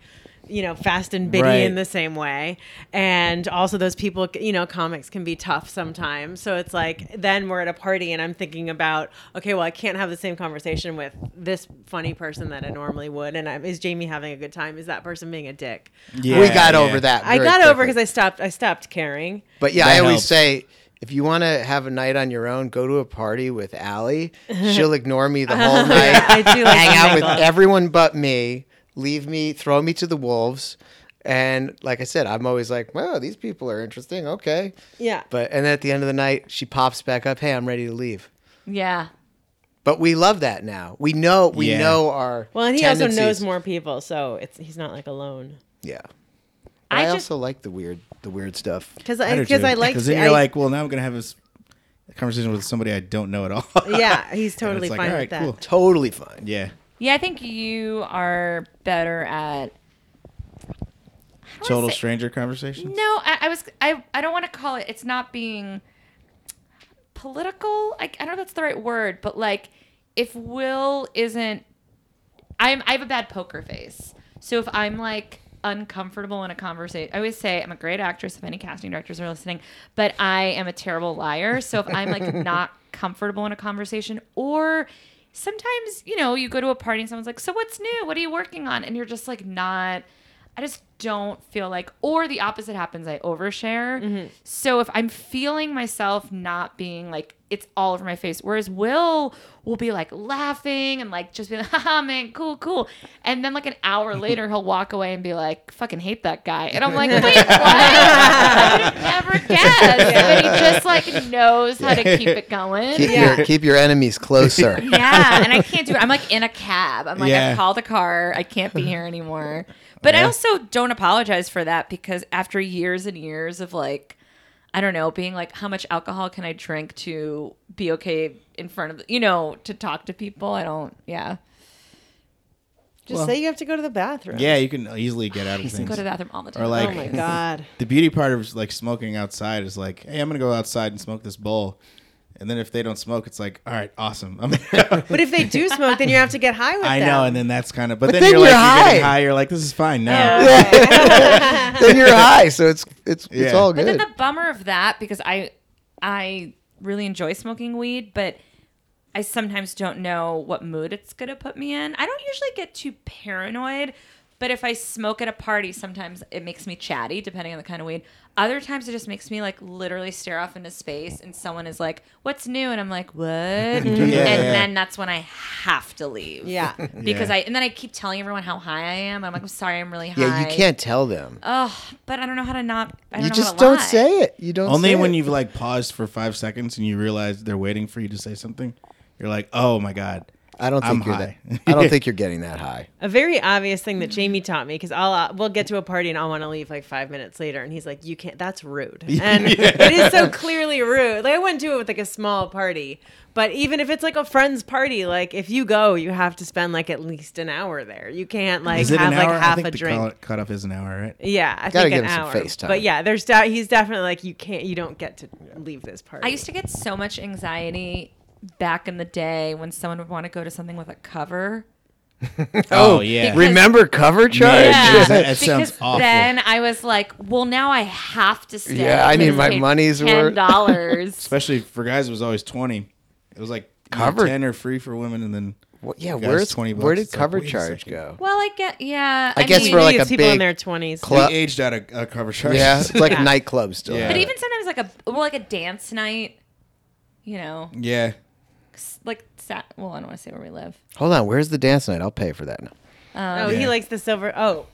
Speaker 3: you know fast and bitty
Speaker 2: Right.
Speaker 3: in the same way and also those people you know comics can be tough sometimes so it's like then we're at a party and i'm thinking about okay well i can't have the same conversation with this funny person that i normally would and I'm, is jamie having a good time is that person being a dick
Speaker 2: yeah
Speaker 4: we got
Speaker 2: yeah.
Speaker 4: over that.
Speaker 3: i
Speaker 4: very
Speaker 3: got over
Speaker 4: quickly.
Speaker 3: because i stopped i stopped caring
Speaker 4: But yeah,
Speaker 2: That
Speaker 4: I always
Speaker 2: helps.
Speaker 4: say if you want to have a night on your own, go to a party with Allie. She'll ignore me the whole night.
Speaker 3: I do like
Speaker 4: hang
Speaker 3: to
Speaker 4: out
Speaker 3: make
Speaker 4: with
Speaker 3: love.
Speaker 4: everyone but me. Leave me, throw me to the wolves. And like I said, I'm always like, "Wow, these people are interesting." Okay,
Speaker 3: yeah
Speaker 4: but and then at the end of the night, she pops back up. Hey, I'm ready to leave.
Speaker 1: Yeah.
Speaker 4: But we love that now. We know we
Speaker 2: Yeah.
Speaker 4: know our
Speaker 3: well and he
Speaker 4: tendencies.
Speaker 3: also knows more people so it's he's not like alone
Speaker 4: Yeah, But
Speaker 1: I
Speaker 4: I,
Speaker 1: just-
Speaker 4: also like the weird the weird stuff.
Speaker 3: because
Speaker 2: I
Speaker 3: i
Speaker 2: do
Speaker 3: because
Speaker 2: too.
Speaker 3: i like
Speaker 2: 'Cause then you're
Speaker 3: I-
Speaker 2: like, well, now I'm gonna have this conversation with somebody I don't know at all.
Speaker 3: yeah he's
Speaker 2: And
Speaker 3: totally
Speaker 2: it's like,
Speaker 3: fine
Speaker 2: all
Speaker 3: with
Speaker 2: right,
Speaker 3: that
Speaker 2: cool.
Speaker 4: Totally fine.
Speaker 2: Yeah.
Speaker 1: Yeah, I think you are better at I don't wanna
Speaker 2: Total
Speaker 1: say-
Speaker 2: stranger conversation.
Speaker 1: No, I, I was I, I don't want to call it it's not being political. I, I don't know if that's the right word, but like if Will isn't I'm I have a bad poker face. So if I'm like uncomfortable in a conversation, I always say I'm a great actress if any casting directors are listening, but I am a terrible liar. So if I'm like not comfortable in a conversation or sometimes, you know, you go to a party and someone's like, "So what's new? What are you working on?" and you're just like not I just don't feel like or the opposite happens, I overshare. So if I'm feeling myself not being like it's all over my face. Whereas Will will be like laughing and like just be like, haha, man, cool, cool. And then like an hour later, he'll walk away and be like, fucking hate that guy. And I'm like, wait, what? I would never guess. But he just like knows how to keep it going.
Speaker 4: Keep
Speaker 3: Yeah.
Speaker 4: your keep your enemies closer.
Speaker 1: Yeah, and I can't do it. I'm like in a cab. I'm like,
Speaker 2: Yeah.
Speaker 1: I called a car. I can't be here anymore. But I
Speaker 2: Yeah.
Speaker 1: also don't apologize for that because after years and years of like, I don't know, being like, how much alcohol can I drink to be okay in front of, you know, to talk to people? I don't, yeah.
Speaker 3: just say you have to go to the bathroom
Speaker 2: Yeah, you can easily get out of
Speaker 1: I used to
Speaker 2: things.
Speaker 1: go to the bathroom all the time.
Speaker 2: Or like,
Speaker 3: oh my god
Speaker 2: the beauty part of like smoking outside is like, hey, I'm gonna go outside and smoke this bowl, and then if they don't smoke, it's like, all right, awesome. I'm
Speaker 3: But if they do smoke, then you have to get high with
Speaker 2: I
Speaker 3: them.
Speaker 2: know, and then that's kind of. But,
Speaker 4: But
Speaker 2: then,
Speaker 4: then
Speaker 2: you're,
Speaker 4: you're
Speaker 2: like, you're getting
Speaker 4: high.
Speaker 2: high. You're like, this is fine now.
Speaker 4: then you're high, so it's it's
Speaker 2: Yeah.
Speaker 4: it's all
Speaker 1: But
Speaker 4: good.
Speaker 1: then the bummer of that because I I really enjoy smoking weed, but I sometimes don't know what mood it's gonna put me in. I don't usually get too paranoid, but if I smoke at a party, sometimes it makes me chatty, depending on the kind of weed. Other times it just makes me like literally stare off into space, and someone is like, "What's new?" and I'm like, "What?" and
Speaker 2: yeah.
Speaker 1: then that's when I have to leave.
Speaker 3: Yeah.
Speaker 1: Because
Speaker 2: Yeah.
Speaker 1: I and then I keep telling everyone how high I am. I'm like, I'm sorry, I'm really high.
Speaker 4: yeah, you can't tell them.
Speaker 1: Oh, but I don't know how to not. I don't
Speaker 4: you
Speaker 1: know how
Speaker 4: just
Speaker 1: to
Speaker 4: don't
Speaker 1: lie.
Speaker 4: say it. You don't.
Speaker 2: Only
Speaker 4: say
Speaker 2: when
Speaker 4: it.
Speaker 2: you've like paused for five seconds and you realize they're waiting for you to say something, you're like, oh my god.
Speaker 4: I don't think
Speaker 2: I'm
Speaker 4: you're
Speaker 2: high.
Speaker 4: that. I don't think you're getting that high.
Speaker 3: A very obvious thing that Jamie taught me because I'll uh, we'll get to a party and I'll want to leave like five minutes later, and he's like, "You can't. That's rude." And it is so clearly rude. Like I wouldn't do it with like a small party, but even if it's like a friend's party, like if you go, you have to spend like at least an hour there. You can't like
Speaker 2: Is it
Speaker 3: have
Speaker 2: an hour?
Speaker 3: like half
Speaker 2: I think
Speaker 3: a
Speaker 2: the
Speaker 3: drink.
Speaker 2: Cut, cutoff is an hour, right?
Speaker 3: yeah, I
Speaker 4: Gotta
Speaker 3: think
Speaker 4: give
Speaker 3: an
Speaker 4: him some
Speaker 3: hour.
Speaker 4: face time.
Speaker 3: But yeah, there's de- he's definitely like you can't. You don't get to leave this party.
Speaker 1: I used to get so much anxiety back in the day when someone would want to go to something with a cover.
Speaker 2: Oh, yeah.
Speaker 1: because-
Speaker 4: Remember cover charge?
Speaker 2: Yeah.
Speaker 4: Yeah,
Speaker 2: that- that sounds
Speaker 1: because
Speaker 2: awful.
Speaker 1: Then I was like, well, now I have to stay.
Speaker 4: Yeah, I need
Speaker 1: because
Speaker 4: my
Speaker 1: paid
Speaker 4: money's worth.
Speaker 1: Ten dollars.
Speaker 2: Especially for guys, it was always twenty. It was like you know,
Speaker 4: Covered.
Speaker 2: ten or free for women, and then
Speaker 4: Wh- yeah,
Speaker 2: guys,
Speaker 4: where's
Speaker 2: 20
Speaker 4: where
Speaker 2: bucks,
Speaker 4: did
Speaker 2: it's like,
Speaker 4: cover
Speaker 2: wait a
Speaker 4: charge
Speaker 2: second.
Speaker 4: go?
Speaker 1: well, I get yeah.
Speaker 4: I guess
Speaker 1: mean,
Speaker 4: for like
Speaker 3: These
Speaker 4: a
Speaker 3: people in
Speaker 4: big
Speaker 3: their twenties.
Speaker 4: club-
Speaker 2: we aged out of a cover charge.
Speaker 4: Yeah, it's like
Speaker 3: Yeah.
Speaker 4: nightclubs still.
Speaker 2: Yeah.
Speaker 1: But
Speaker 4: have
Speaker 1: even
Speaker 4: it.
Speaker 1: sometimes like a well, like a dance night. You know,
Speaker 2: yeah.
Speaker 1: s- like sat, well, I don't want to say where we live.
Speaker 4: hold on, where's the dance night? I'll pay for that now.
Speaker 3: Oh,
Speaker 2: Yeah.
Speaker 3: he likes the silver. Oh,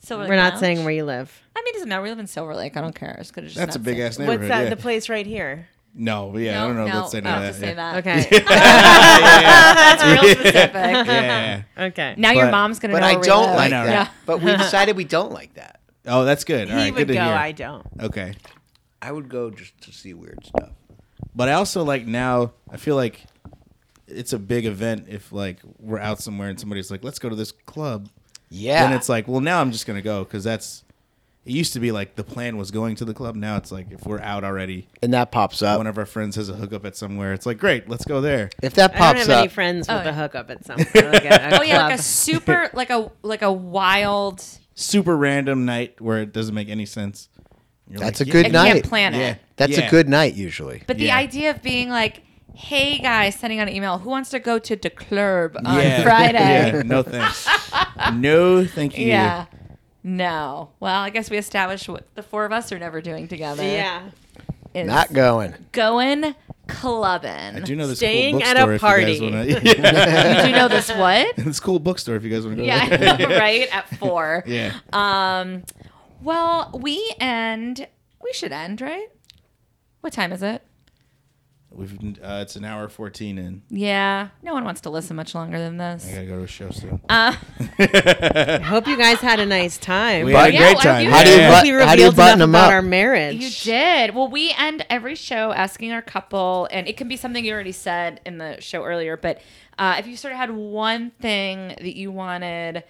Speaker 1: Silver Lake
Speaker 3: we're not
Speaker 1: Lounge?
Speaker 3: saying where you live.
Speaker 1: I mean, it doesn't matter. We live in Silver Lake. I don't care. I just could have just
Speaker 2: That's a
Speaker 1: not
Speaker 2: big
Speaker 1: said.
Speaker 2: ass neighborhood.
Speaker 3: What's that?
Speaker 2: yeah.
Speaker 3: The place right here.
Speaker 2: No, but yeah, I don't know. if
Speaker 1: no,
Speaker 2: Let's say
Speaker 1: we don't
Speaker 2: none
Speaker 1: have
Speaker 2: of
Speaker 1: to say
Speaker 2: yeah.
Speaker 1: that.
Speaker 3: Okay.
Speaker 1: That's real specific.
Speaker 2: Yeah.
Speaker 3: Okay.
Speaker 1: Now your
Speaker 2: But-
Speaker 1: mom's gonna
Speaker 4: But
Speaker 1: know.
Speaker 4: I
Speaker 1: where we
Speaker 4: don't
Speaker 1: live.
Speaker 4: like
Speaker 2: know,
Speaker 4: that.
Speaker 1: Yeah.
Speaker 4: But we decided we don't like that.
Speaker 2: Oh, that's good. All
Speaker 3: he
Speaker 2: right,
Speaker 3: would
Speaker 2: good to
Speaker 3: go.
Speaker 2: hear.
Speaker 3: I don't.
Speaker 2: okay.
Speaker 4: I would go just to see weird stuff.
Speaker 2: But I also like now. I feel like it's a big event if like we're out somewhere and somebody's like, "Let's go to this club."
Speaker 4: Yeah.
Speaker 2: Then it's like, well, now I'm just gonna go because that's. It used to be like the plan was going to the club. Now it's like if we're out already,
Speaker 4: and that pops up.
Speaker 2: one of our friends has a hookup at somewhere. It's like, great, let's go there.
Speaker 4: if that
Speaker 3: I don't
Speaker 4: pops
Speaker 3: have
Speaker 4: up,
Speaker 3: any friends
Speaker 1: Oh,
Speaker 3: with a
Speaker 1: yeah.
Speaker 3: hookup at some. Like a, a
Speaker 1: Oh yeah, like
Speaker 3: club.
Speaker 1: a super, like a like a wild.
Speaker 2: Super random night where it doesn't make any sense. You're
Speaker 4: That's
Speaker 2: like,
Speaker 4: a
Speaker 2: yeah,
Speaker 4: good
Speaker 1: I
Speaker 4: night.
Speaker 1: can't plan
Speaker 2: Yeah.
Speaker 1: it.
Speaker 4: that's
Speaker 2: Yeah.
Speaker 4: a good night usually.
Speaker 1: But the
Speaker 2: Yeah.
Speaker 1: idea of being like, "Hey guys," sending out an email, "Who wants to go to the club on
Speaker 2: Yeah.
Speaker 1: Friday?"
Speaker 2: Yeah, no thanks. no, thank you.
Speaker 1: Yeah. No. Well, I guess we established what the four of us are never doing together.
Speaker 3: yeah.
Speaker 1: Is
Speaker 4: Not going.
Speaker 1: going
Speaker 2: I
Speaker 1: clubbing.
Speaker 2: do know this
Speaker 3: Staying
Speaker 2: cool
Speaker 3: at a
Speaker 2: bookstore if you
Speaker 3: party.
Speaker 2: guys want to.
Speaker 1: you do know this what?
Speaker 2: this cool bookstore if you guys want to go. there.
Speaker 1: Yeah, right at four.
Speaker 2: yeah.
Speaker 1: Um, well, we end. We should end, right? What time is it?
Speaker 2: We've uh, it's an hour fourteen in.
Speaker 1: Yeah, no one wants to listen much longer than this.
Speaker 2: I gotta go to a show soon.
Speaker 1: Uh,
Speaker 3: I hope you guys had a nice time.
Speaker 2: We had
Speaker 4: But-
Speaker 2: a
Speaker 1: Yeah,
Speaker 2: great
Speaker 1: well,
Speaker 2: time.
Speaker 1: you-
Speaker 4: How do you
Speaker 2: Yeah.
Speaker 4: bu-
Speaker 3: we
Speaker 4: how do you
Speaker 3: revealed
Speaker 4: button
Speaker 3: enough
Speaker 4: 'em
Speaker 3: about
Speaker 4: up?
Speaker 3: our marriage.
Speaker 1: you did. Well, we end every show asking our couple, and it can be something you already said in the show earlier, but uh, if you sort of had one thing that you wanted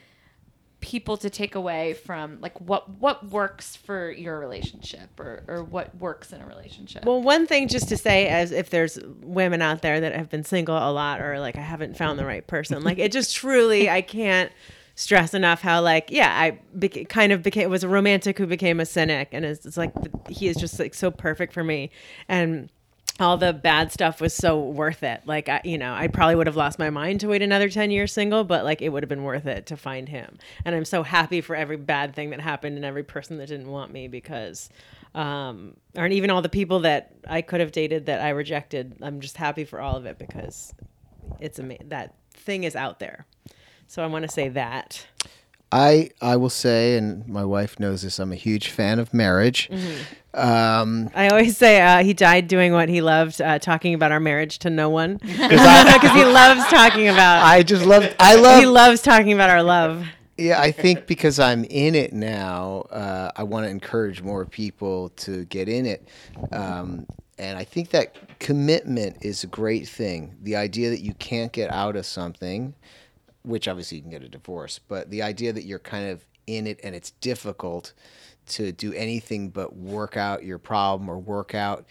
Speaker 1: people to take away from like what what works for your relationship or, or what works in a relationship
Speaker 3: Well, one thing just to say, as if there's women out there that have been single a lot, or like I haven't found the right person, like it just truly, I can't stress enough how like yeah, I beca- kind of became was a romantic who became a cynic, and it's, it's like th- he is just like so perfect for me, and all the bad stuff was so worth it. Like I, you know, I probably would have lost my mind to wait another ten years single, but like it would have been worth it to find him, and I'm so happy for every bad thing that happened and every person that didn't want me because um, and even all the people that I could have dated that I rejected. I'm just happy for all of it because it's ama- that thing is out there. So I want to say that.
Speaker 4: I I will say, and my wife knows this. I'm a huge fan of marriage.
Speaker 3: Mm-hmm.
Speaker 4: Um,
Speaker 3: I always say uh, he died doing what he loved, uh, talking about our marriage to no one, because he loves talking about.
Speaker 4: I just love. I
Speaker 3: he
Speaker 4: love.
Speaker 3: loves talking about our love.
Speaker 4: Yeah, I think because I'm in it now, uh, I want to encourage more people to get in it. Um, and I think that commitment is a great thing. The idea that you can't get out of something, which obviously you can get a divorce, but the idea that you're kind of in it and it's difficult to do anything but work out your problem or work out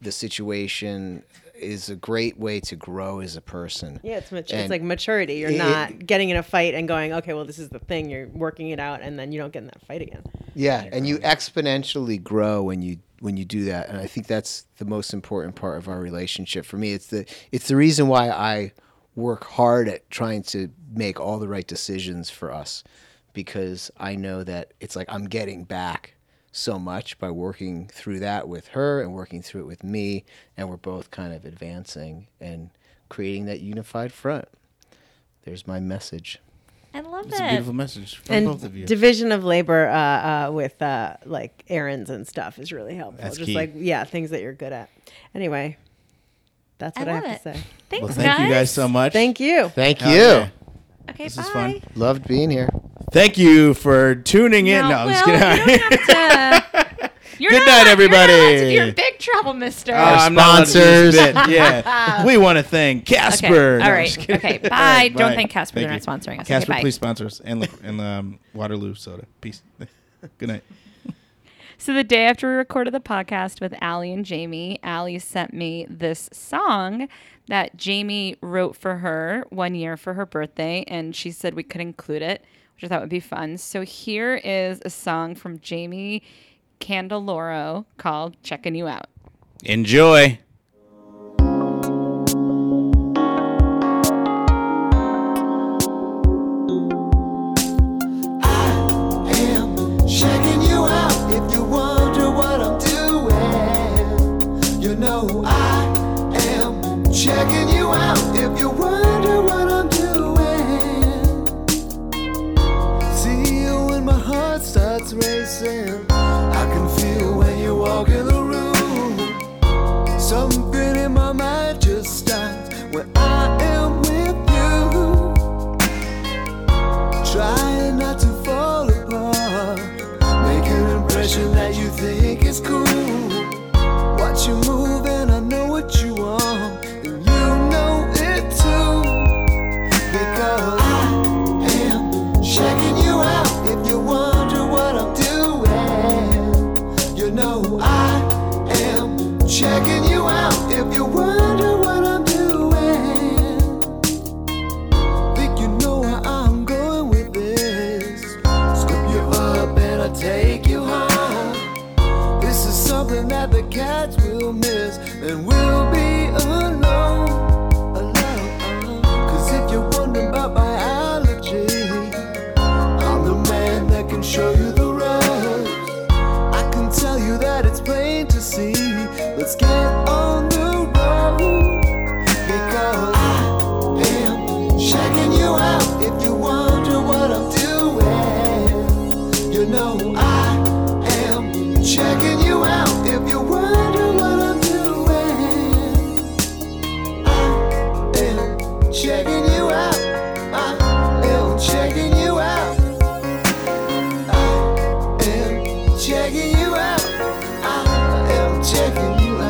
Speaker 4: the situation is a great way to grow as a person.
Speaker 3: Yeah, it's mature.
Speaker 4: And-
Speaker 3: It's like maturity. You're
Speaker 4: It-
Speaker 3: not getting in a fight and going, okay, well, this is the thing. You're working it out, and then you don't get in that fight again.
Speaker 4: Yeah, and you exponentially grow when you when you do that, and I think that's the most important part of our relationship. For me, it's the it's the reason why I work hard at trying to make all the right decisions for us, because I know that it's like I'm getting back so much by working through that with her and working through it with me, and we're both kind of advancing and creating that unified front. There's my message.
Speaker 1: i love
Speaker 2: It's a
Speaker 1: it
Speaker 2: beautiful message from
Speaker 3: and
Speaker 2: both of you.
Speaker 3: division of labor uh, uh, with uh, like errands and stuff is really helpful.
Speaker 2: That's
Speaker 3: Just
Speaker 2: key.
Speaker 3: like yeah, things that you're good at. Anyway, that's
Speaker 1: I
Speaker 3: what I,
Speaker 1: love
Speaker 3: have
Speaker 1: it.
Speaker 3: to say.
Speaker 1: thanks
Speaker 2: well, thank you guys so much.
Speaker 3: Thank you.
Speaker 4: Thank you.
Speaker 2: Hell yeah.
Speaker 1: okay
Speaker 2: This
Speaker 1: bye
Speaker 2: is fun.
Speaker 4: Loved being here.
Speaker 2: Thank you for tuning in. No, I'm just kidding.
Speaker 1: well, you don't have to- You're not allowed-
Speaker 2: Good night,
Speaker 1: You're, not allowed
Speaker 2: everybody.
Speaker 1: to- you're in big trouble, mister.
Speaker 2: Oh, I'm not allowed to do
Speaker 4: Sponsors.
Speaker 2: this bit. Yeah. we want to thank Casper.
Speaker 1: okay.
Speaker 2: No,
Speaker 1: All
Speaker 2: I'm just
Speaker 1: right.
Speaker 2: kidding.
Speaker 1: Okay. Bye.
Speaker 2: All
Speaker 1: Don't
Speaker 2: right,
Speaker 1: thank Casper.
Speaker 2: Thank
Speaker 1: They're
Speaker 2: you.
Speaker 1: not sponsoring us.
Speaker 2: Casper,
Speaker 1: okay, bye.
Speaker 2: please sponsor us and and um, Waterloo soda. Peace. Good night.
Speaker 1: So the day after we recorded the podcast with Allie and Jamie, Allie sent me this song that Jamie wrote for her one year for her birthday, and she said we could include it, which I thought would be fun. So here is a song from Jamie Candeloro called "Checking You Out."
Speaker 2: Enjoy.
Speaker 5: am checking you out if you wonder what I'm doing. You know I am checking you out if you wonder what I'm doing. See you when my heart starts racing. I can feel when you walk in the room. Some checking you out if you wonder what I'm doing. Think you know where I'm going with this? Scoop you up and I take you home. This is something that the cats will miss, and we'll be alone. alone. Cause if you're wondering about my allergy, I'm the man that can show you the ropes. I can tell you that it's plain to see. Let's get on the road because I am checking you out. If you wonder what I'm doing, you know I am checking you out. If you wonder what I'm doing, I am checking you out. I am checking you out. I am checking you out. I am checking you out.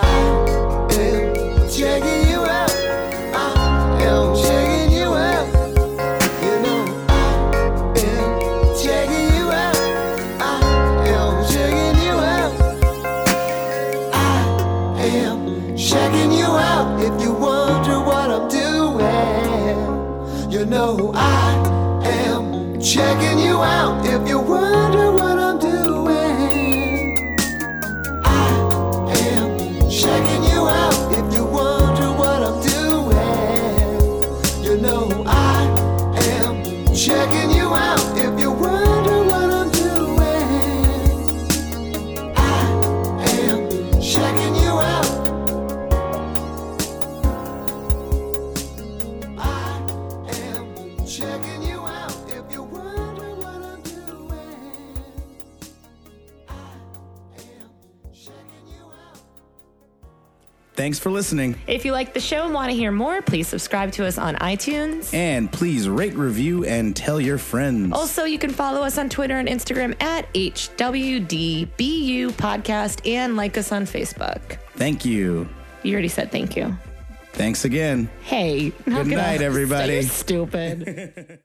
Speaker 5: I am checking you out. I am checking you out. You know, I am checking you out. I am checking you out. I am checking you out. If you wonder what I'm doing, you know I am checking you out. If you wonder what I'm doing. I am checking you out if you wonder what I'm doing. You know I am checking you out if you wonder what I'm doing. I am checking you out. I am checking you out if you wonder what I'm doing. I am checking you out.
Speaker 2: Thanks for listening,
Speaker 6: If you like the show and want to hear more, please subscribe to us on iTunes.
Speaker 2: and please rate, review, and tell your friends.
Speaker 6: Also, you can follow us on Twitter and Instagram at HWDBU Podcast and like us on Facebook.
Speaker 2: Thank you.
Speaker 6: You already said thank you.
Speaker 2: Thanks again.
Speaker 6: Hey,
Speaker 2: Good night, everybody.
Speaker 6: Stupid.